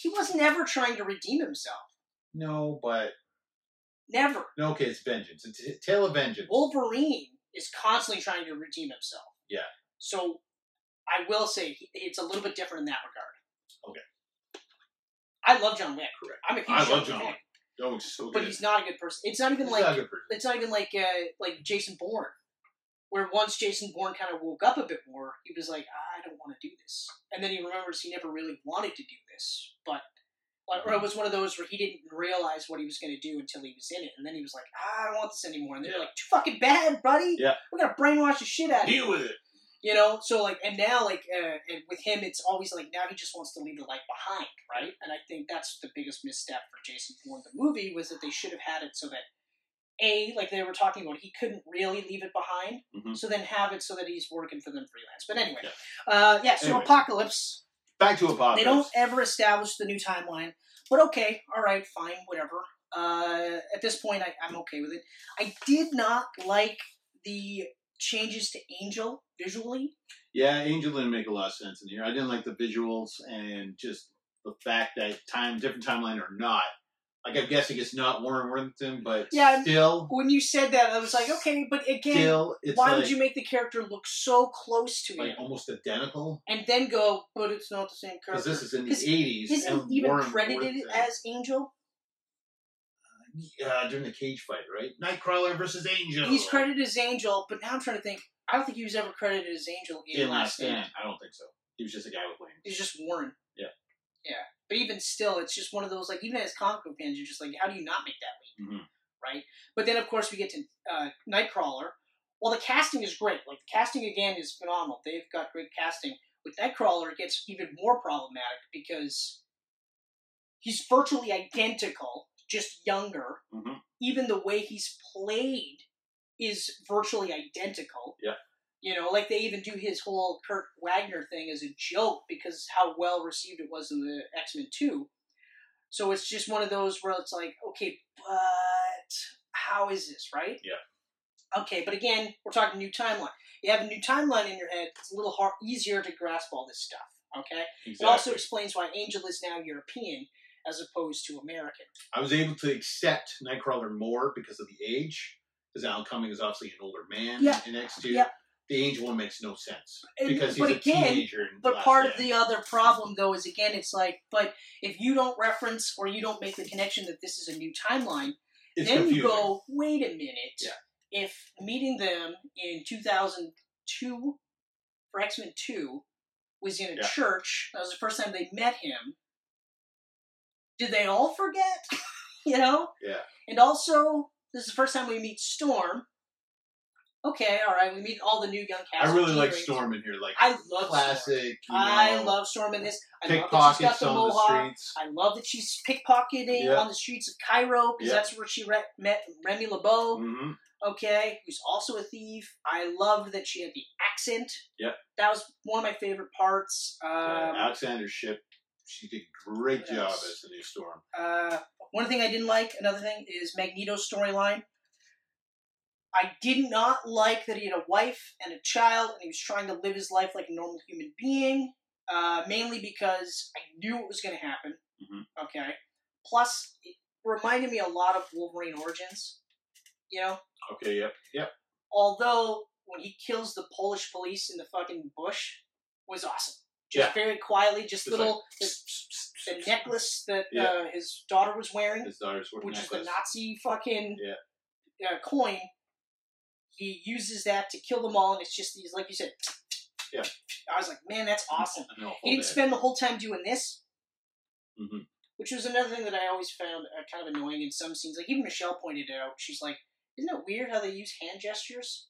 S2: He was never trying to redeem himself.
S3: No, but
S2: Never.
S3: no. Okay, it's vengeance. It's a tale of vengeance.
S2: Wolverine is constantly trying to redeem himself.
S3: Yeah.
S2: So I will say he- it's a little bit different in that regard.
S3: Okay.
S2: I love John Wick.
S3: Correct.
S2: I'm a huge
S3: I love
S2: John Wick
S3: John
S2: fan,
S3: Wick. No, it's so
S2: but
S3: good.
S2: he's not a good person. It's not even
S3: He's
S2: like
S3: not a good person.
S2: it's not even like uh, like Jason Bourne, where once Jason Bourne kind of woke up a bit more, he was like, I don't want to do this, and then he remembers he never really wanted to do this, but like, or it was one of those where he didn't realize what he was going to do until he was in it, and then he was like, I don't want this anymore, and they're
S3: Yeah.
S2: like, too fucking bad, buddy.
S3: Yeah.
S2: we're gonna brainwash the shit out of you,
S3: Deal with it.
S2: you know. So like, and now like, uh, and with him, it's always like now he just wants to leave the life behind, right? And I think that's the biggest misstep for Jason Bourne the movie was that they should have had it so that a, like they were talking about, he couldn't really leave it behind.
S3: Mhm.
S2: So then have it so that he's working for them freelance. But anyway, uh, yeah. So
S3: Anyway.
S2: apocalypse.
S3: Back to Apocalypse.
S2: They don't ever establish the new timeline. But okay, all right, fine, whatever. Uh, at this point, I, I'm okay with it. I did not like the changes to Angel visually.
S3: Yeah, Angel didn't make a lot of sense in here. I didn't like the visuals and just the fact that time, different timeline or not,
S4: Like I'm guessing it's not Warren Worthington, but
S2: Yeah, I'm-
S4: still,
S2: When you said that, I was like, okay, but again,
S4: still, it's
S2: why
S4: like,
S2: would you make the character look so close to
S4: like
S2: him?
S4: almost identical?
S2: And then go, but it's not the same
S4: Because
S2: character.
S4: this is in the
S2: 'Cause
S4: '80s.
S2: Isn't
S4: and
S2: he even
S4: Warren
S2: credited
S4: Worthington-
S2: as Angel?
S4: uh, during the cage fight, right? Nightcrawler versus Angel.
S2: He's credited as Angel, but now I'm trying to think. I don't think he was ever credited as Angel in,
S4: in Last Stand. I don't think so. He was just a guy with wings.
S2: He's just Warren.
S4: Yeah.
S2: Yeah. But even still, it's just one of those, like, even as comic book fans, you're just like, how do you not make that leap?
S4: Mhm.
S2: Right? But then, of course, we get to uh, Nightcrawler. Well, the casting is great. Like, the casting, again, is phenomenal. They've got great casting. With Nightcrawler, it gets even more problematic because he's virtually identical, just younger.
S4: Mhm.
S2: Even the way he's played is virtually identical.
S4: Yeah.
S2: You know, like they even do his whole Kurt Wagner thing as a joke because how well received it was in the X Men 2. So it's just one of those where it's like, okay, but how is this, right? Yeah. Okay, but again, we're talking new timeline. You have a new timeline in your head, it's a little hard, easier to grasp all this stuff, okay? It
S4: Exactly.
S2: also explains why Angel is now European as opposed to American.
S4: I was able to accept Nightcrawler more because of the age, because Alan Cumming is obviously an older man
S2: Yeah.
S4: in X2.
S2: Yeah.
S4: The Angel one makes no sense
S2: And-
S4: because he's
S2: but
S4: a
S2: again,
S4: teenager. In
S2: But
S4: Last
S2: part of
S4: Stand.
S2: the other problem, though, is again, it's like, but if you don't reference or you don't make the connection that this is a new timeline,
S4: It's
S2: then you
S4: confusing.
S2: go, wait a minute.
S4: Yeah.
S2: If meeting them in 2002 for X Men 2 was in a
S4: Yeah.
S2: church, that was the first time they met him, did they all forget? you know?
S4: Yeah.
S2: And also, this is the first time we meet Storm. Okay, all right, we meet all the new young cast.
S4: I really like
S2: members.
S4: Storm in here, like
S2: I love Storm.
S4: classic. You know,
S2: I love Storm in this. I love that she's got
S4: pickpockets
S2: the
S4: on
S2: mohawk.
S4: the streets.
S2: I love that she's pickpocketing
S4: Yeah.
S2: on the streets of Cairo because
S4: Yeah.
S2: that's where she re- met Remy LeBeau.
S4: hmm
S2: Okay, who's also a thief. I loved that she had the accent.
S4: Yeah.
S2: that was one of my favorite parts. Um,
S4: Uh, Alexander Ship, she did a great
S2: What
S4: job
S2: else?
S4: as the new Storm.
S2: uh, one thing I didn't like, another thing is Magneto's storyline. I did not like that he had a wife and a child, and he was trying to live his life like a normal human being. Uh, mainly because I knew it was going to happen.
S4: Mhm.
S2: Okay. Plus, it reminded me a lot of Wolverine Origins. You know,
S4: Okay, yep, yep.
S2: although when he kills the Polish police in the fucking bush, was awesome. Just
S4: Yeah.
S2: very quietly, just,
S4: Just
S2: little the, the necklace that uh,
S4: Yeah.
S2: his daughter was wearing
S4: His daughter's wearing
S2: which
S4: necklace.
S2: is the Nazi fucking uh, coin. He uses that to kill them all, and it's just these, like you said.
S4: Yeah. Mm-hmm. Oh,
S2: I was like, man, that's awesome.
S4: I know,
S2: He
S4: hold
S2: didn't
S4: it.
S2: spend the whole time doing this,
S4: Mhm.
S2: which was another thing that I always found uh, kind of annoying in some scenes. Like even Michelle pointed it out. She's like, isn't it weird how they use hand gestures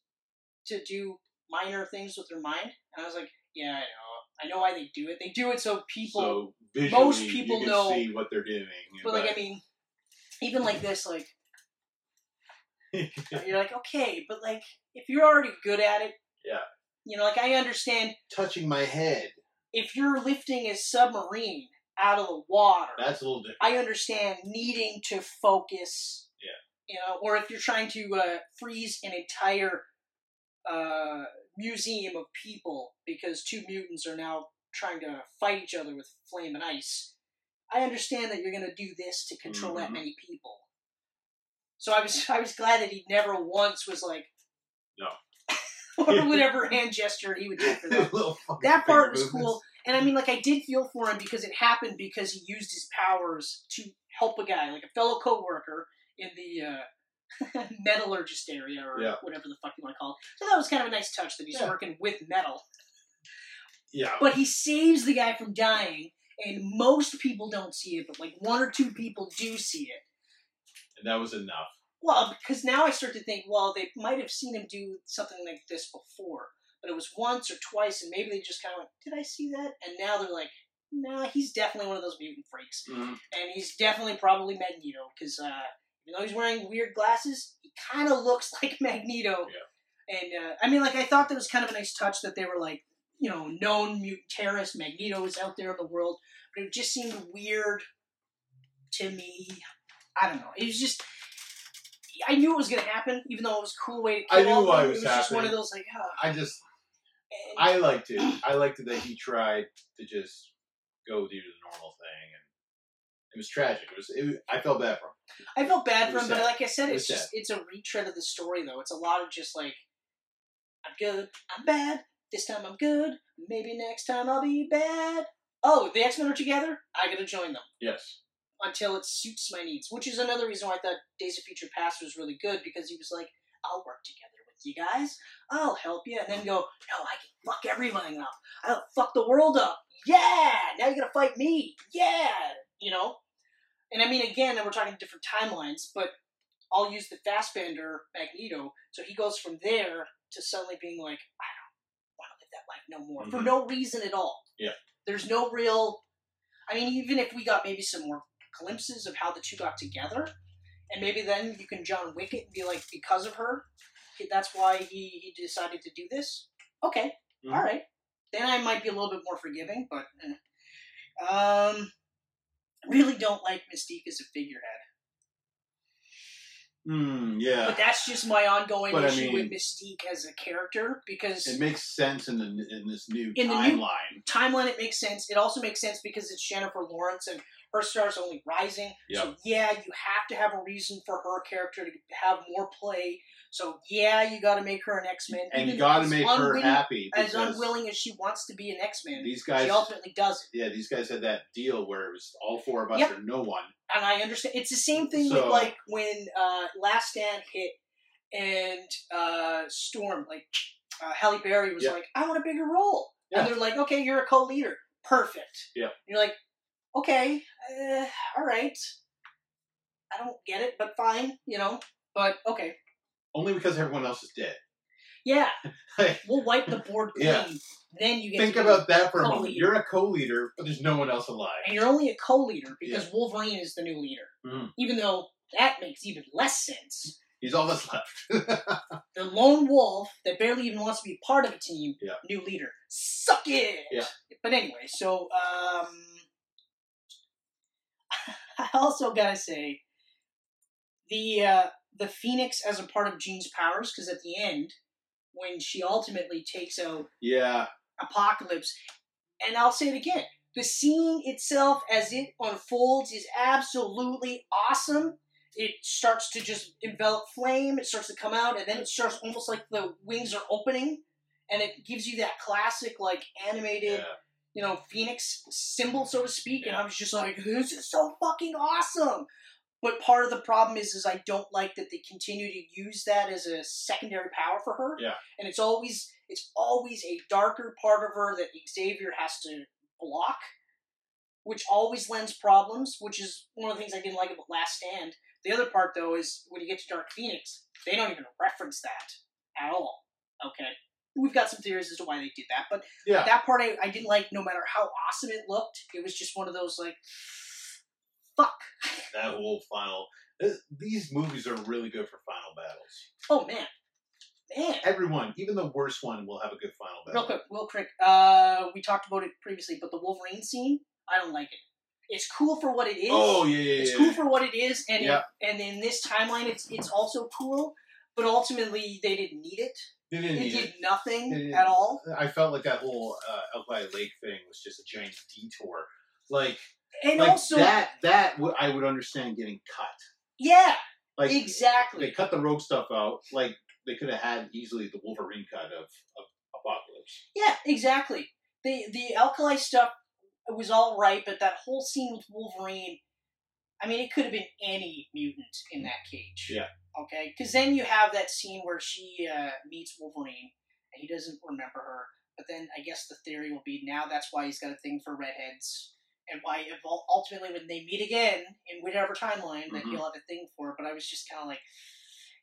S2: to do minor things with their mind? And I was like, yeah, I know. I know why they do it. They do it so people
S4: So visually,
S2: most people
S4: you can
S2: know-
S4: see what they're doing.
S2: But like I mean, even like this, like you're like okay, but like if you're already good at it,
S4: Yeah.
S2: you know, like I understand
S4: touching my head.
S2: if you're lifting a submarine out of the water,
S4: That's a little different.
S2: I understand needing to focus.
S4: Yeah.
S2: You know, or if you're trying to uh, freeze an entire uh, museum of people because two mutants are now trying to fight each other with flame and ice, I understand that you're going to do this to control that
S4: Mhm.
S2: many people. So I was I was glad that he never once was like,
S4: No.
S2: or whatever hand gesture he would do for that.
S4: Little fucking
S2: That
S4: finger
S2: part was
S4: movements.
S2: cool. And I mean, like, I did feel for him because it happened because he used his powers to help a guy, like a fellow coworker in the uh, metallurgist area or
S4: Yeah.
S2: whatever the fuck you want to call it. So that was kind of a nice touch that he's
S4: Yeah.
S2: working with metal.
S4: Yeah,
S2: But he saves the guy from dying, and most people don't see it, but like one or two people do see it.
S4: and that was enough.
S2: Well, because now I start to think, well, they might have seen him do something like this before, but it was once or twice, and maybe they just kind of went, "Did I see that?" And now they're like, "Nah, he's definitely one of those mutant freaks,
S3: Mm-hmm.
S4: Mhm.
S2: and he's definitely probably Magneto because uh, even though he's wearing weird glasses, he kind of looks like Magneto." And uh, I mean, like I thought that was kind of a nice touch that they were like, you know, known mutant terrorist Magneto is out there in the world, but it just seemed weird to me. I don't know. It was just. I knew it was going to happen, even though it was a cool way to
S4: I
S2: kill
S4: knew
S2: all of
S4: why
S2: them.
S4: it was
S2: just one of
S4: happening.
S2: those like, huh.
S4: I just,
S2: And-
S4: I liked it. I liked it that he tried to just go do the normal thing,
S3: It was tragic. It was. It, was- I felt bad for him.
S2: I felt bad for him,
S3: It was
S2: but
S3: sad.
S2: like I said,
S3: It
S2: it's
S3: was
S2: just it's a retread of the story though. It's a lot of just like I'm good, I'm bad, this time I'm good, maybe next time I'll be bad. Oh, the X Men are together, I gotta join them
S3: Yes.
S2: until it suits my needs. Which is another reason why I thought Days of Future Past was really good because he was like, I'll work together with you guys, I'll help you, and then go, No, I can fuck everything up. I'll fuck the world up. Yeah, now you're gonna fight me. Yeah, you know. And I mean, again, we're talking different timelines, but I'll use the Fastbender Magneto. So he goes from there to suddenly being like, I don't want to live that life no more for
S3: Mhm.
S2: no reason at all.
S3: Yeah.
S2: There's no real. I mean, even if we got maybe some more glimpses of how the two got together, and maybe then you can John Wick it and be like, because of her, that's why he, he decided to do this. Okay,
S3: Mhm.
S2: all right. Then I might be a little bit more forgiving, but. eh. Um, really don't like Mystique as a figurehead.
S3: Hmm. Yeah.
S2: But that's just my ongoing
S3: But I
S2: issue with
S3: mean-
S2: Mystique as a character because
S3: It makes sense in the in this new
S2: In the new-
S3: timeline.
S2: timeline it makes sense. It also makes sense because it's Jennifer Lawrence and her star's only rising. So yeah, you have to have a reason for her character to have more play. So yeah, you got to make her an X Men,
S3: and you got to make her happy
S2: As
S3: because
S2: unwilling as she wants to be an X Man,
S3: these
S2: she
S3: guys.
S2: ultimately does
S3: Yeah, these guys had that deal where it was all four of us
S2: Yep.
S3: or no one.
S2: it, and I understand. It's the same thing with
S3: So-
S2: like when uh, Last Stand hit and uh, Storm, like uh, Halle Berry was
S3: Yeah.
S2: like, "I want a bigger role,"
S3: Yeah.
S2: and they're like, "Okay, you're a co-leader, perfect."
S3: Yeah.
S2: And you're like, "Okay, uh, all right." I don't get it, but fine, you know. But okay,
S3: Only because everyone else is dead.
S2: yeah,
S3: Hey.
S2: we'll wipe the board clean.
S3: Yeah.
S2: Then you get
S3: Think
S2: to be-
S3: about that for a moment.
S2: co-leader.
S3: You're a co-leader, but there's no one else alive.
S2: and you're only a co-leader because Wolverine is the new leader,
S3: Mhm.
S2: even though that makes even less sense.
S3: He's all that's left.
S2: the lone wolf that barely even wants to be part of a team,
S3: Yeah.
S2: new leader. Suck it.
S3: Yeah.
S2: But anyway, so um, I also gotta say the uh, the Phoenix as a part of Jean's powers because at the end when she ultimately takes out
S3: yeah.
S2: Apocalypse, and I'll say it again. The scene itself, as it unfolds, is absolutely awesome. It starts to just envelop flame. It starts to come out, and then it starts almost like the wings are opening, and it gives you that classic, like animated,
S3: Yeah.
S2: you know, phoenix symbol, so to speak. And I was just like, this is so fucking awesome. But part of the problem is, is I don't like that they continue to use that as a secondary power for her.
S3: Yeah.
S2: And it's always, it's always a darker part of her that Xavier has to block, which always lends problems. Which is one of the things I didn't like about Last Stand. The other part, though, is when you get to Dark Phoenix, they don't even reference that at all. Okay. We've got some theories as to why they did that, but
S3: Yeah.
S2: that part I, I didn't like no matter how awesome it looked. It was just one of those like fuck.
S3: That whole final. th- These movies are really good for final battles.
S2: Oh man. Man.
S3: Everyone, even the worst one, will have a good final battle.
S2: Real quick, real quick. Uh we talked about it previously, but the Wolverine scene, I don't like it. It's cool for what it is.
S3: Oh yeah, yeah, yeah.
S2: it's
S3: yeah.
S2: cool for what it is and
S3: Yeah.
S2: and in this timeline it's it's also cool, but ultimately they didn't need it.
S3: They didn't
S2: It
S3: need
S2: did
S3: it.
S2: nothing
S3: They didn't-
S2: at all.
S3: I felt like that whole uh, Elk by the Lake thing was just a giant detour. Like,
S2: And
S3: like
S2: also
S3: that that would I would understand getting cut.
S2: Yeah,
S3: Like
S2: exactly.
S3: they cut the rogue stuff out. Like they could have had easily the Wolverine cut of, of Apocalypse.
S2: Yeah, exactly. The the alkali stuff was all right, but that whole scene with Wolverine, I mean, it could have been any mutant in that cage.
S3: Yeah.
S2: Okay, because then you have that scene where she uh, meets Wolverine and he doesn't remember her. But then I guess the theory will be now that's why he's got a thing for redheads, and why if ul- ultimately when they meet again in whatever timeline that
S3: Mhm.
S2: he'll have a thing for. it. But I was just kind of like,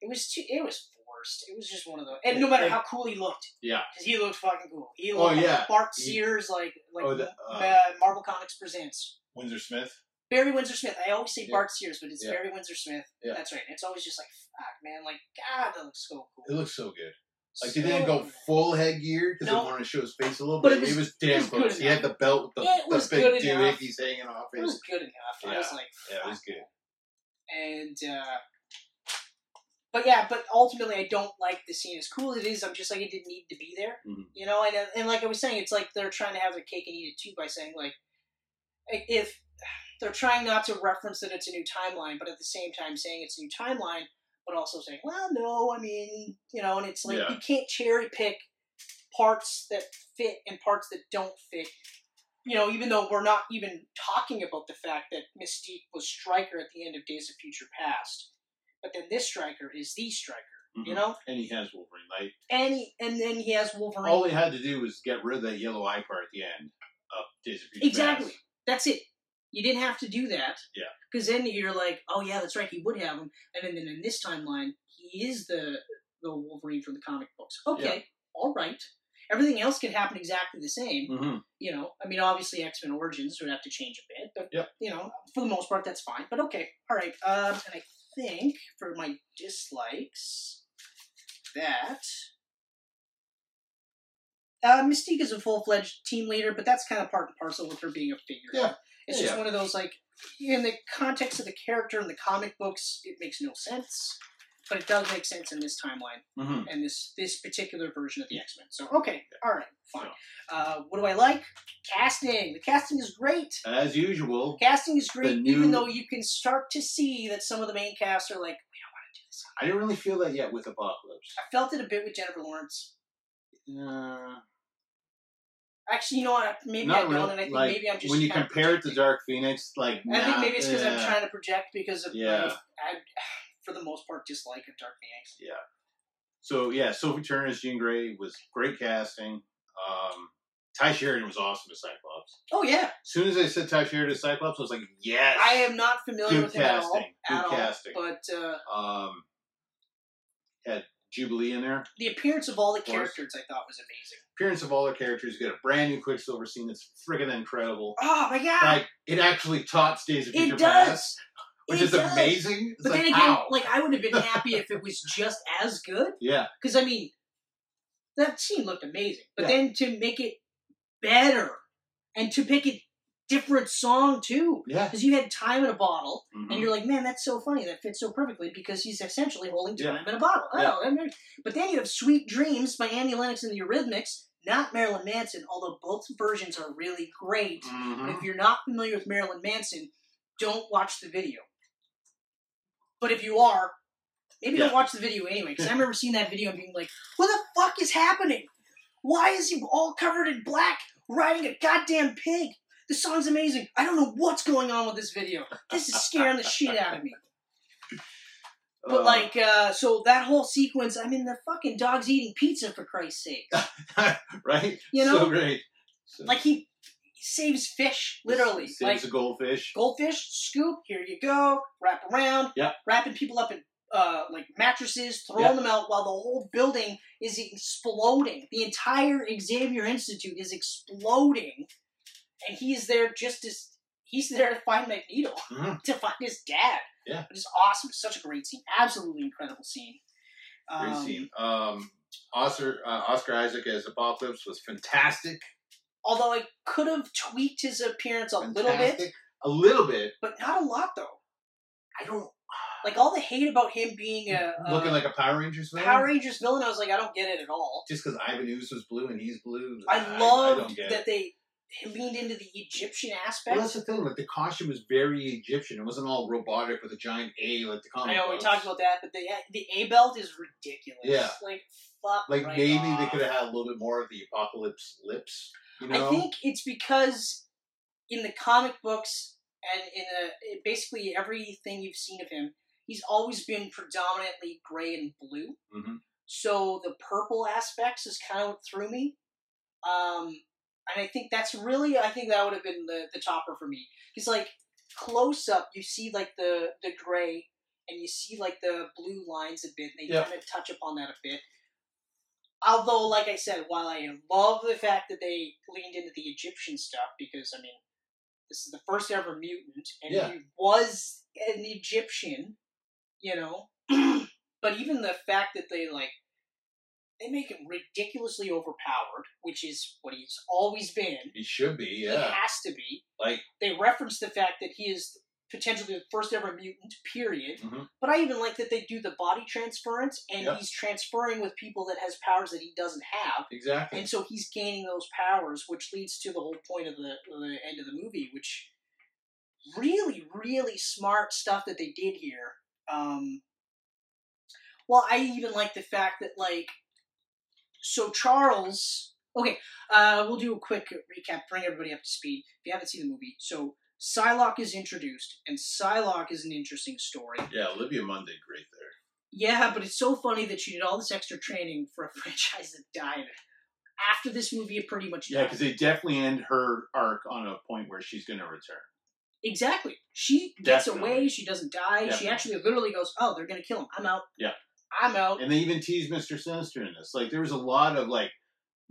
S2: it was too, it was forced. It was just one of those, and no matter how cool he looked, because he looked fucking cool. He
S3: Oh,
S2: looked like
S3: yeah.
S2: Bart
S3: He-
S2: Sears, like like
S3: Oh, the,
S2: uh,
S3: uh,
S2: Marvel Comics presents.
S3: Windsor Smith.
S2: Barry Windsor Smith. I always say
S3: Yeah.
S2: Bart Sears, but it's
S3: Yeah.
S2: Barry Windsor Smith.
S3: Yeah.
S2: That's right. It's always just like fuck, man. Like God, that looks so cool.
S3: It looks so good. Like
S2: So
S3: they didn't go
S2: good.
S3: full head gear because
S2: No.
S3: they wanted to show his face a little
S2: But
S3: bit.
S2: it was-
S3: damn
S2: it was good
S3: close. He had
S2: enough.
S3: the belt, the,
S2: It was
S3: the big
S2: good enough.
S3: doohickeys hanging off
S2: It was
S3: his.
S2: good enough. I was
S3: Yeah.
S2: like,
S3: Yeah, it was good.
S2: and uh, but yeah, but ultimately, I don't like the scene. As cool as it is, I'm just like it didn't need to be there,
S3: Mhm.
S2: you know. And and like I was saying, it's like they're trying to have their cake and eat it too by saying like, if they're trying not to reference that it's a new timeline, but at the same time saying it's a new timeline, but also saying, well, no, I mean, you know, and it's like
S3: Yeah.
S2: you can't cherry pick parts that fit and parts that don't fit. You know, even though we're not even talking about the fact that Mystique was Striker at the end of Days of Future Past, but then this Striker is the Striker. You
S3: Mhm.
S2: know,
S3: And he has Wolverine. Like
S2: and he, and then he has Wolverine.
S3: all they had to do was get rid of that yellow eye part at the end of Days of Future
S2: Exactly.
S3: Past.
S2: That's it. You didn't have to do that.
S3: Yeah.
S2: Because then you're like, oh yeah, that's right, he would have him, and then, then in this timeline, he is the the Wolverine from the comic books. Okay, all right. Everything else could happen exactly the same.
S3: Mhm.
S2: You know, I mean, obviously X Men Origins would have to change a bit, but
S3: Yep.
S2: you know, for the most part, that's fine. But okay, all right. Um, and I think for my dislikes, that uh, Mystique is a full fledged team leader, but that's kind of part and parcel with her being a figure.
S3: Yeah.
S2: It's
S3: Yeah,
S2: just
S3: yeah.
S2: one of those like in the context of the character in the comic books, it makes no sense. But it does make sense in this timeline
S3: Mhm.
S2: and this this particular version of the X Men. So okay, all right, fine. Uh, what do I like? Casting. The casting is great.
S3: As usual,
S2: Casting is great, even
S3: new-
S2: though you can start to see that some of the main casts are like, we don't want to do this.
S3: I didn't really feel that yet with Apocalypse.
S2: I felt it a bit with Jennifer Lawrence.
S3: Uh,
S2: Actually, you know what? Maybe I
S3: not
S2: don't,
S3: really.
S2: and I think
S3: like,
S2: maybe I'm just
S3: when you
S2: kinda
S3: compare it to
S2: projecting.
S3: Dark Phoenix, like
S2: I think
S3: nah,
S2: maybe it's because I'm
S3: yeah.
S2: trying to project because of
S3: Yeah.
S2: like, I, for the most part, dislike of Dark Phoenix.
S3: So yeah, Sophie Turner as Jean Grey was great casting. Um, Ty Sheridan was awesome as Cyclops.
S2: Oh yeah,
S3: As soon as I said Ty Sheridan as Cyclops, I was like, yes.
S2: I am not familiar
S3: Good
S2: with him
S3: casting. Good
S2: at all. At
S3: casting.
S2: all. But uh,
S3: Um, had Jubilee in there.
S2: the appearance of all the
S3: Of course.
S2: characters I thought was amazing.
S3: Appearance of all their characters. You got a brand new Quicksilver scene that's friggin' incredible.
S2: Oh my god,
S3: Like it actually tops Days of Future
S2: it does.
S3: Past, which
S2: It
S3: is
S2: does.
S3: amazing. It's
S2: But
S3: like,
S2: then again,
S3: how?
S2: like I would have been happy if it was just as good.
S3: yeah,
S2: Because I mean, that scene looked amazing. But
S3: Yeah.
S2: then to make it better and to pick a different song too,
S3: yeah.
S2: because you had time in a bottle,
S3: Mhm.
S2: and you're like, man, that's so funny. That fits so perfectly because he's essentially holding
S3: Yeah.
S2: time in a bottle. Oh,
S3: Yeah.
S2: that makes- but then you have "Sweet Dreams" by Annie Lennox and the Eurythmics, not Marilyn Manson. Although both versions are really great.
S3: Mhm.
S2: But if you're not familiar with Marilyn Manson, don't watch the video. But if you are, maybe
S3: Yeah.
S2: don't watch the video anyway, because I remember seeing that video and being like, what the fuck is happening? Why is he all covered in black riding a goddamn pig? The song's amazing. I don't know what's going on with this video. This is scaring the shit out of me. But
S3: Uh,
S2: like, uh, so that whole sequence, I mean, the fucking dog's eating pizza for Christ's sake.
S3: right?
S2: you know?
S3: so great. So-
S2: Like he saves fish, literally. like
S3: saves a goldfish.
S2: goldfish scoop here you go wrap around
S3: Yeah.
S2: wrapping people up in uh, like mattresses throwing
S3: Yeah.
S2: them out while the whole building is exploding the entire xavier institute is exploding and he's there just as he's there to find magneto
S3: Mhm.
S2: to find his dad
S3: Yeah.
S2: it's awesome such a great scene absolutely incredible scene
S3: Great
S2: Um,
S3: scene. Um, Oscar uh, Oscar Isaac as Apocalypse was fantastic.
S2: although i could have tweaked his appearance a little bit
S3: fantastic. A little bit.
S2: but not a lot though
S3: I don't
S2: like all the hate about him being a, a
S3: looking like a Power Rangers villain.
S2: uh, Power Rangers villain, I was like, I don't get it at all.
S3: Just because Ivan Ooze was blue and he's blue.
S2: I
S3: I
S2: loved
S3: don't get it.
S2: that they leaned into the Egyptian aspect.
S3: Well, that's the thing. Like the costume was very Egyptian. It wasn't all robotic with a giant A like the comic.
S2: I know we
S3: books.
S2: talked about that, but the the A belt is ridiculous.
S3: Yeah.
S2: like fuck.
S3: Like
S2: right
S3: maybe
S2: off.
S3: they could have had a little bit more of the Apocalypse lips. You know.
S2: I think it's because in the comic books and in a, in basically everything you've seen of him, he's always been predominantly gray and blue.
S3: Mhm.
S2: So the purple aspects is kind of what threw me. Um, and I think that's really, I think that would have been the, the topper for me. Because, like, close up, you see, like, the, the gray and you see, like, the blue lines a bit. And they
S3: Yeah.
S2: kind of touch upon that a bit. Although, like I said, while I love the fact that they leaned into the Egyptian stuff, because, I mean, this is the first ever mutant, and
S3: Yeah.
S2: he was an Egyptian, you know? but even the fact that they, like, they make him ridiculously overpowered, which is what he's always been.
S3: It should be.
S2: He
S3: Yeah.
S2: has to be.
S3: Like-
S2: they reference the fact that he is potentially the first ever mutant. Period.
S3: Mhm.
S2: But I even like that they do the body transference, and
S3: Yep.
S2: he's transferring with people that has powers that he doesn't have,
S3: Exactly.
S2: and so he's gaining those powers, which leads to the whole point of the, the end of the movie, which really, really smart stuff that they did here. Um, well, I even like the fact that, like, so Charles. Okay, uh, we'll do a quick recap, bring everybody up to speed. If you haven't seen the movie, so Psylocke is introduced, and Psylocke is an interesting story.
S3: Yeah, Olivia Munn did great there.
S2: Yeah, but it's so funny that she did all this extra training for a franchise that died. After this movie, it pretty much
S3: Yeah,
S2: died.
S3: because they definitely end her arc on a point where she's going to return.
S2: Exactly. She gets
S3: Definitely.
S2: away. She doesn't die. She
S3: Definitely.
S2: actually literally goes, "Oh, they're gonna kill him. I'm out.
S3: Yeah.
S2: I'm out."
S3: And they even tease Mister Sinister in this. Like there was a lot of like,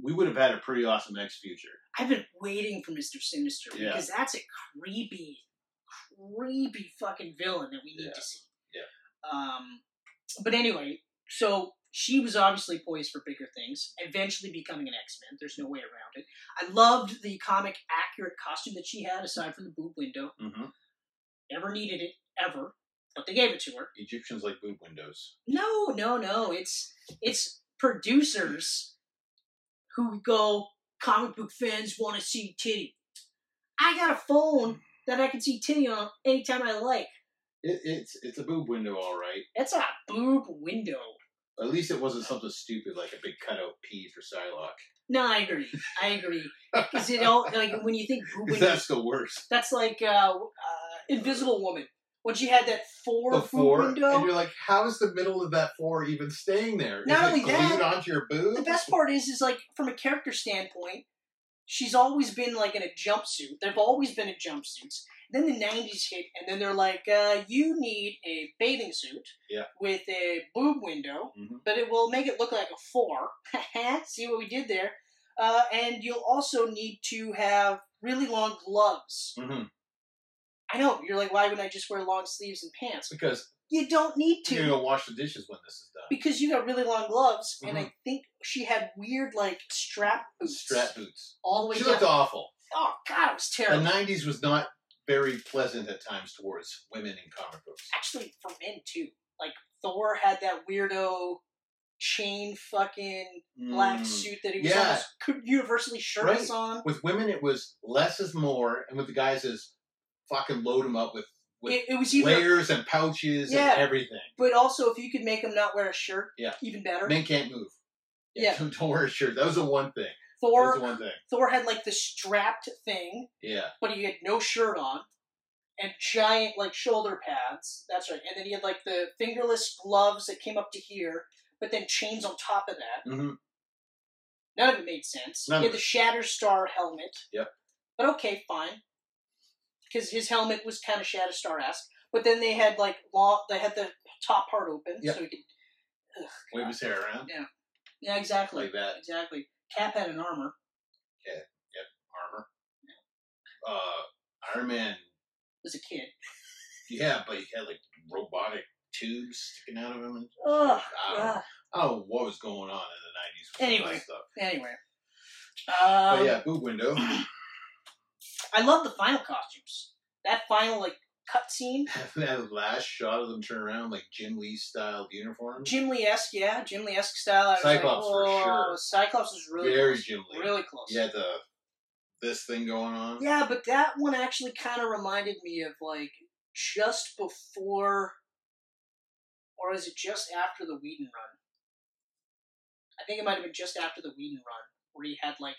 S3: we would have had a pretty awesome X future.
S2: I've been waiting for Mister Sinister
S3: Yeah.
S2: because that's a creepy, creepy fucking villain that we need
S3: Yeah.
S2: to see.
S3: Yeah.
S2: Um, but anyway, so she was obviously poised for bigger things, eventually becoming an X Men. There's no way around it. I loved the comic accurate costume that she had, aside from the boob window.
S3: Mm-hmm.
S2: Never needed it ever, but they gave it to her.
S3: Egyptians like boob windows.
S2: No, no, no. It's it's producers who go comic book fans want to see titty. I got a phone that I can see titty on anytime I like.
S3: It, it's it's a boob window, all right.
S2: That's a boob window.
S3: At least it wasn't something stupid like a big cutout P for Psylocke.
S2: No, I agree. I agree. Because it all like when you think boob
S3: 'Cause
S2: window, that's,
S3: that's the worst.
S2: like uh, uh, Invisible Woman when she had that four
S3: The
S2: boob
S3: four,
S2: window.
S3: and you're like, how is the middle of that four even staying there?
S2: Not
S3: Is
S2: only
S3: it
S2: that-
S3: glued onto your boob.
S2: the best part is is like from a character standpoint she's always been like in a jumpsuit they've always been in jumpsuits then the 90s hit and then they're like uh, you need a bathing suit
S3: Yeah.
S2: with a boob window
S3: Mhm.
S2: but it will make it look like a four see what we did there uh, and you'll also need to have really long gloves
S3: Mhm.
S2: i know you're like why would i just wear long sleeves and pants
S3: Because
S2: you don't need to
S3: you're gonna wash the dishes when this is done.
S2: because you got really long gloves,
S3: Mm-hmm.
S2: and I think she had weird like strap boots
S3: Strap boots.
S2: all the way
S3: She
S2: down.
S3: looked awful.
S2: oh god, it was
S3: The
S2: terrible.
S3: '90s was not very pleasant at times towards women in comic books.
S2: Actually, for men too. Like Thor had that weirdo chain fucking black
S3: Mm.
S2: suit that he was
S3: Yeah.
S2: almost could universally shirtless on.
S3: With women, it was less is more, and with the guys, is fucking load them up with With
S2: It, it was even,
S3: layers and pouches
S2: Yeah.
S3: and everything.
S2: but also if you could make him not wear a shirt,
S3: Yeah.
S2: even better.
S3: Men can't move.
S2: Yeah.
S3: Don't, don't wear a shirt. That was the one thing. That was
S2: Thor
S3: the one thing.
S2: Thor had like the strapped thing
S3: Yeah.
S2: but he had no shirt on and giant like shoulder pads. That's right. And then he had like the fingerless gloves that came up to here, but then chains on top of that.
S3: Mm-hmm.
S2: None of it made sense.
S3: None
S2: he
S3: of
S2: had the Shatterstar helmet.
S3: Yep.
S2: But okay, fine. Because his helmet was kind of Shatterstar esque. But then they had like long. They had the top part open,
S3: Yep.
S2: so he could.
S3: Wave his hair around.
S2: Yeah, exactly.
S3: Like that.
S2: Exactly. Cap had an armor.
S3: Armor. Uh, Iron Man.
S2: As a kid.
S3: Yeah, but he had like robotic tubes sticking out of him. And,
S2: Ugh.
S3: I, don't know.
S2: ugh.
S3: I don't know what was going on in the 90s. With some of
S2: Anyway.
S3: that stuff.
S2: Anyway.
S3: But
S2: Um,
S3: yeah, boot window.
S2: I love the final costumes. That final like cutscene,
S3: that last shot of them turn around like Jim Lee style uniform.
S2: Jim Lee esque, yeah, Jim Lee esque style. I was
S3: Cyclops
S2: like,
S3: for
S2: "Whoa."
S3: sure.
S2: Cyclops is really
S3: Very
S2: close.
S3: Jim Lee.
S2: really close.
S3: Yeah, the this thing going on.
S2: Yeah, but that one actually kind of reminded me of like just before, or is it just after the Whedon run? I think it might have been just after the Whedon run, where he had like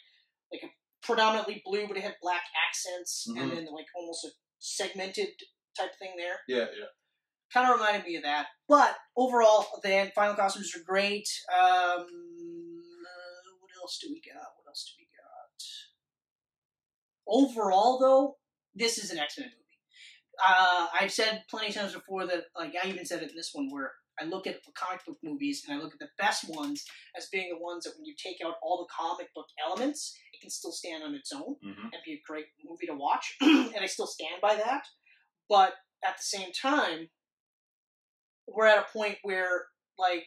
S2: like a predominantly blue, but it had black accents, and
S3: Mhm.
S2: then like almost a segmented type thing there.
S3: Yeah,
S2: kind of reminded me of that. But overall, the final costumes are great. Um, uh, what else do we got? What else do we got? Overall, though, this is an X Men movie. Uh, I've said plenty of times before that, like I even said it in this one, where I look at comic book movies and I look at the best ones as being the ones that when you take out all the comic book elements, it can still stand on its own
S3: yeah. hmm
S2: and be a great movie to watch, and I still stand by that. But at the same time, we're at a point where like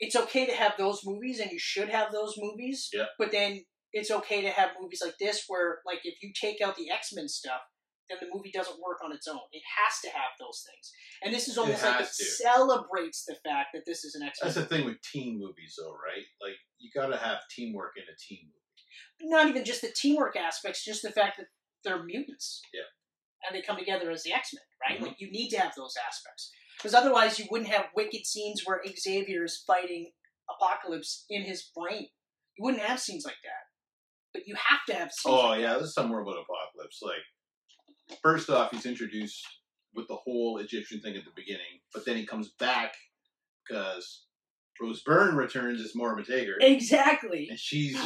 S2: it's okay to have those movies, and you should have those movies.
S3: Yeah.
S2: But then it's okay to have movies like this, where like if you take out the X Men stuff, then the movie doesn't work on its own. It has to have those things, and this is almost like it
S3: has to.
S2: celebrates the fact that this is an X Men.
S3: That's the thing with teen movies, though, right? Like you got to have teamwork in a teen movie.
S2: not even just the teamwork aspects, just the fact that they're mutants.
S3: Yeah.
S2: and they come together as the X Men, right?
S3: Mhm.
S2: Like you need to have those aspects because otherwise you wouldn't have wicked scenes where Xavier is fighting Apocalypse in his brain. You wouldn't have scenes like that, but you have to have scenes.
S3: Oh yeah, this is somewhere about apocalypse. Like, first off, he's introduced with the whole Egyptian thing at the beginning, but then he comes back because Rose Byrne returns as Mora Matager,
S2: Exactly.
S3: and she's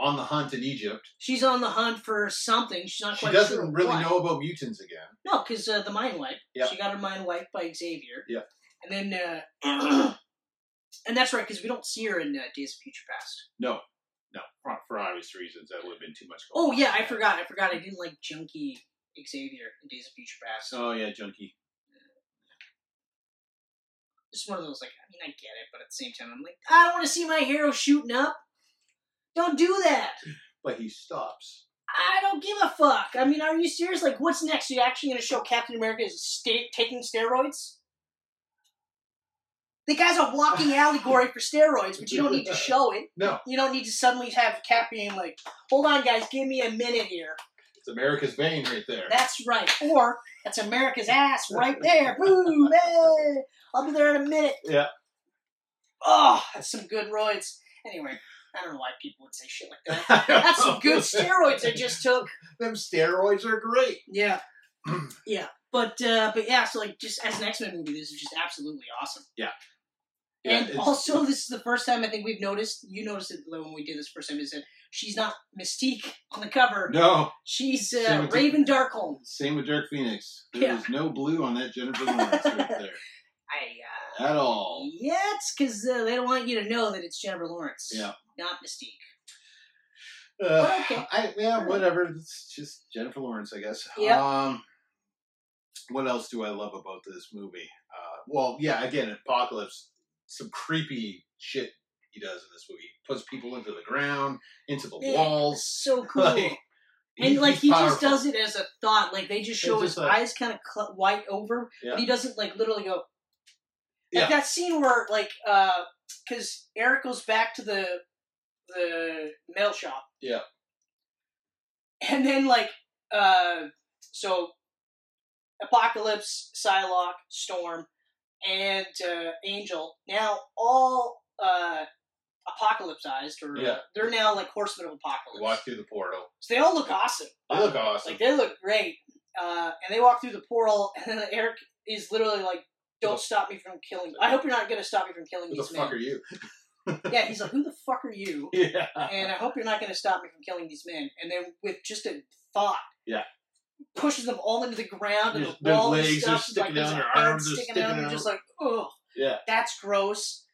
S3: on the hunt in Egypt.
S2: She's on the hunt for something. She's not
S3: She
S2: quite
S3: doesn't
S2: sure
S3: really
S2: what.
S3: know about mutants again.
S2: No, because uh, the mind wipe.
S3: Yeah.
S2: She got her mind wiped by Xavier.
S3: Yeah.
S2: And then, uh, and that's right, because we don't see her in uh, Days of Future Past.
S3: No, no, for, for obvious reasons, that would have been too much.
S2: Oh
S3: going on.
S2: yeah, I forgot. I forgot. I didn't like junky Xavier in Days of Future Past.
S3: Oh yeah, junkie.
S2: Just one of those like, I mean, I get it, but at the same time, I'm like, I don't want to see my hero shooting up. Don't do that.
S3: But he stops.
S2: I don't give a fuck. I mean, are you serious? Like, what's next? Are you actually going to show Captain America is sta- taking steroids? The guy's a walking allegory for steroids, but you don't need to show it.
S3: No.
S2: You don't need to suddenly have Cap being like, hold on, guys, give me a minute here.
S3: It's America's vein right there.
S2: That's right. Or, that's America's ass right there. Boom, hey, I'll be there in a minute.
S3: Yeah.
S2: Oh, that's some good roids. Anyway, I don't know why people would say shit like that. That's some good steroids I just took.
S3: Them steroids are great.
S2: Yeah. yeah. But uh, but yeah, so like just as an X Men movie, this is just absolutely awesome.
S3: Yeah,
S2: and
S3: it's-
S2: also, this is the first time I think we've noticed. You noticed it Lou, when we did this first time. Is that she's not Mystique on the cover?
S3: no.
S2: She's
S3: Same
S2: uh,
S3: with-
S2: Raven Darkholm.
S3: Same with Dirk Phoenix. There is
S2: Yeah.
S3: no blue on that Jennifer Lawrence right there
S2: I
S3: at
S2: uh,
S3: all.
S2: yeah, it's because uh, they don't want you to know that it's Jennifer Lawrence.
S3: Yeah.
S2: Not Mystique.
S3: Uh,
S2: Okay.
S3: I, yeah, whatever. It's just Jennifer Lawrence, I guess.
S2: Yeah.
S3: Um, what else do I love about this movie? Uh, well, yeah, again, Apocalypse. Some creepy shit he does in this movie. He puts people into the ground, into the
S2: Yeah,
S3: walls.
S2: So cool.
S3: Like,
S2: and like
S3: he's
S2: he just
S3: powerful.
S2: does it as a thought. Like they just show
S3: It's
S2: his
S3: just like-
S2: eyes kind of cl- white over,
S3: Yeah.
S2: but he doesn't like literally go. Like
S3: Yeah.
S2: that scene where like because Eric goes back to the the mail shop.
S3: Yeah.
S2: And then like uh so Apocalypse, Psylocke, Storm, and uh, Angel now all uh apocalypsized or uh,
S3: Yeah.
S2: they're now like horsemen of apocalypse.
S3: Walk through the portal.
S2: So they all look awesome.
S3: They look awesome.
S2: Like they look great, uh, and they walk through the portal, and then Eric is literally like, "Don't stop me from killing. I hope you're not gonna stop me from killing
S3: Who the
S2: these
S3: fuck are
S2: men."
S3: you?
S2: Yeah, he's like, "Who the fuck are you?"
S3: Yeah.
S2: And I hope you're not gonna stop me from killing these men. And then with just a thought,
S3: Yeah.
S2: pushes them all into the ground and
S3: Their-
S2: the
S3: their
S2: wall and
S3: legs
S2: stuff.
S3: are sticking
S2: like, there's
S3: out,
S2: a
S3: their
S2: head
S3: arms are
S2: sticking
S3: sticking
S2: out, and
S3: out.
S2: just like, "Oh,
S3: Yeah.
S2: that's gross."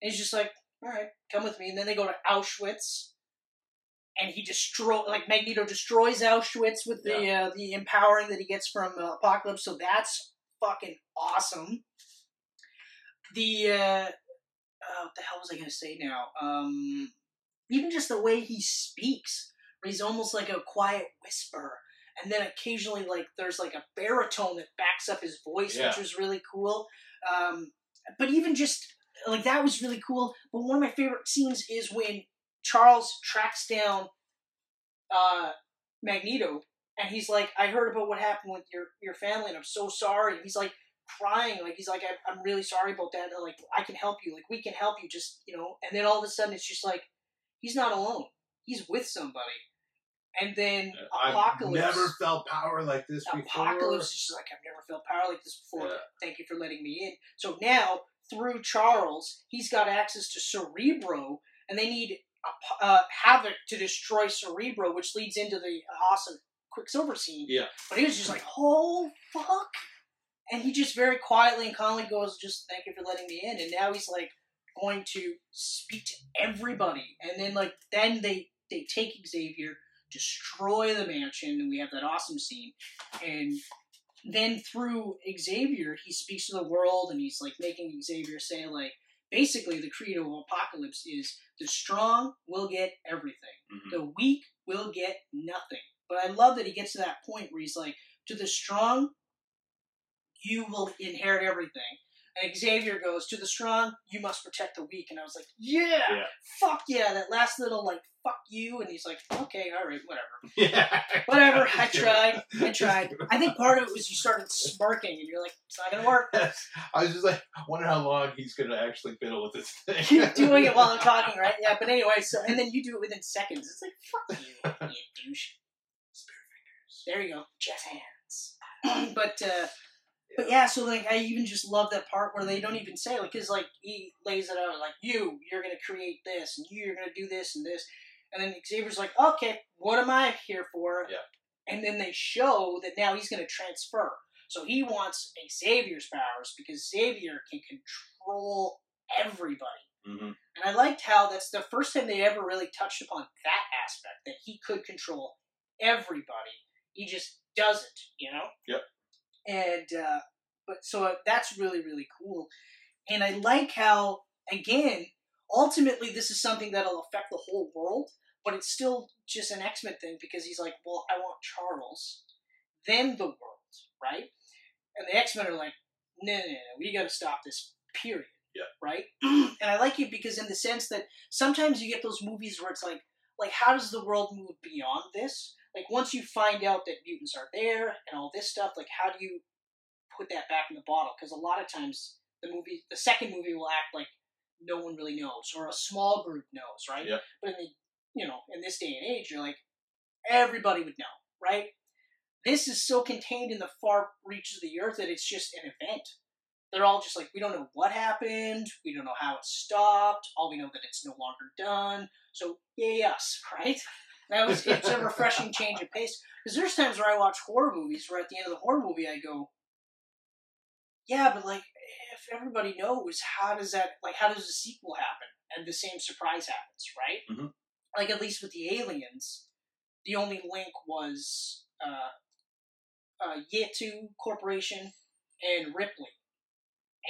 S2: And he's just like, "All right, come with me." And then they go to Auschwitz. And he destroy like Magneto destroys Auschwitz with the uh, the empowering that he gets from uh, Apocalypse. So that's fucking awesome. The uh, uh, what the hell was I gonna say now? Um, even just the way he speaks, where he's almost like a quiet whisper, and then occasionally like there's like a baritone that backs up his voice,
S3: Yeah.
S2: which was really cool. Um, but even just like that was really cool. But one of my favorite scenes is when Charles tracks down uh, Magneto and he's like, I heard about what happened with your your family, and I'm so sorry. And he's like crying, like he's like, I, I'm really sorry about that. And they're like, I can help you, like we can help you, just you know. And then all of a sudden, it's just like he's not alone; he's with somebody. And then apocalypse,
S3: I've never felt power like this before.
S2: apocalypse is just like, I've never felt power like this before.
S3: Yeah.
S2: Thank you for letting me in. So now through Charles, he's got access to Cerebro, and they need. Ap- Uh, Havoc to destroy Cerebro, which leads into the awesome Quicksilver scene.
S3: Yeah.
S2: But he was just like, oh, fuck. And he just very quietly and calmly goes, just thank you for letting me in. And now he's like going to speak to everybody. And then, like, then they, they take Xavier, destroy the mansion, and we have that awesome scene. And then through Xavier, he speaks to the world and he's like making Xavier say, like, basically the credo of apocalypse is the strong will get everything
S3: Mhm.
S2: the weak will get nothing. But I love that he gets to that point where he's like, to the strong, you will inherit everything. And Xavier goes, To the strong, you must protect the weak. And I was like, Yeah,
S4: Yeah.
S2: fuck yeah. That last little, like, fuck you. And he's like, Okay, all right, whatever.
S4: Yeah.
S2: Whatever. I tried. I tried. I think part of it was you started smirking and you're like, It's not going to work.
S4: Yes. I was just like, I wonder how long he's gonna actually fiddle with this thing.
S2: Keep doing it while I'm talking, right? Yeah, but anyway, so, and then you do it within seconds. It's like, Fuck you, you douche. There you go. Jeff hands. but, uh, but yeah, so like I even just love that part where they don't even say like, cause like he lays it out like you, you're gonna create this, and you're gonna do this and this, and then Xavier's like, okay, what am I here for?
S4: Yeah.
S2: And then they show that now he's gonna transfer. So he wants a Xavier's powers because Xavier can control everybody.
S4: Mhm.
S2: And I liked how that's the first time they ever really touched upon that aspect that he could control everybody. He just doesn't, you know.
S4: Yep.
S2: And uh, but so that's really really cool, and I like how again ultimately this is something that'll affect the whole world, but it's still just an X Men thing because he's like, well, I want Charles, then the world, right? And the X Men are like, no, no, no, we got to stop this. Period.
S4: Yeah.
S2: Right. and I like it because in the sense that sometimes you get those movies where it's like like how does the world move beyond this like once you find out that mutants are there and all this stuff like how do you put that back in the bottle because a lot of times the movie the second movie will act like no one really knows or a small group knows right
S4: Yeah.
S2: but in the you know in this day and age you're like everybody would know right this is so contained in the far reaches of the earth that it's just an event they're all just like we don't know what happened we don't know how it stopped all we know that it's no longer done so yay us, right? That was it's a refreshing change of pace. Because there's times where I watch horror movies where at the end of the horror movie I go, yeah, but like if everybody knows, how does that like how does the sequel happen and the same surprise happens, right?
S4: Mhm.
S2: Like at least with the aliens, the only link was uh, uh, Yetu Corporation and Ripley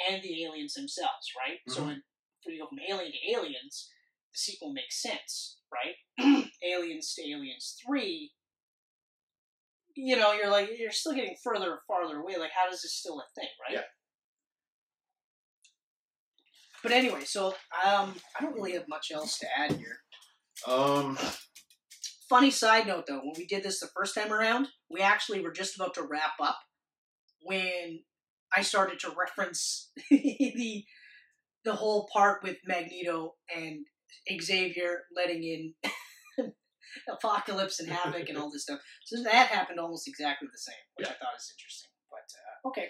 S2: and the aliens themselves, right? So when when you go from alien to aliens, the sequel makes sense, right? Aliens to Aliens 3, you know, you're like, you're still getting further and farther away. Like, how is this still a thing, right?
S4: Yeah.
S2: But anyway, so um, I don't really have much else to add here.
S4: Um
S2: Funny side note though, when we did this the first time around, we actually were just about to wrap up when I started to reference the the whole part with Magneto and Xavier letting in Apocalypse and Havoc and all this stuff. So that happened almost exactly the same, which I thought is interesting. But uh, okay,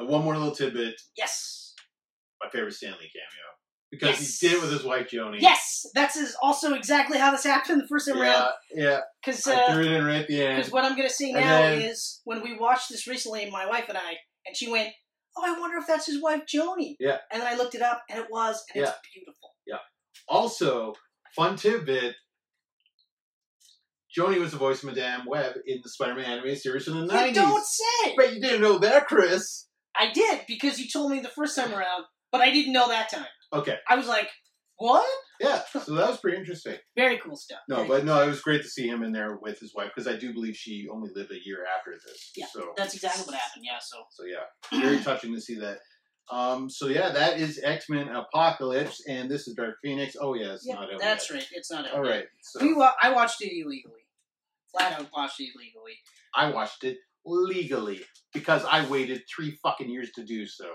S4: uh, one more little tidbit,
S2: yes,
S4: my favorite Stanley cameo. Because
S2: Yes.
S4: he did it with his wife Joni.
S2: yes, that's is also exactly how this happened the first time
S4: Yeah,
S2: around. uh,
S4: yeah.
S2: Because
S4: I threw it in right at the
S2: Because
S4: end.
S2: what I'm going to say
S4: And
S2: now
S4: then-
S2: is when we watched this recently, my wife and I, and she went, "Oh, I wonder if that's his wife Joni."
S4: Yeah.
S2: And then I looked it up, and it was, and it's beautiful.
S4: Also, fun tidbit. Joni was the voice of Madame Web in the Spider-Man animated series from the 90s.
S2: You don't say.
S4: But you didn't know that, Chris.
S2: I did because you told me the first time around, but I didn't know that time.
S4: Okay,
S2: I was like, "What?"
S4: yeah. So that was pretty interesting.
S2: Very cool stuff.
S4: No,
S2: Very
S4: but no, it was great to see him in there with his wife because I do believe she only lived a year after this.
S2: Yeah.
S4: So,
S2: that's exactly what happened. Yeah. So
S4: so yeah, very touching to see that. Um, so yeah, that is X Men Apocalypse, and this is Dark Phoenix. Oh yeah, it's
S2: yeah,
S4: not out
S2: that's
S4: yet.
S2: right. It's not.
S4: All
S2: out yet.
S4: right, so
S2: We wa- I watched it illegally. Flat out watched it illegally.
S4: I watched it legally because I waited three fucking years to do so.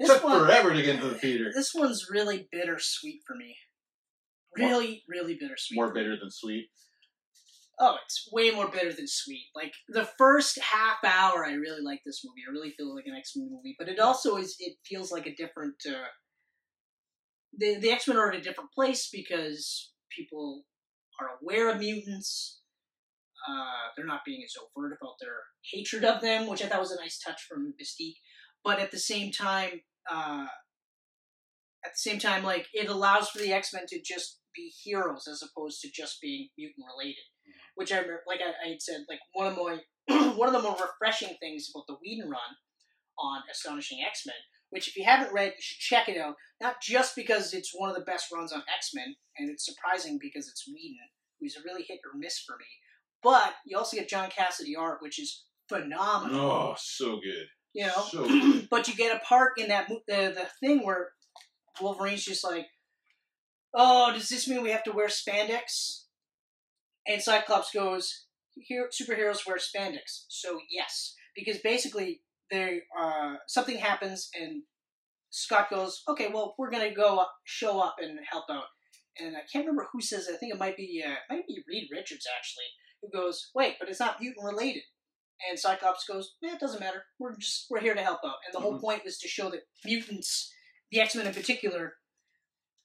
S2: This
S4: Took
S2: one,
S4: forever to get into the theater.
S2: This one's really bittersweet for me.
S4: More-
S2: Really, really bittersweet.
S4: More
S2: for me.
S4: bitter than sweet.
S2: Oh, it's way more bitter than sweet. Like the first half hour, I really like this movie. I really feel like an X Men movie, but it also is. It feels like a different. Uh, the the X Men are at a different place because people are aware of mutants. Uh, they're not being as overt about their hatred of them, which I thought was a nice touch from Mystique. But at the same time, uh, at the same time, like it allows for the X Men to just be heroes as opposed to just being mutant related which I remember, like I, I had said, like one of my one of the more refreshing things about the Whedon run on Astonishing X Men, which if you haven't read, you should check it out. Not just because it's one of the best runs on X Men, and it's surprising because it's Whedon, who's a really hit or miss for Uh-huh. me, but you also get John Cassidy art, which is phenomenal.
S4: Oh, so good.
S2: You know,
S3: So-
S2: but you get a part in that mo- the the thing where Wolverine's just like, "Oh, does this mean we have to wear spandex?" And Cyclops goes, "Here, superheroes wear spandex, so yes, because basically they uh, something happens and." Scott goes, okay, well, we're gonna go up, show up and help out. And I can't remember who says. it. I think it might be, uh, it might be Reed Richards actually, who goes, wait, but it's not mutant related. And Cyclops goes, eh, it doesn't matter. We're just we're here to help out. And the whole point was to show that mutants, the X Men in particular,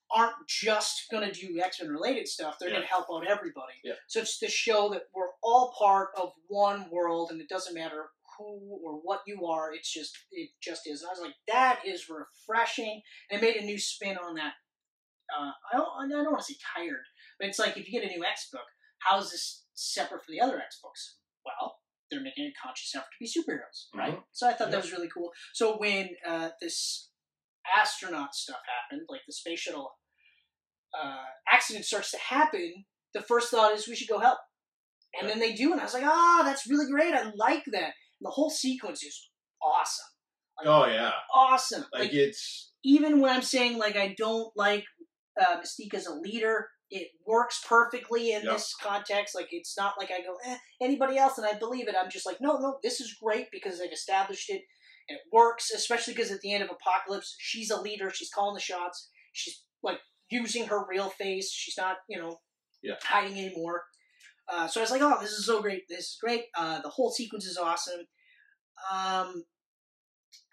S2: aren't just gonna do X Men related stuff. They're gonna help out everybody.
S3: Yeah.
S2: So it's to show that we're all part of one world, and it doesn't matter who or what you are. It's just it just is. And I was like, that is refreshing, and it made a new spin on that. Uh, I don't I don't want to say tired, but it's like if you get a new X book, how is this separate from the other X books? Well they're making a conscious effort to be superheroes, right? So I thought that was really cool. So when uh, this astronaut stuff happened, like the space shuttle uh, accident starts to happen, the first thought is we should go help, and then they do, and I was like, ah, that's really great. I like that. And the whole sequence is awesome,
S4: Oh yeah,
S2: awesome.
S4: like it's
S2: even when I'm saying like I don't like uh, Mystique as a leader, it works perfectly in
S4: Yeah.
S2: this context. Like it's not like I go eh, anybody else, and I believe it. I'm just like no, no, this is great because they've established it and it works. Especially because at the end of Apocalypse, she's a leader. She's calling the shots. She's like using her real face. She's not you know
S3: Yeah.
S2: hiding anymore. Uh, so I was like, oh, this is so great. This is great. Uh, the whole sequence is awesome. Um,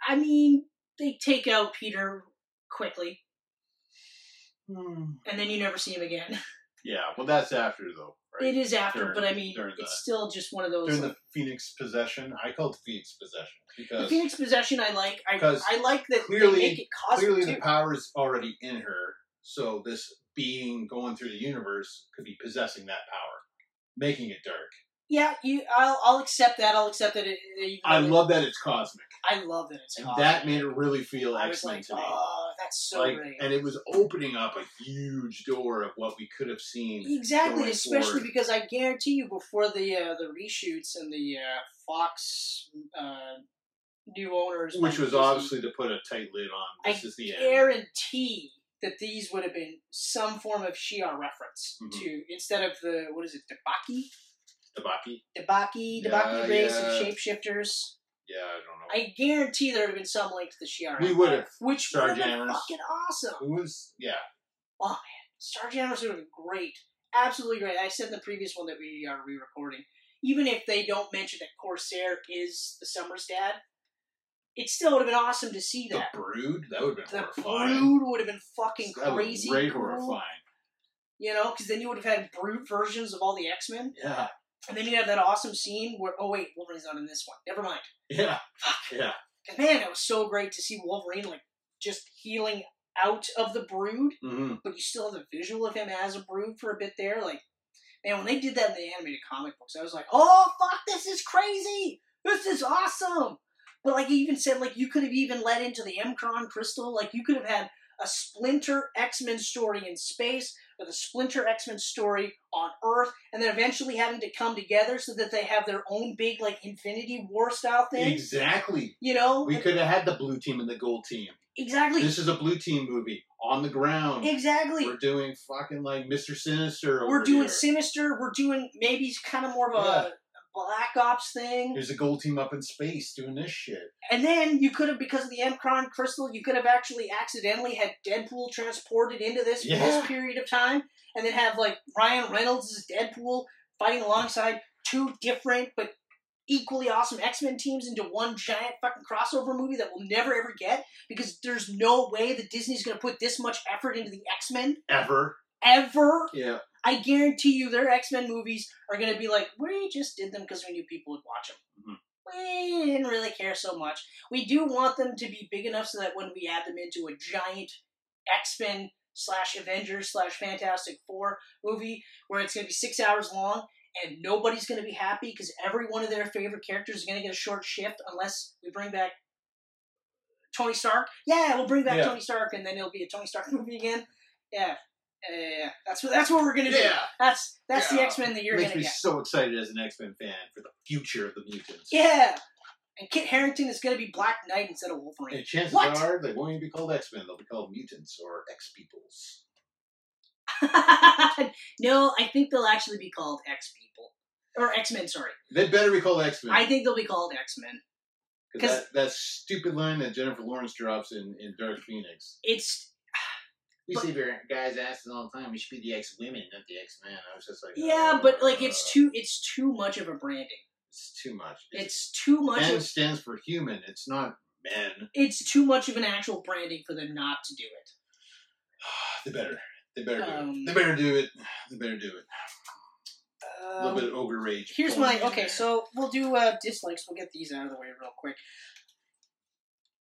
S2: I mean, they take out Peter quickly, and then you never see him again.
S4: yeah. Well, that's after though, right?
S2: It is after,
S4: During-
S2: but I mean,
S4: during
S2: it's
S4: the-
S2: still just one of those.
S4: During
S2: like-
S4: the Phoenix possession, I call it Phoenix possession
S2: the,
S4: because
S2: Phoenix possession, I like. I,
S4: 'Cause
S2: I like that
S4: clearly-
S2: they make it cosmic
S4: clearly
S2: too.
S4: the power's already in her, so this being going through the universe could be possessing that power, making it dark.
S2: yeah, you. I'll, I'll accept that. I'll accept that. It, it-
S4: I love that it's cosmic.
S2: I love that it's
S4: And
S2: cosmic.
S4: that made it really feel
S2: I was
S4: excellent to me.
S2: like, oh, that's so
S4: like,
S2: great.
S4: and it was opening up a huge door of what we could have seen.
S2: Exactly,
S4: going
S2: especially
S4: forward.
S2: because I guarantee you, before the uh, the reshoots and the uh, Fox uh, new owners,
S4: which
S2: Mike
S4: was
S2: Disney,
S4: obviously to put a tight lid on. This
S2: I
S4: is the end.
S2: guarantee that these would have been some form of Shi'ar reference
S4: Mhm.
S2: to instead of the what is it, Debaki,
S4: Tabaki.
S2: Debaki,
S4: Yeah,
S2: Debaki race and
S4: yeah.
S2: shapeshifters.
S4: Yeah, I
S2: I guarantee there would have been some link to the Shi'ar.
S4: We
S2: Empire,
S4: would have.
S2: which would have been
S4: Starjammers.
S2: fucking awesome.
S4: don't know. It was yeah.
S2: Starjammers would have been great, absolutely great. I said in the previous one that we are re-recording, even if they don't mention that Corsair is the Summers dad, it still would have been awesome to see that.
S4: The Brood. That would have been
S2: The
S4: horrifying.
S2: brood would have been fucking
S4: that would have
S2: crazy.
S4: been great
S2: cool.
S4: horrifying.
S2: You know, because then you would have had brute versions of all the X Men,
S4: Yeah.
S2: and then you have that awesome scene where oh wait, Wolverine's not in this one. Never mind.
S4: Yeah. Yeah.
S2: 'Cause, man, it was so great to see Wolverine like just healing out of the brood,
S4: Mm-hmm.
S2: but you still have the visual of him as a brood for a bit there. Like, man, when they did that in the animated comic books, I was like, oh fuck, this is crazy. This is awesome. But like, he even said like you could have even let into the Mcron crystal. Like, you could have had a Splinter X Men story in space with a Splinter X Men story on Earth, and then eventually having to come together so that they have their own big like Infinity War style thing.
S4: Exactly.
S2: you know,
S4: We could have had the blue team and the gold team.
S2: Exactly.
S4: This is a blue team movie on the ground.
S2: exactly.
S4: We're doing fucking like Mr. Sinister.
S2: We're,
S4: over
S2: doing
S4: here.
S2: Sinister. We're doing maybe it's kind of more of a
S4: Yeah.
S2: Black Ops thing.
S4: There's a gold team up in space doing this shit.
S2: And then you could have, because of the Emcron crystal, you could have actually accidentally had Deadpool transported into this for this
S4: Yeah.
S2: period of time, and then have like Ryan Reynolds as Deadpool fighting alongside two different but equally awesome X Men teams into one giant fucking crossover movie that we'll never ever get because there's no way that Disney's going to put this much effort into the X Men
S4: Ever.
S2: ever.
S4: Yeah.
S2: I guarantee you, their X Men movies are going to be like, we just did them because we knew people would watch them.
S4: Mhm.
S2: We didn't really care so much. We do want them to be big enough so that when we add them into a giant X Men slash Avengers slash Fantastic Four movie, where it's going to be six hours long and nobody's going to be happy because every one of their favorite characters is going to get a short shift unless we bring back Tony Stark. Yeah, we'll bring back
S4: Yeah.
S2: Tony Stark, and then it'll be a Tony Stark movie again. Yeah. Yeah, yeah, yeah. that's what that's what we're gonna do.
S4: Yeah.
S2: That's that's the
S4: Yeah.
S2: X Men that you're
S4: makes
S2: gonna
S4: me
S2: get.
S4: so excited as an X Men fan for the future of the mutants.
S2: Yeah, And Kit Harrington is going to be Black Knight instead of Wolverine.
S3: And chances
S2: What?
S3: are they won't even be called X Men. They'll be called mutants or X peoples.
S2: no, I think they'll actually be called X people. Or X Men, sorry.
S3: They better be called X Men.
S2: I think they'll be called X Men.
S3: Because that, that stupid line that Jennifer Lawrence drops in, in Dark Phoenix.
S2: It's
S4: We
S2: But-
S4: see their guys' asses all the time. We should be the ex women, not the ex men. I was just like,
S2: yeah,
S4: uh,
S2: but like it's too it's too much of a branding.
S3: oh, It's too much.
S2: It's too much
S3: men
S2: of
S3: stands for human. It's not men.
S2: it's too much of an actual branding for them not to do it.
S3: they better. They better do
S2: Um,
S3: it. They better do it. They better do it. A
S2: Um,
S3: little bit of ogre rage.
S2: Here's
S3: pulling
S2: my
S3: in
S2: okay.
S3: there.
S2: So we'll do uh, dislikes. We'll get these out of the way real quick.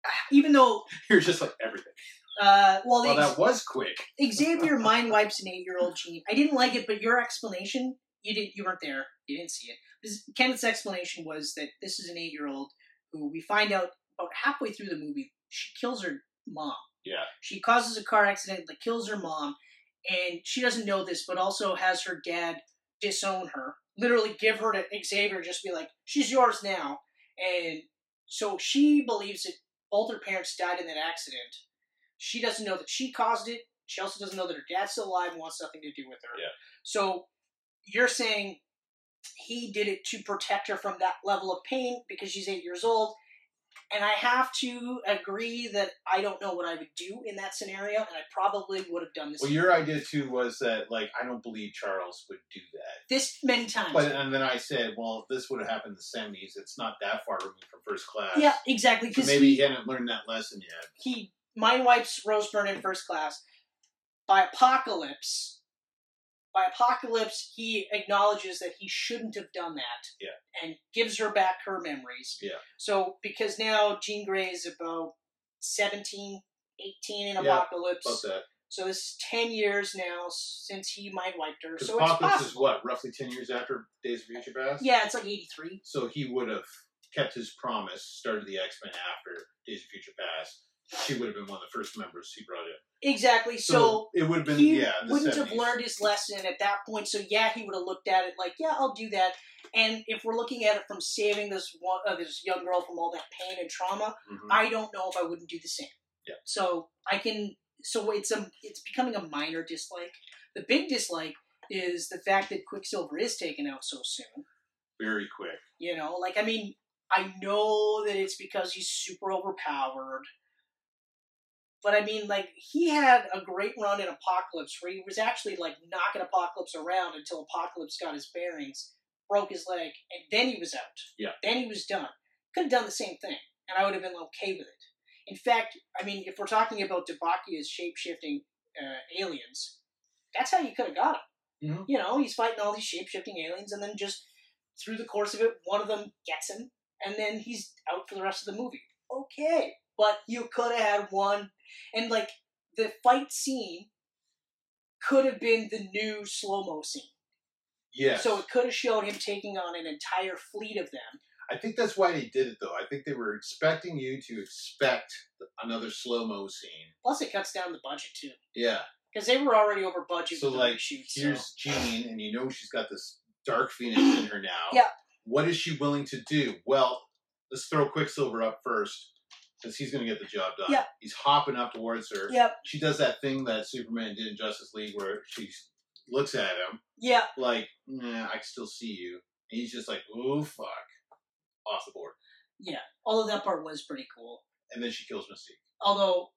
S2: Ah, Even though,
S3: you're just like everything.
S2: uh, well,
S3: Well,
S2: the
S3: that was quick.
S2: ex- Xavier mind wipes an eight-year-old Jean. I didn't like it, but your explanation, you didn't, you weren't there. You didn't see it. This, Kenneth's explanation was that this is an eight-year-old who we find out about halfway through the movie she kills her mom.
S3: Yeah.
S2: She causes a car accident that kills her mom, and she doesn't know this, but also has her dad disown her, literally give her to Xavier, just be like, she's yours now. And so she believes that both her parents died in that accident. She doesn't know that she caused it. She also doesn't know that her dad's still alive and wants nothing to do with her.
S3: Yeah.
S2: So you're saying he did it to protect her from that level of pain because she's eight years old and I have to agree that I don't know what I would do in that scenario, and I probably would have done this
S3: Well, your idea too was that like I don't believe Charles would do that.
S2: this many times.
S3: But and then I said, well, if this would have happened in the seventies. It's not that far removed from first class.
S2: yeah, exactly.
S3: uh, So
S2: Because
S3: maybe he
S2: he,
S3: hadn't learned that lesson yet.
S2: he mind wipes Rose Byrne in first class. By apocalypse, by apocalypse, he acknowledges that he shouldn't have done that.
S3: Yeah.
S2: And gives her back her memories.
S3: Yeah.
S2: So because now Jean Grey is about 17, 18 in
S3: Yeah,
S2: apocalypse.
S3: About that.
S2: So this is ten years now since he mind wiped her.
S3: Because
S2: So it's
S3: Apocalypse
S2: possible.
S3: is what, roughly ten years after Days of Future Past.
S2: Yeah, it's like 83.
S3: So he would have kept his promise, started the X Men after Days of Future Past. She would have been one of the first members he brought in.
S2: Exactly. So,
S3: So, it would have been
S2: he
S3: yeah. The
S2: wouldn't
S3: 70s.
S2: have learned his lesson at that point. So yeah, he would have looked at it like, yeah, I'll do that. And if we're looking at it from saving this one, uh, this young girl from all that pain and trauma,
S3: Mhm.
S2: I don't know if I wouldn't do the same.
S3: Yeah.
S2: So I can. So it's a, it's becoming a minor dislike. The big dislike is the fact that Quicksilver is taken out so soon.
S3: very quick.
S2: You know, like I mean, I know that it's because he's super overpowered. But I mean, like he had a great run in Apocalypse, where he was actually like knocking Apocalypse around until Apocalypse got his bearings, broke his leg, and then he was out.
S3: Yeah.
S2: Then he was done. Could have done the same thing, and I would have been okay with it. In fact, I mean, if we're talking about Debakia's shape shifting uh, aliens, that's how you could have got him.
S3: Mhm.
S2: You know, he's fighting all these shape shifting aliens, and then just through the course of it, one of them gets him, and then he's out for the rest of the movie. Okay, but you could have had one, and like the fight scene could have been the new slow mo scene.
S3: Yes.
S2: So it could have showed him taking on an entire fleet of them.
S3: I think that's why they did it though. I think they were expecting you to expect another slow mo scene.
S2: Plus, it cuts down the budget too,
S3: Yeah.
S2: because they were already over budget.
S3: So,
S2: with the
S3: like,
S2: reshoots, so-
S3: Here's Jean, and you know she's got this dark phoenix in her now.
S2: Yeah.
S3: What is she willing to do? Well, let's throw Quicksilver up first, since he's going to get the job done.
S2: Yeah.
S3: He's hopping up towards her.
S2: Yep.
S3: She does that thing that Superman did in Justice League, where she looks at him
S2: Yeah.
S3: like, nah, "I can still see you," and he's just like, "Oh fuck," off the board,
S2: Yeah. Although that part was pretty cool.
S3: and then she kills Mystique.
S2: Although,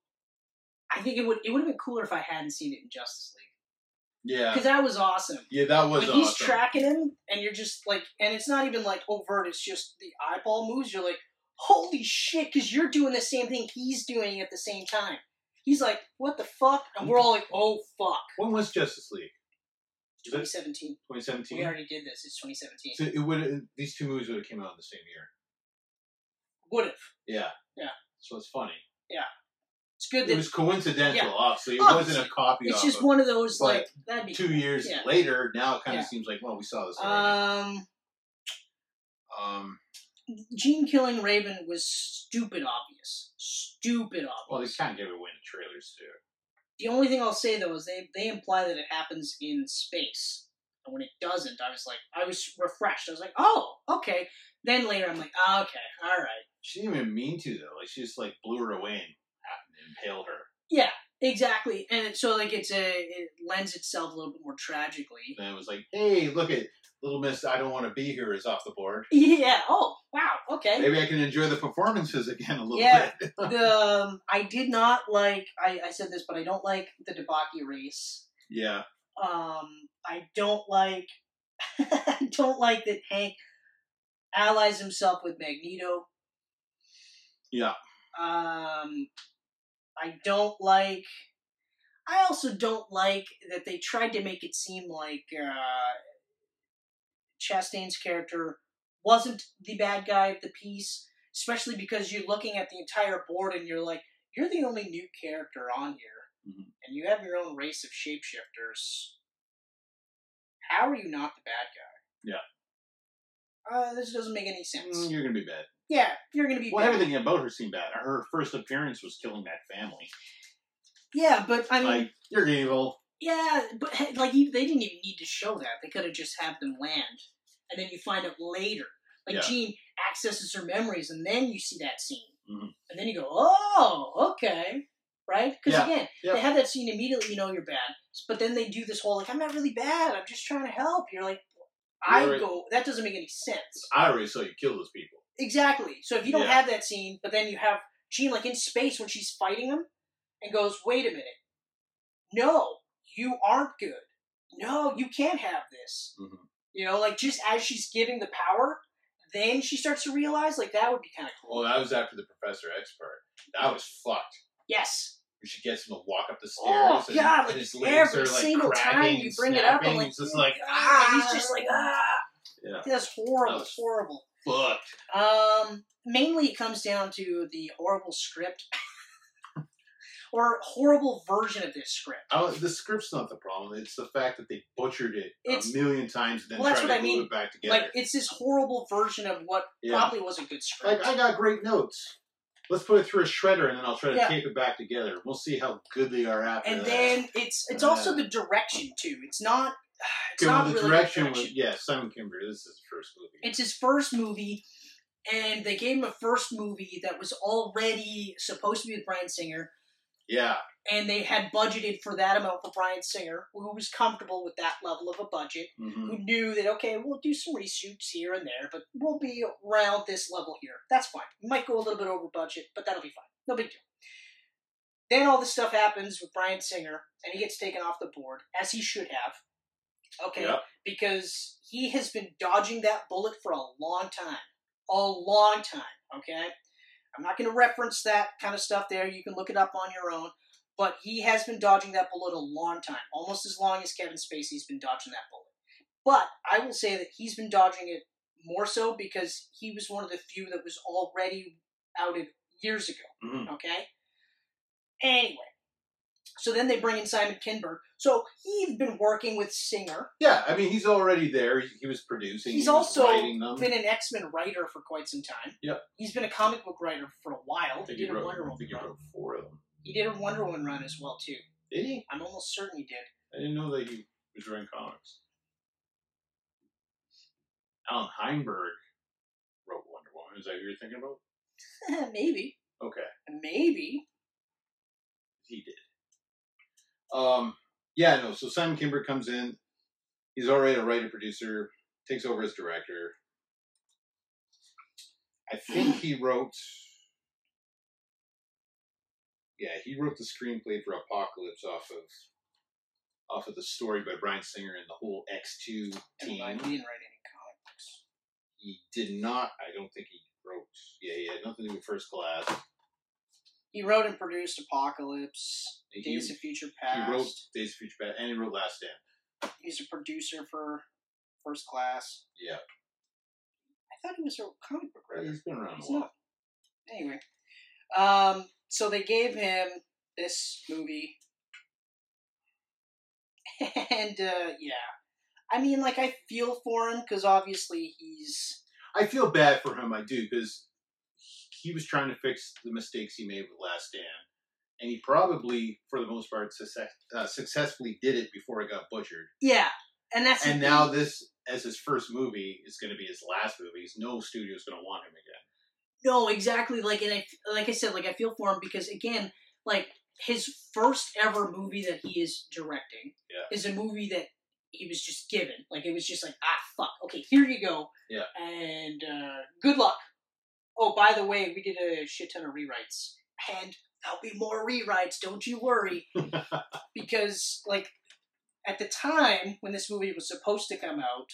S2: I think it would it would have been cooler if I hadn't seen it in Justice League
S3: Yeah.
S2: because that was awesome.
S3: Yeah, that was
S2: When
S3: awesome.
S2: he's tracking him, and you're just like, and it's not even like overt. It's just the eyeball moves. You're like, holy shit, because you're doing the same thing he's doing at the same time. He's like, what the fuck? And we're all like, oh fuck.
S3: when was Justice League? Is it
S2: 2017. We
S3: 2017?
S2: already did this. It's 2017.
S3: So it would these two movies would have came out in the same year.
S2: Would have.
S3: Yeah.
S2: Yeah.
S3: So it's funny.
S2: It's good
S3: It
S2: that
S3: was coincidental,
S2: Yeah.
S3: obviously. It
S2: Obviously.
S3: wasn't a copy
S2: it's
S3: off
S2: just
S3: of
S2: one of those
S3: but
S2: like that'd be
S3: two years
S2: Yeah.
S3: later. Now it kind of
S2: Yeah.
S3: seems like, well, we saw this already.
S2: Um,
S3: um,
S2: Gene killing Raven was stupid obvious. Stupid obvious.
S3: well, they kind of gave it away in the trailers, too.
S2: The only thing I'll say though is they they imply that it happens in space, and when it doesn't, I was like, I was refreshed. I was like, oh, okay. Then later, I'm like, oh, okay, all right.
S3: She didn't even mean to though. Like she just like blew her away and happened, impaled her.
S2: Yeah, exactly. And it, so like it's a it lends itself a little bit more tragically.
S3: And it was like, hey, look at Little Miss. I don't want to be here is off the board.
S2: Yeah. Oh wow. Okay.
S3: Maybe I can enjoy the performances again a little
S2: Yeah.
S3: bit.
S2: the, um, I did not like. I, I said this, but I don't like the debaki race.
S3: Yeah,
S2: Um, I don't like. I don't like that Hank allies himself with Magneto.
S3: Yeah.
S2: Um, I don't like. I also don't like that they tried to make it seem like uh, Chastain's character wasn't the bad guy of the piece, especially because you're looking at the entire board and you're like, you're the only new character on here,
S3: Mhm.
S2: and you have your own race of shapeshifters. How are you not the bad guy? Uh, this doesn't make any sense.
S3: Mm, you're gonna be bad.
S2: Yeah, you're gonna be.
S3: Well,
S2: bad.
S3: everything about her seemed bad. Her first appearance was killing that family.
S2: Yeah, but I mean,
S3: Like you're evil.
S2: yeah, but hey, like you- they didn't even need to show that. They could have just had them land, and then you find out later. Like
S3: Yeah.
S2: Jean accesses her memories, and then you see that scene,
S3: Mhm.
S2: and then you go, "Oh, okay." Right? Because
S3: Yeah,
S2: again,
S3: yeah.
S2: they have that scene immediately. You know you're bad, but then they do this whole like, "I'm not really bad. I'm just trying to help." You're like, "I
S3: You're right.
S2: go." That doesn't make any sense.
S3: I already saw you kill those people.
S2: Exactly. So if you don't
S3: Yeah.
S2: have that scene, but then you have Jean like in space when she's fighting him and goes, wait a minute. No, you aren't good. No, you can't have this.
S3: Mhm.
S2: You know, like just as she's giving the power, then she starts to realize like that would be kind of cool.
S3: Well, that was after the Professor X part. That was fucked.
S2: yes.
S3: She gets him to walk up the stairs.
S2: Oh
S3: and,
S2: God!
S3: and
S2: Like
S3: his legs
S2: every
S3: are like
S2: single time
S3: cracking
S2: you
S3: and
S2: bring it up, I'm
S3: snapping.
S2: like,
S3: It's just
S2: "Oh,
S3: like
S2: God,"
S3: ah,
S2: he's just like ah.
S3: Yeah.
S2: That's horrible.
S3: That was-
S2: horrible.
S3: fuck.
S2: Um, mainly it comes down to the horrible script or horrible version of this script.
S3: Oh, the script's not the problem. It's the fact that they butchered it
S2: It's-
S3: a million times and then
S2: Well, that's
S3: tried to
S2: what I
S3: glue
S2: mean.
S3: it back together.
S2: Like it's this horrible version of what
S3: Yeah.
S2: probably was a good script.
S3: Like I got great notes. Let's put it through a shredder and then I'll try to
S2: Yeah.
S3: tape it back together. We'll see how good they are after
S2: and
S3: that.
S2: then it's it's also the direction too. It's not it's
S3: Okay, well,
S2: not
S3: the
S2: really the
S3: direction
S2: direction.
S3: was yeah, Simon Kimber. This is his first movie.
S2: It's his first movie, and they gave him a first movie that was already supposed to be with Brian Singer,
S3: yeah,
S2: and they had budgeted for that amount for Brian Singer, who was comfortable with that level of a budget.
S3: hmm
S2: who knew that okay, we'll do some reshoots here and there, but we'll be around this level here. That's fine. We might go a little bit over budget, but that'll be fine. No big deal. Then all this stuff happens with Brian Singer, and he gets taken off the board, as he should have. Okay,
S3: Yep.
S2: because he has been dodging that bullet for a long time. A long time, okay? I'm not going to reference that kind of stuff there. You can look it up on your own. But he has been dodging that bullet a long time, almost as long as Kevin Spacey's been dodging that bullet. But I will say that he's been dodging it more so because he was one of the few that was already outed years ago.
S3: Mhm.
S2: Okay? Anyway. So then they bring in Simon Kinberg. So he's been working with Singer,
S3: yeah. I mean, he's already there. He, he was producing.
S2: He's
S3: he was
S2: also
S3: writing them.
S2: been an X Men writer for quite some time.
S3: Yep.
S2: He's been a comic book writer for a
S3: I
S2: while. He
S3: think he
S2: did a
S3: wrote.
S2: Wonder
S3: I
S2: Woman
S3: think he
S2: run.
S3: wrote four of them.
S2: He did a Wonder Woman run as well too.
S3: Did he?
S2: I'm almost certain he did.
S3: I didn't know that he was writing comics. Alan Heinberg wrote Wonder Woman. Is that who you're thinking about?
S2: Maybe.
S3: Okay.
S2: Maybe.
S3: he did. Um, yeah, no. So Simon Kimber comes in. He's already a writer producer. Takes over as director. I think he wrote. Yeah, he wrote the screenplay for Apocalypse off of off of the story by Brian Singer and the whole X two
S2: And
S3: team.
S2: I didn't write any comic books.
S3: He did not. I don't think he wrote. Yeah, he had nothing to do with First Class.
S2: He wrote and produced Apocalypse,
S3: He-
S2: Days of Future Past.
S3: He wrote Days of Future Past and he wrote Last Stand.
S2: He's a producer for First Class.
S3: Yeah.
S2: I thought he was a comic book writer.
S3: He's been around a
S2: He's
S3: while.
S2: not. Anyway, um, so they gave him this movie, and uh, yeah, I mean, like I feel for him because obviously he's
S3: I feel bad for him. I do because he was trying to fix the mistakes he made with Last Stand, and he probably, for the most part, success, uh, successfully did it before it got butchered.
S2: yeah, and that's the
S3: And now
S2: thing.
S3: this, as his first movie, is going to be his last movie. He's no studio's going to want him again.
S2: No, exactly. Like, and I, like I said, like I feel for him because again, like his first ever movie that he is directing
S3: Yeah.
S2: is a movie that he was just given. Like it was just like, ah, fuck. Okay, here you go.
S3: Yeah.
S2: And uh, good luck. Oh, by the way, we did a shit ton of rewrites, and there'll be more rewrites. Don't you worry, because like at the time when this movie was supposed to come out,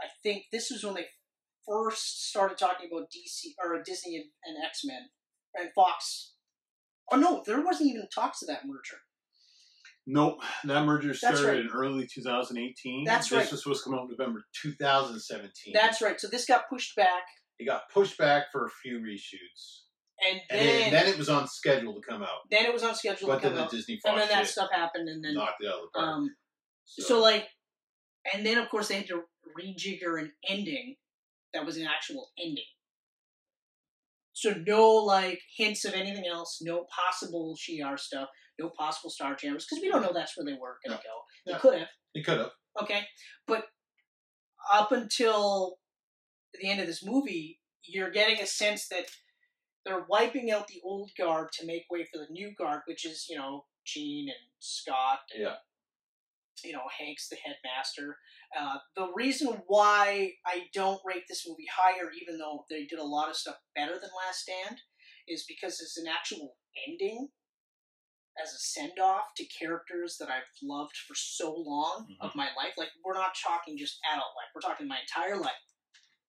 S2: I think this was when they first started talking about DC or Disney and, and X Men and Fox. Oh no, there wasn't even talks of that merger.
S3: Nope. That merger
S2: That's
S3: started
S2: right.
S3: in early 2018.
S2: That's
S3: this
S2: right.
S3: was supposed to come out in November 2017.
S2: That's right. So this got pushed back,
S3: It got pushed back for a few reshoots.
S2: and
S3: And
S2: then
S3: it, then it was on schedule to come out.
S2: then it was on schedule
S3: But
S2: to
S3: then
S2: come
S3: the
S2: out,
S3: Disney
S2: and
S3: Fox
S2: then that
S3: shit
S2: stuff happened, and then
S3: knocked it out of the park.
S2: um, so like, and then of course they had to rejigger an ending that was an actual ending. So no like hints of anything else, no possible Shi'ar stuff, no possible Star Jammers, because we don't know that's where they were gonna
S3: No.
S2: go. They
S3: No.
S2: could have.
S3: it could have.
S2: Okay, but up until the end of this movie, you're getting a sense that they're wiping out the old guard to make way for the new guard, which is you know Gene and Scott and
S3: Yeah.
S2: you know Hank's the headmaster. Uh, the reason why I don't rate this movie higher, even though they did a lot of stuff better than Last Stand, is because it's an actual ending as a send off to characters that I've loved for so long of my life. Like we're not talking just adult life; we're talking my entire life.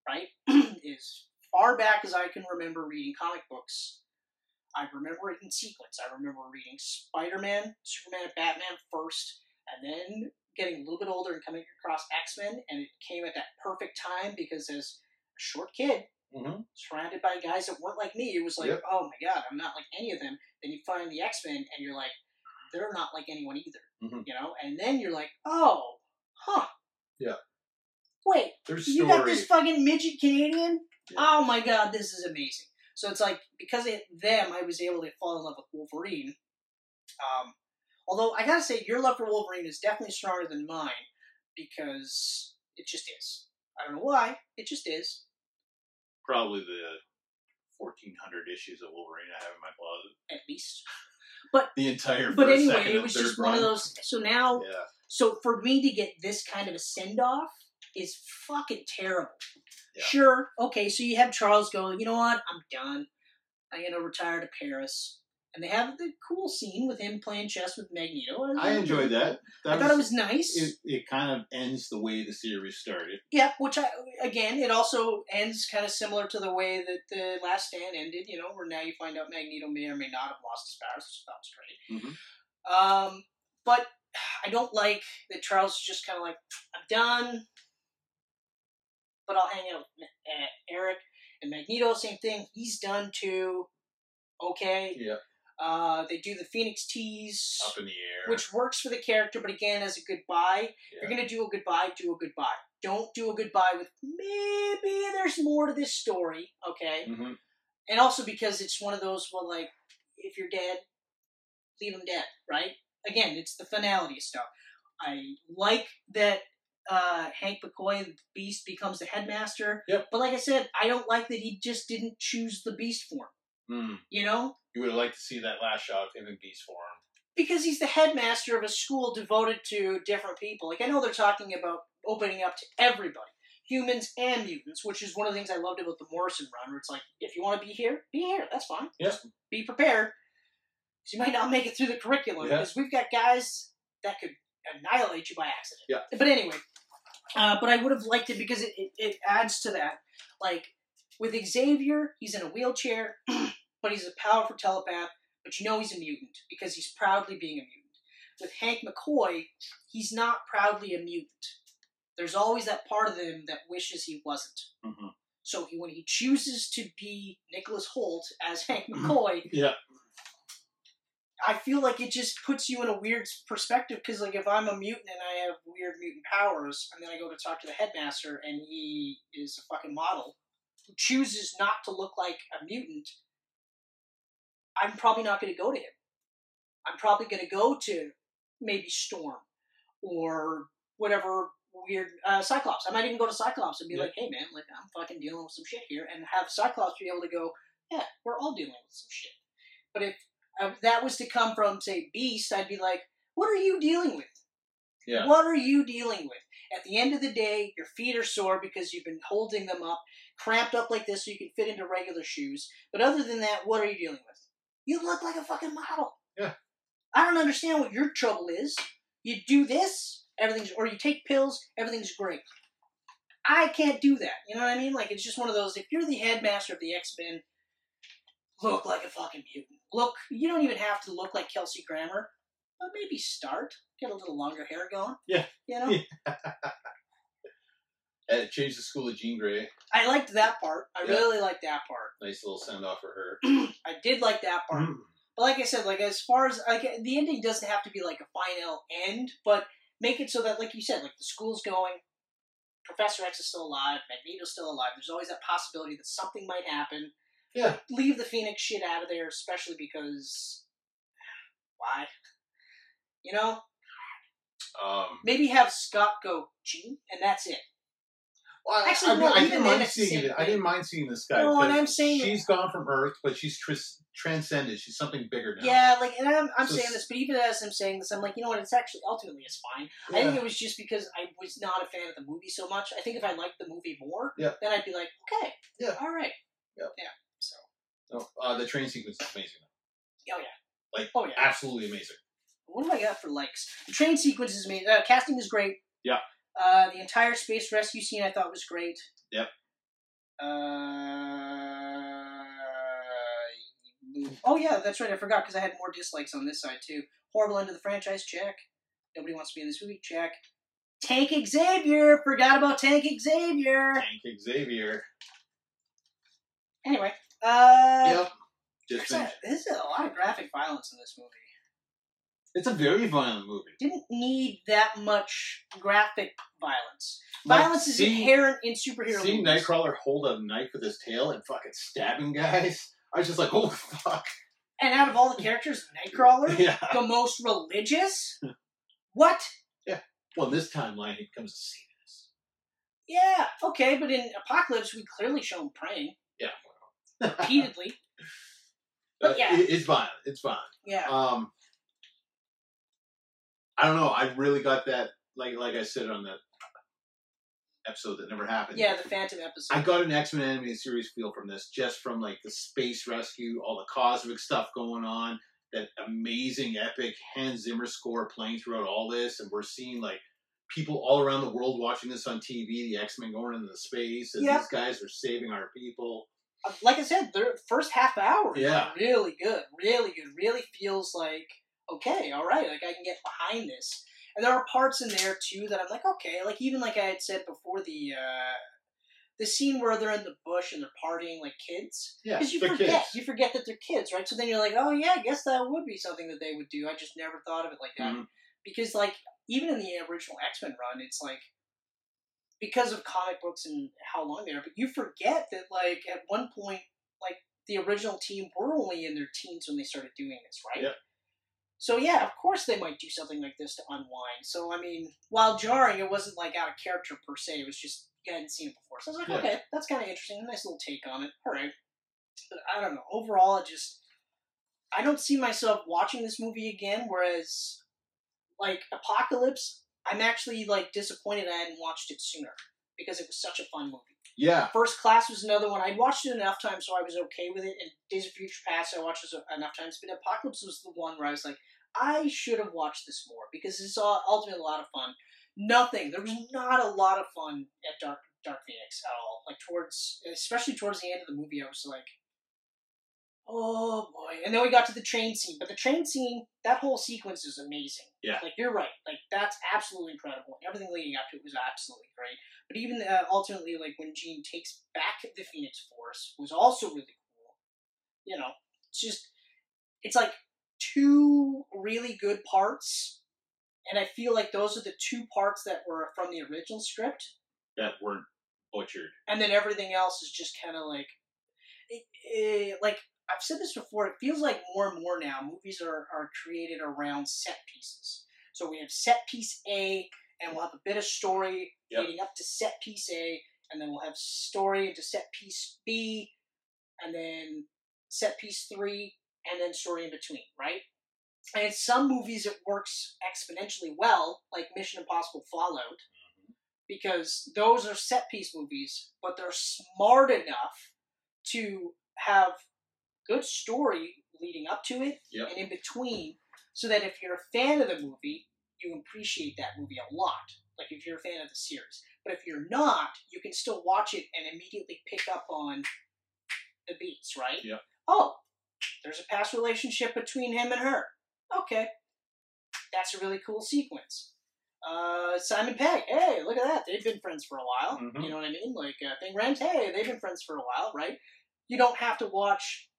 S2: Right? as far back as I can remember reading comic books, I remember it in sequence. I remember reading Spider Man, Superman, and Batman first, and then getting a little bit older and coming across X Men, and it came at that perfect time because as a short kid,
S3: Mhm.
S2: surrounded by guys that weren't like me, it was like,
S3: Yep.
S2: oh my god, I'm not like any of them. Then you find the X Men, and you're like, they're not like anyone either,
S3: Mhm.
S2: you know. And then you're like, oh, huh,
S3: Yeah.
S2: Wait,
S3: There's
S2: you got
S3: story.
S2: this fucking midget Canadian?
S3: Yeah.
S2: Oh my god, this is amazing. So it's like because of them, I was able to fall in love with Wolverine. Um, although I gotta say, your love for Wolverine is definitely stronger than mine because it just is. I don't know why, it just is.
S3: Probably the 1,400 issues of Wolverine I have in my closet.
S2: At least,
S3: The entire
S2: but
S3: first,
S2: anyway,
S3: second,
S2: it
S3: and
S2: was
S3: third
S2: just
S3: run.
S2: one of those. So now,
S3: Yeah.
S2: So for me to get this kind of a send off is fucking terrible.
S3: Yeah.
S2: Sure, okay, so you have Charles going, you know what, I'm done. I'm gonna retire to Paris. And they have the cool scene with him playing chess with Magneto.
S3: I enjoyed that.
S2: I
S3: that
S2: thought it was nice.
S3: it, it kind of ends the way the series started.
S2: yeah, which I again, it also ends kind of similar to the way that the Last Stand ended. You know, where now you find out Magneto may or may not have lost his powers, which that was great.
S3: Mhm.
S2: Um, but I don't like that Charles is just kind of like, I'm done, but I'll hang out with Ma- uh, Eric and Magneto. Same thing. He's done too. Okay.
S3: Yeah.
S2: Uh, they do the Phoenix tease,
S3: Up in the air.
S2: which works for the character, but again, as a goodbye,
S3: Yeah.
S2: you're gonna do a goodbye, do a goodbye. Don't do a goodbye with maybe there's more to this story, okay?
S3: Mhm.
S2: And also because it's one of those, well, like, if you're dead, leave him dead, right? Again, it's the finality stuff. I like that uh, Hank McCoy, the Beast, becomes the headmaster.
S3: Yep.
S2: But like I said, I don't like that he just didn't choose the Beast form,
S3: Mm.
S2: you know?
S3: You would have liked to see that last shot of him in Beast form.
S2: because he's the headmaster of a school devoted to different people. Like I know they're talking about opening up to everybody, humans and mutants, which is one of the things I loved about the Morrison run, where it's like, if you want to be here, be here. That's fine.
S3: Yeah.
S2: Just be prepared. 'Cause you might not make it through the curriculum
S3: Yeah.
S2: because we've got guys that could annihilate you by accident.
S3: Yeah.
S2: But anyway, uh, but I would have liked it because it, it, it adds to that. Like with Xavier, he's in a wheelchair, but he's a powerful telepath but you know he's a mutant because he's proudly being a mutant. With Hank McCoy, he's not proudly a mutant. There's always that part of him that wishes he wasn't.
S3: Mm-hmm.
S2: So he, when he chooses to be Nicholas Holt as Hank McCoy,
S3: Yeah.
S2: I feel like it just puts you in a weird perspective because, like, if I'm a mutant and I have weird mutant powers, and then I go to talk to the headmaster and he is a fucking model who chooses not to look like a mutant, I'm probably not going to go to him. I'm probably going to go to maybe Storm or whatever weird uh, Cyclops. I might even go to Cyclops and be like, "Hey, man, like I'm fucking dealing with some shit here," and have Cyclops be able to go, "Yeah, we're all dealing with some shit." But if uh, that was to come from, say, Beast, I'd be like, "What are you dealing with?
S3: Yeah.
S2: What are you dealing with?" At the end of the day, your feet are sore because you've been holding them up, cramped up like this, so you can fit into regular shoes. But other than that, what are you dealing with? You look like a fucking model.
S4: Yeah.
S2: I don't understand what your trouble is. You do this, everything's, or you take pills, everything's great. I can't do that. You know what I mean? Like, it's just one of those, if you're the headmaster of the X Men, look like a fucking mutant. Look, you don't even have to look like Kelsey Grammer, but maybe start. Get a little longer hair going.
S4: Yeah.
S2: You know?
S3: And it changed the school to Jean Grey.
S2: I liked that part. I
S3: Yeah.
S2: really liked that part.
S3: Nice little send off for her.
S2: I did like that part. But like I said, like as far as like the ending doesn't have to be like a final end, but make it so that like you said, like the school's going, Professor X is still alive, Magneto's still alive. There's always that possibility that something might happen.
S3: Yeah.
S2: Leave the Phoenix shit out of there, especially because why? You know,
S3: Um,
S2: maybe have Scott go Gene, and that's it.
S4: Well,
S2: Actually,
S4: I, I, mean,
S2: no,
S4: I
S2: even
S4: didn't
S2: then,
S4: mind
S2: that's the
S4: seeing
S2: same
S4: it. I
S2: thing.
S4: didn't mind seeing this guy.
S2: No, and
S4: but
S2: I'm saying-
S4: she's gone from Earth, but she's tris- transcended. She's something bigger now.
S2: Yeah, like, and I'm, I'm
S4: So
S2: saying
S4: s-
S2: this, but even as I'm saying this, I'm like, you know what? It's actually ultimately it's fine. I think it was just because I was not a fan of the movie so much. I think if I liked the movie more,
S4: Yeah.
S2: then I'd be like, okay,
S4: Yeah.
S2: all right,
S4: Yeah.
S2: So,
S3: no, uh, the train sequence is amazing.
S2: oh yeah,
S3: Like,
S2: oh yeah.
S3: Absolutely amazing.
S2: What do I got for likes? The train sequence is amazing. Uh, casting is great.
S3: Yeah.
S2: Uh, the entire space rescue scene I thought was great.
S3: Yep.
S2: Uh, oh yeah, that's right. I forgot because I had more dislikes on this side too. Horrible end of the franchise. Check. Nobody wants to be in this movie. Check. Tank Xavier. Forgot about Tank Xavier.
S3: Tank Xavier.
S2: Anyway. Uh,
S3: yep. Just
S2: there's a-
S3: finished.
S2: this is a lot of graphic violence in this movie.
S3: It's a very violent movie.
S2: Didn't need that much graphic violence.
S3: Like,
S2: Violence is
S3: seeing-
S2: inherent in superhero
S3: Seeing
S2: movies.
S3: Nightcrawler hold a knife with his tail and fucking stabbing guys, I was just like, oh fuck.
S2: And out of all the characters, Nightcrawler,
S3: Yeah.
S2: the most religious. What?
S3: Well, in this timeline, he becomes a Satanist.
S2: Yeah, okay, but in Apocalypse, we clearly show him praying
S3: Yeah.
S2: repeatedly. But
S3: Uh,
S2: yeah.
S3: it- it's violent. It's violent.
S2: Yeah,
S3: Um, I don't know. I really got that. Like, like I said on that episode that never happened.
S2: yeah, the Phantom episode.
S3: Uh, I got an X Men animated series feel from this, just from like the space rescue, all the cosmic stuff going on, that amazing epic Hans Zimmer score playing throughout all this, and we're seeing like people all around the world watching this on TV. The X Men going into space, and
S2: Yeah.
S3: these guys are saving our people.
S2: Uh, like I said, the first half hour is
S3: Yeah.
S2: really good, really good. Really feels like okay, all right, like I can get behind this. And there are parts in there too that I'm like, okay, like even like I had said before the uh, the scene where they're in the bush and they're partying like kids.
S3: Yeah,
S2: Because you
S3: they're
S2: forget,
S3: kids.
S2: you forget that they're kids, right? So then you're like, oh yeah, I guess that would be something that they would do. I just never thought of it like that
S3: Mhm.
S2: because like even in the original X Men run, it's like because of comic books and how long they are, but you forget that like at one point, like the original team were only in their teens when they started doing this, right?
S3: Yep.
S2: So yeah, of course they might do something like this to unwind. So I mean, while jarring, it wasn't like out of character per se. It was just you hadn't seen it before, so I was like,
S3: Yeah.
S2: okay, that's kind of interesting. Nice little take on it. All right, but I don't know. Overall, it just I don't see myself watching this movie again. Whereas, like Apocalypse, I'm actually like disappointed I hadn't watched it sooner because it was such a fun movie.
S3: Yeah,
S2: First Class was another one I'd watched it enough times, so I was okay with it. And Days of Future Past, I watched this enough times, but Apocalypse was the one where I was like, I should have watched this more because it's all ultimately a lot of fun. Nothing. There was not a lot of fun at Dark Dark Phoenix at all. Like towards, especially towards the end of the movie, I was like, oh boy. And then we got to the train scene, but the train scene, that whole sequence is amazing.
S3: Yeah.
S2: Like you're right. Like that's absolutely incredible. Everything leading up to it was absolutely great. But even uh, ultimately, like when Jean takes back the Phoenix Force, was also really cool. You know, it's just it's like two really good parts, and I feel like those are the two parts that were from the original script
S3: that weren't butchered.
S2: and then everything else is just kind of like, it, it, like I've said this before. It feels like more and more now movies are are created around set pieces. So we have set piece A, and we'll have a bit of story
S3: Yep.
S2: leading up to set piece A, and then we'll have story into set piece B, and then set piece three, and then story in between, right? And in some movies, it works exponentially well, like Mission Impossible Fallout, because those are set piece movies, but they're smart enough to have good story leading up to it
S3: Yep.
S2: and in between, so that if you're a fan of the movie, you appreciate that movie a lot. Like if you're a fan of the series, but if you're not, you can still watch it and immediately pick up on the beats, right?
S3: Yeah.
S2: Oh, there's a past relationship between him and her. Okay, that's a really cool sequence. Uh, Simon Pegg, hey, look at that. They've been friends for a while.
S3: Mhm.
S2: You know what I mean? Like uh, Thing Rent, hey, they've been friends for a while, right? You don't have to watch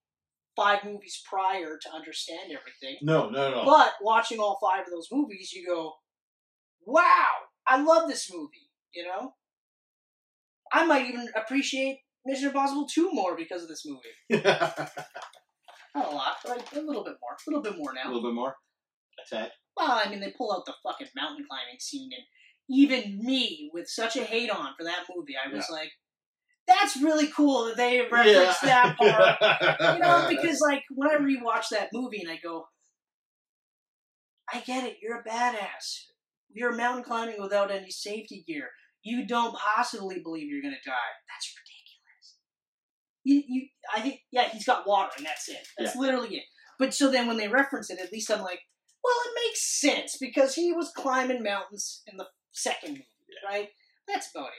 S2: five movies prior to understand everything.
S5: No, no, no.
S2: But watching all five of those movies, you go, wow, I love this movie, you know? I might even appreciate Mission Impossible 2 more because of this movie.
S3: a
S2: Not a lot, but a little bit more. A little bit more now.
S3: little bit more. Attack.
S2: Well, I mean, they pull out the fucking mountain climbing scene, and even me, with such a hate on for that movie, I was like, that's really cool that they referenced that part. You know, because, like, when I rewatch that movie and I go, I get it, you're a badass. You're mountain climbing without any safety gear. You don't possibly believe you're going to die. That's ridiculous. You, you, I think, yeah, he's got water, and that's it. That's literally it. But so then when they reference it, at least I'm like, well, it makes sense because he was climbing mountains in the second movie, right? That's about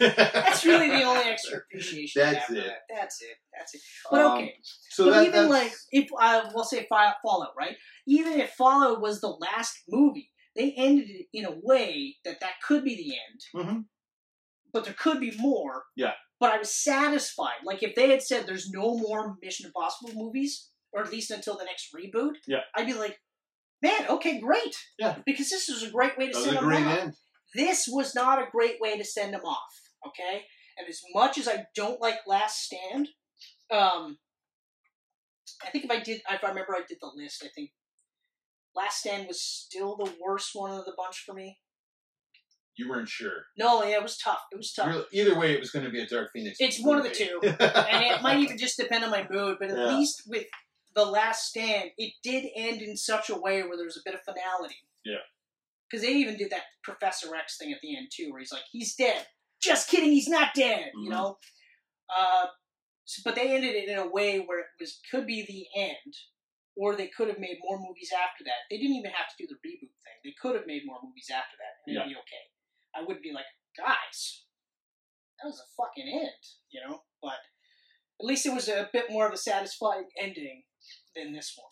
S2: it. That's really the only extra appreciation. I have
S5: That's
S2: for
S5: it.
S2: That. That's it. That's it. But
S5: Um,
S2: okay.
S5: So
S2: but
S5: that,
S2: even
S5: that's-
S2: like if uh, we'll say Fi- Fallout, right? Even if Fallout was the last movie, they ended it in a way that that could be the end.
S3: Mhm.
S2: But there could be more.
S3: Yeah.
S2: But I was satisfied. Like if they had said there's no more Mission Impossible movies, or at least until the next reboot.
S3: Yeah.
S2: I'd be like, man, okay, great.
S3: Yeah.
S2: Because this is a great way to
S3: That was
S2: send
S3: a
S2: them
S3: great
S2: off
S3: end.
S2: this was not a great way to send him off. Okay, and as much as I don't like Last Stand, um, I think if I did, if I remember, I did the list. I think Last Stand was still the worst one of the bunch for me.
S5: you weren't sure.
S2: No, yeah, it was tough. It was tough.
S5: You're- either way, it was going to be a Dark Phoenix.
S2: It's one of the two, and it might even just depend on my mood. But at
S3: Yeah.
S2: least with the Last Stand, it did end in such a way where there was a bit of finality.
S3: Yeah.
S2: Because they even did that Professor X thing at the end too, where he's like, "He's dead." Just kidding, he's not dead. You
S3: Mhm.
S2: know. Uh, so- but they ended it in a way where it was could be the end, or they could have made more movies after that. They didn't even have to do the reboot thing. They could have made more movies after that, and it'd be okay. I would be like, guys, that was a fucking end, you know. But at least it was a bit more of a satisfying ending than this one.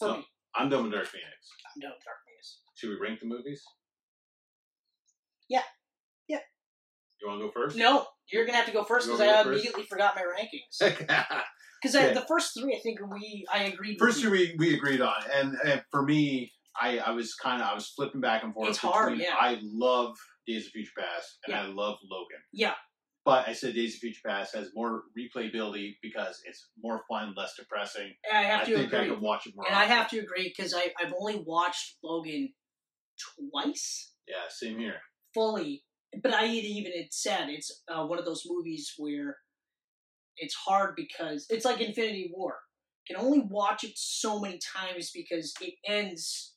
S2: For
S3: So-
S2: me,
S3: I'm done with Dark Phoenix.
S2: I'm done with Dark Mesa.
S3: Should we rank the movies?
S2: Yeah. Yeah.
S3: You want to go first?
S2: No, you're gonna have to go first
S3: You
S2: because
S3: want me
S2: I
S3: to go first?
S2: immediately forgot my rankings. Because
S3: Okay.
S2: the first three, I think we I agreed.
S3: First
S2: with
S3: two we, we agreed on, and, and for me, I, I was kind of I was flipping back and forth.
S2: It's hard,
S3: between-
S2: yeah.
S3: I love Days of Future Past, and I love Logan.
S2: Yeah.
S3: But I said Days of Future Past has more replayability because it's more fun, less depressing.
S2: you. I have to
S3: think I
S2: agree,
S3: can watch it more.
S2: and I
S3: often.
S2: have to agree because I I've only watched Logan twice
S3: Yeah, same here.
S2: fully, but I had even had said it's uh, one of those movies where it's hard because it's like Infinity War. You can only watch it so many times because it ends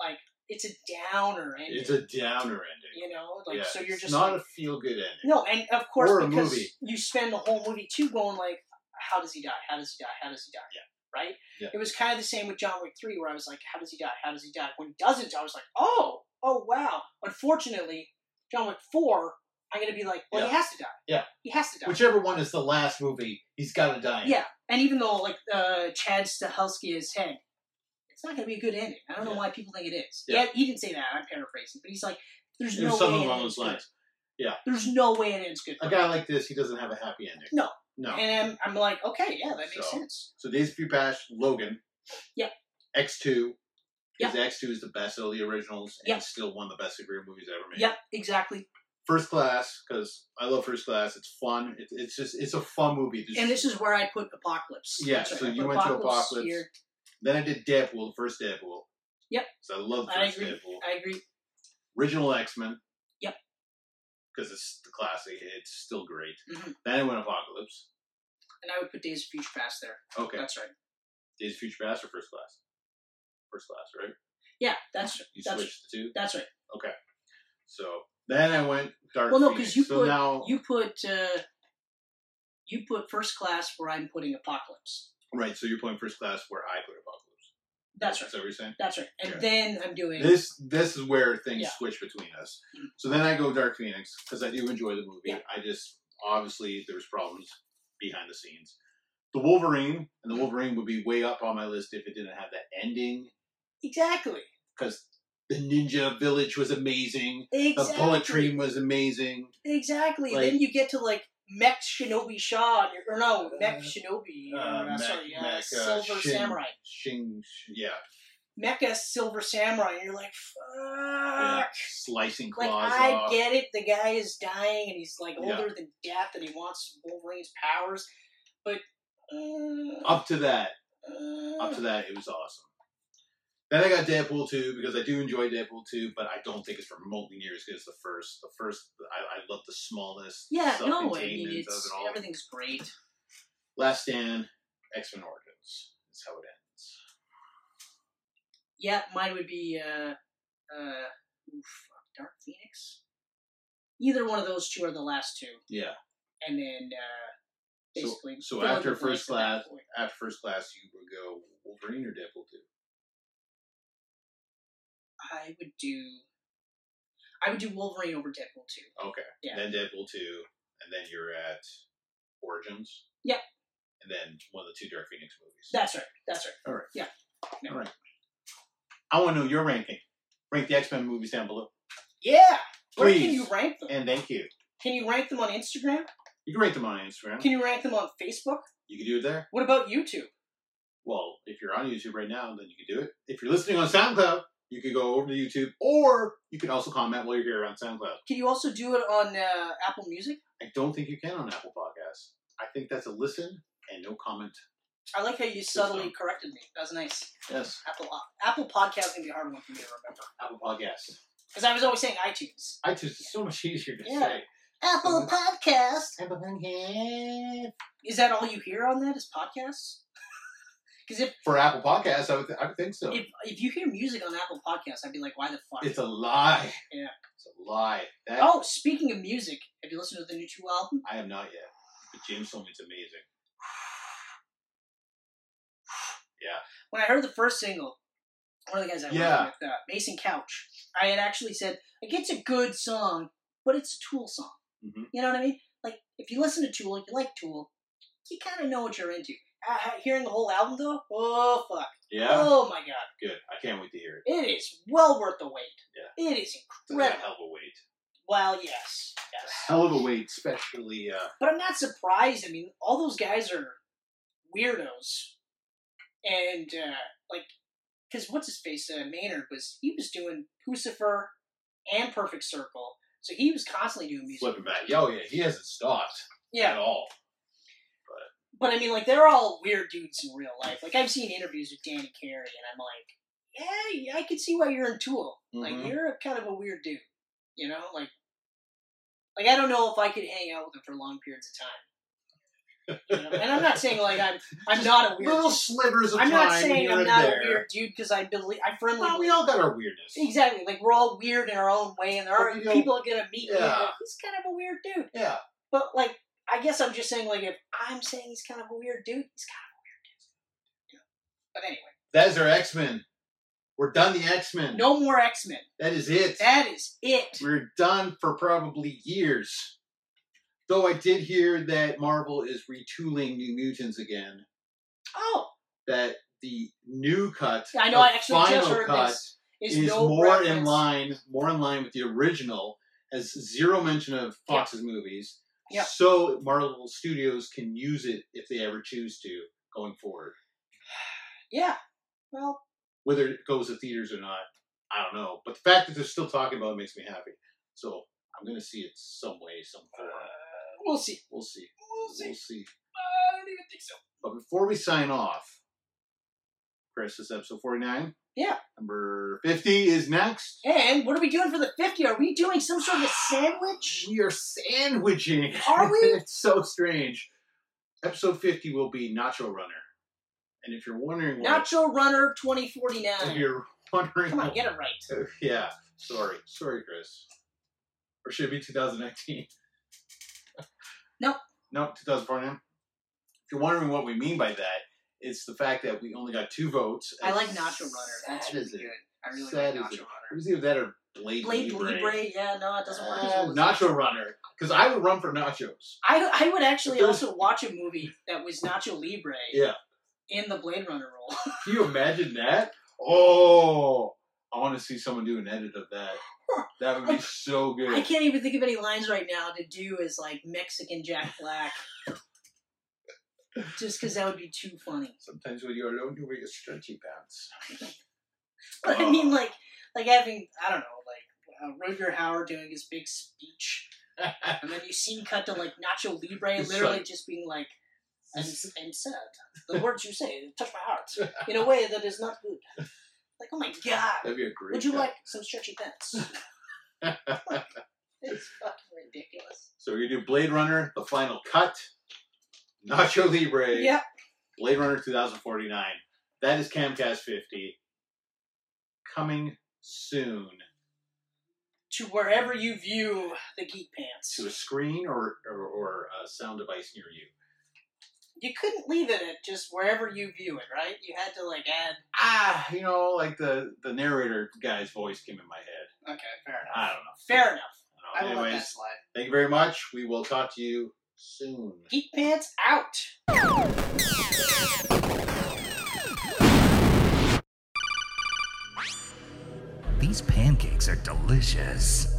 S2: like it's a downer ending.
S3: It's a downer ending.
S2: you know, like
S3: yeah,
S2: so you're
S3: it's
S2: just
S3: not
S2: like,
S3: a feel good ending.
S2: No, and of course,
S3: Or a
S2: because
S3: movie.
S2: you spend the whole movie too going like, how does he die? How does he die? How does he die? Yeah. Right.
S3: Yeah.
S2: It was kind of the same with John Wick Three, where I was like, how does he die? How does he die? When he doesn't, I was like, oh, oh wow. Unfortunately, John Wick Four, I'm gonna be like, well, he has to die.
S5: Yeah.
S2: He has to die.
S5: Whichever one is the last movie, he's got to die. in.
S2: yeah. And even though like uh, Chad Stahelski is head. It's not going to be a good ending. I don't know
S3: Yeah.
S2: why people think it is.
S3: Yeah.
S2: Yeah, he didn't say that. I'm paraphrasing, but he's like, "There's
S3: It was
S2: no
S3: something
S2: way it
S3: along
S2: ends
S3: those
S2: good.
S3: lines.
S2: There's no way it ends good."
S3: A guy like this, he doesn't have a happy ending.
S2: No.
S3: No.
S2: And I'm, I'm like, okay, yeah, that makes
S3: So-
S2: sense.
S3: So Days of Future Past, Logan.
S2: Yeah.
S3: X two. Because X two is the best of the originals and
S2: Yeah.
S3: still one of the best superhero movies ever made.
S2: Yep, exactly.
S3: First Class, because I love First Class. It's fun. It, it's just it's a fun movie. There's-
S2: And this is where I put Apocalypse.
S3: Yeah,
S2: That's right,
S3: so
S2: I
S3: you
S2: put
S3: went to Apocalypse.
S2: here.
S3: then I did Deadpool, the first Deadpool.
S2: Yep.
S3: So I love the
S2: I
S3: first
S2: agree.
S3: Deadpool.
S2: I agree.
S3: Original X Men.
S2: Yep.
S3: Because it's the classic. It's still great.
S2: Mhm.
S3: Then it went Apocalypse.
S2: And I would put Days of Future Past there.
S3: Okay.
S2: That's right.
S3: Days of Future Past or First Class? First Class, right?
S2: Yeah, that's
S3: You
S2: that's
S3: switched the two.
S2: that's right.
S3: So then I went Dark
S2: Well, no, 'cause
S3: Phoenix.
S2: you
S3: so
S2: put-
S3: now
S2: You put uh, you put First Class where I'm putting Apocalypse.
S3: right. So you're playing First Class where I put Apocalypse.
S2: That's right.
S3: Is that what you're saying?
S2: That's right. And
S3: Yeah.
S2: then I'm doing
S3: This this is where things
S2: Yeah.
S3: switch between us.
S2: Mhm.
S3: So then I go Dark Phoenix because I do enjoy the movie.
S2: Yeah.
S3: I just obviously there was problems behind the scenes. The Wolverine and the
S2: Mm-hmm.
S3: Wolverine would be way up on my list if it didn't have that ending
S2: exactly
S3: because the Ninja Village was amazing. The
S2: exactly
S3: poetry was amazing.
S2: exactly.
S3: like-
S2: then you get to like Mech Shinobi Shaw and- or no Mech
S3: Uh,
S2: Shinobi.
S3: uh,
S2: uh,
S3: Mech-
S2: sorry, uh,
S3: Mech, uh,
S2: Silver
S3: Shin-
S2: Samurai.
S3: Shing, yeah,
S2: Mecha Silver Samurai. And you're like
S3: yeah,
S2: fuck.
S3: slicing
S2: Like
S3: claws
S2: I
S3: off.
S2: get it, the guy is dying and he's like
S3: Yeah.
S2: older than death and he wants Wolverine's powers, but uh,
S3: up to that,
S2: uh,
S3: up to that, it was awesome. Then I got Deadpool 2 because I do enjoy Deadpool 2, but I don't think it's remotely near as good as the first. The first, I, I love the smallness,
S2: yeah, no, I mean
S3: self-containment of
S2: it's
S3: it all.
S2: everything's great.
S3: Last Stand, X Men Origins is how it ends.
S2: Yeah, mine would be uh, uh, ooh, fuck, Dark Phoenix. Either one of those two are the last two,
S3: Yeah.
S2: and then uh,
S3: So-
S2: basically.
S3: so
S2: fill in
S3: after
S2: the blanks
S3: First
S2: at that
S3: Class-
S2: point.
S3: After First Class, you would go Wolverine or Deadpool 2.
S2: I would do. I would do Wolverine over Deadpool too.
S3: Okay.
S2: Yeah.
S3: Then Deadpool 2, and then you're at Origins.
S2: Yeah.
S3: And then one of the two Dark Phoenix movies.
S2: That's right. That's right.
S3: I want to know your ranking. Rank the X Men movies down below.
S2: Yeah. Where can
S3: Please.
S2: you rank them?
S3: And thank you.
S2: Can you rank them on Instagram?
S3: You can rate them on Instagram.
S2: Can you rank them on Facebook?
S3: You can do it there.
S2: What about YouTube?
S3: Well, if you're on YouTube right now, then you can do it. If you're listening on SoundCloud, you can go over to YouTube, or you can also comment while you're here on SoundCloud.
S2: Can you also do it on uh, Apple Music?
S3: I don't think you can on Apple Podcasts. I think that's a listen and no comment.
S2: I like how you subtly
S3: one.
S2: corrected me. That was nice.
S3: Yes,
S2: Apple uh, Apple Podcast can be a hard one for me to remember
S3: Apple Podcasts.
S2: because I was always saying iTunes.
S3: iTunes is so much easier to
S2: Yeah.
S3: say.
S2: Apple
S3: Mm-hmm.
S2: Podcast.
S3: Apple Podcasts.
S2: Is that all you hear on that? Is podcasts? Because if,
S3: For Apple Podcasts, I would, I would think so.
S2: if if you hear music on Apple Podcasts, I'd be like, why the fuck?
S3: It's a lie.
S2: Yeah.
S3: It's a lie. That
S2: oh, speaking of music, have you listened to the new Two album?
S3: I have not yet. But James told me it's amazing.
S2: When I heard the first single, one of the guys I
S3: Yeah.
S2: worked with, uh, Mason Couch, I had actually said, like, it's a good song, but it's a Tool song.
S3: Mhm.
S2: You know what I mean? Like, if you listen to Tool, if you like Tool, you kind of know what you're into. Uh, hearing the whole album, though, oh, fuck.
S3: Yeah?
S2: Oh, my God.
S3: Good. I can't wait to hear it.
S2: It is well worth the wait. It is
S3: It's gonna be
S2: incredible.
S3: a hell of a wait.
S2: Well, yes, yes.
S3: A hell of a wait, especially uh,
S2: But I'm not surprised. I mean, all those guys are weirdos, and uh, like, because what's his face? Uh, Maynard was he was doing Pucifer and Perfect Circle, so he was constantly doing music.
S3: flipping back. Oh, yeah. He hasn't stopped
S2: Yeah,
S3: at all.
S2: but I mean, like, they're all weird dudes in real life. Like, I've seen interviews with Danny Carey, and I'm like, yeah, I can see why you're in Tool. Like,
S3: Mhm.
S2: you're a kind of a weird dude, you know? Like, like I don't know if I could hang out with him for long periods of time. You know? and I'm not saying like I'm I'm
S3: Just
S2: not a weird.
S3: Little
S2: dude.
S3: slivers of
S2: I'm
S3: time
S2: not saying
S3: here
S2: I'm
S3: and
S2: not
S3: there.
S2: a weird dude because I believe I firmly
S3: Well, we
S2: believe-
S3: all got our weirdness.
S2: exactly like we're all weird in our own way, and there
S3: But
S2: are
S3: we don't-
S2: people are gonna meet me. and
S3: Yeah.
S2: go, He's kind of a weird dude.
S3: Yeah.
S2: But like, I guess I'm just saying like if I'm saying he's kind of a weird dude, he's kind of a weird dude. You know? But anyway,
S3: That is our X Men. We're done the X Men.
S2: no more X Men.
S3: That is it.
S2: That is it.
S3: We're done for probably years. Though I did hear that Marvel is retooling New Mutants again.
S2: Oh,
S3: That the new cut,
S2: I know, I
S3: the
S2: actually just
S3: final
S2: heard
S3: cut,
S2: this.
S3: is,
S2: is, no
S3: more in
S2: reference.
S3: line, more in line with the original. Has zero mention of Fox's movies.
S2: Yeah.
S3: So Marvel Studios can use it if they ever choose to going forward.
S2: Yeah. Well,
S3: Whether it goes to theaters or not, I don't know. But the fact that they're still talking about it makes me happy. So I'm gonna see it some way, some form.
S2: we'll see.
S3: We'll see.
S2: We'll see.
S3: We'll see.
S2: I don't even think so.
S3: But before we sign off, Chris, this is episode 49.
S2: Yeah.
S3: Number 50 is next.
S2: And what are we doing for the 50? Are we doing some sort of a sandwich?
S3: We are sandwiching.
S2: Are we?
S3: it's so strange. Episode 50 will be Nacho Runner. And if you're wondering what
S2: Nacho Runner
S3: if
S2: 2049.
S3: you're wondering
S2: Come on,
S3: what-
S2: get it right.
S3: yeah, sorry. Sorry, Chris. Or should it be 2019?
S2: No.
S3: No, 2049. If you're wondering what we mean by that, it's the fact that we only got two votes.
S2: I like Nacho Runner. That's
S3: Sad
S2: really
S3: is
S2: good.
S3: it?
S2: I really like
S3: Sad is
S2: Nacho
S3: it? It
S2: Runner.
S3: was either that or Blade,
S2: Blade
S3: Libre.
S2: Libre. yeah, no, it doesn't work.
S3: Uh, Nacho Runner. Because I would run for nachos.
S2: I, I would actually
S3: If there's-
S2: also watch a movie that was Nacho Libre
S3: Yeah.
S2: in the Blade Runner role.
S3: Can you imagine that? Oh, I want to see someone do an edit of that. That would be so good.
S2: I can't even think of any lines right now to do as like Mexican Jack Black. Just because that would be too funny.
S3: Sometimes when you're alone, you wear your stretchy pants.
S2: But I
S3: Oh.
S2: mean, like, like having I don't know, like uh, Roger Howard doing his big speech, and then you see cut to like Nacho Libre
S3: It's
S2: literally
S3: like-
S2: just being like, "I'm, I'm sad. The words you say touch my heart in a way that is not good." Like, oh my god,
S3: That'd be a great.
S2: would you
S3: cut.
S2: like some stretchy pants? it's fucking ridiculous.
S3: So we do Blade Runner, the final cut, Nacho Libre,
S2: Yeah,
S3: Blade Runner 2049. That is Camcast 50. Coming soon
S2: to wherever you view the geek pants,
S3: to a screen or or, or a sound device near you.
S2: you couldn't leave it at just wherever you view it, right? You had to like add.
S3: Ah, you know, like the the narrator guy's voice came in my head.
S2: Okay, fair enough.
S3: I don't know.
S2: Fair enough.
S3: I
S2: I
S3: don't know.
S2: love that
S3: Anyways,
S2: slide.
S3: thank you very much. We will talk to you soon.
S2: Geek Pants out.
S1: These pancakes are delicious.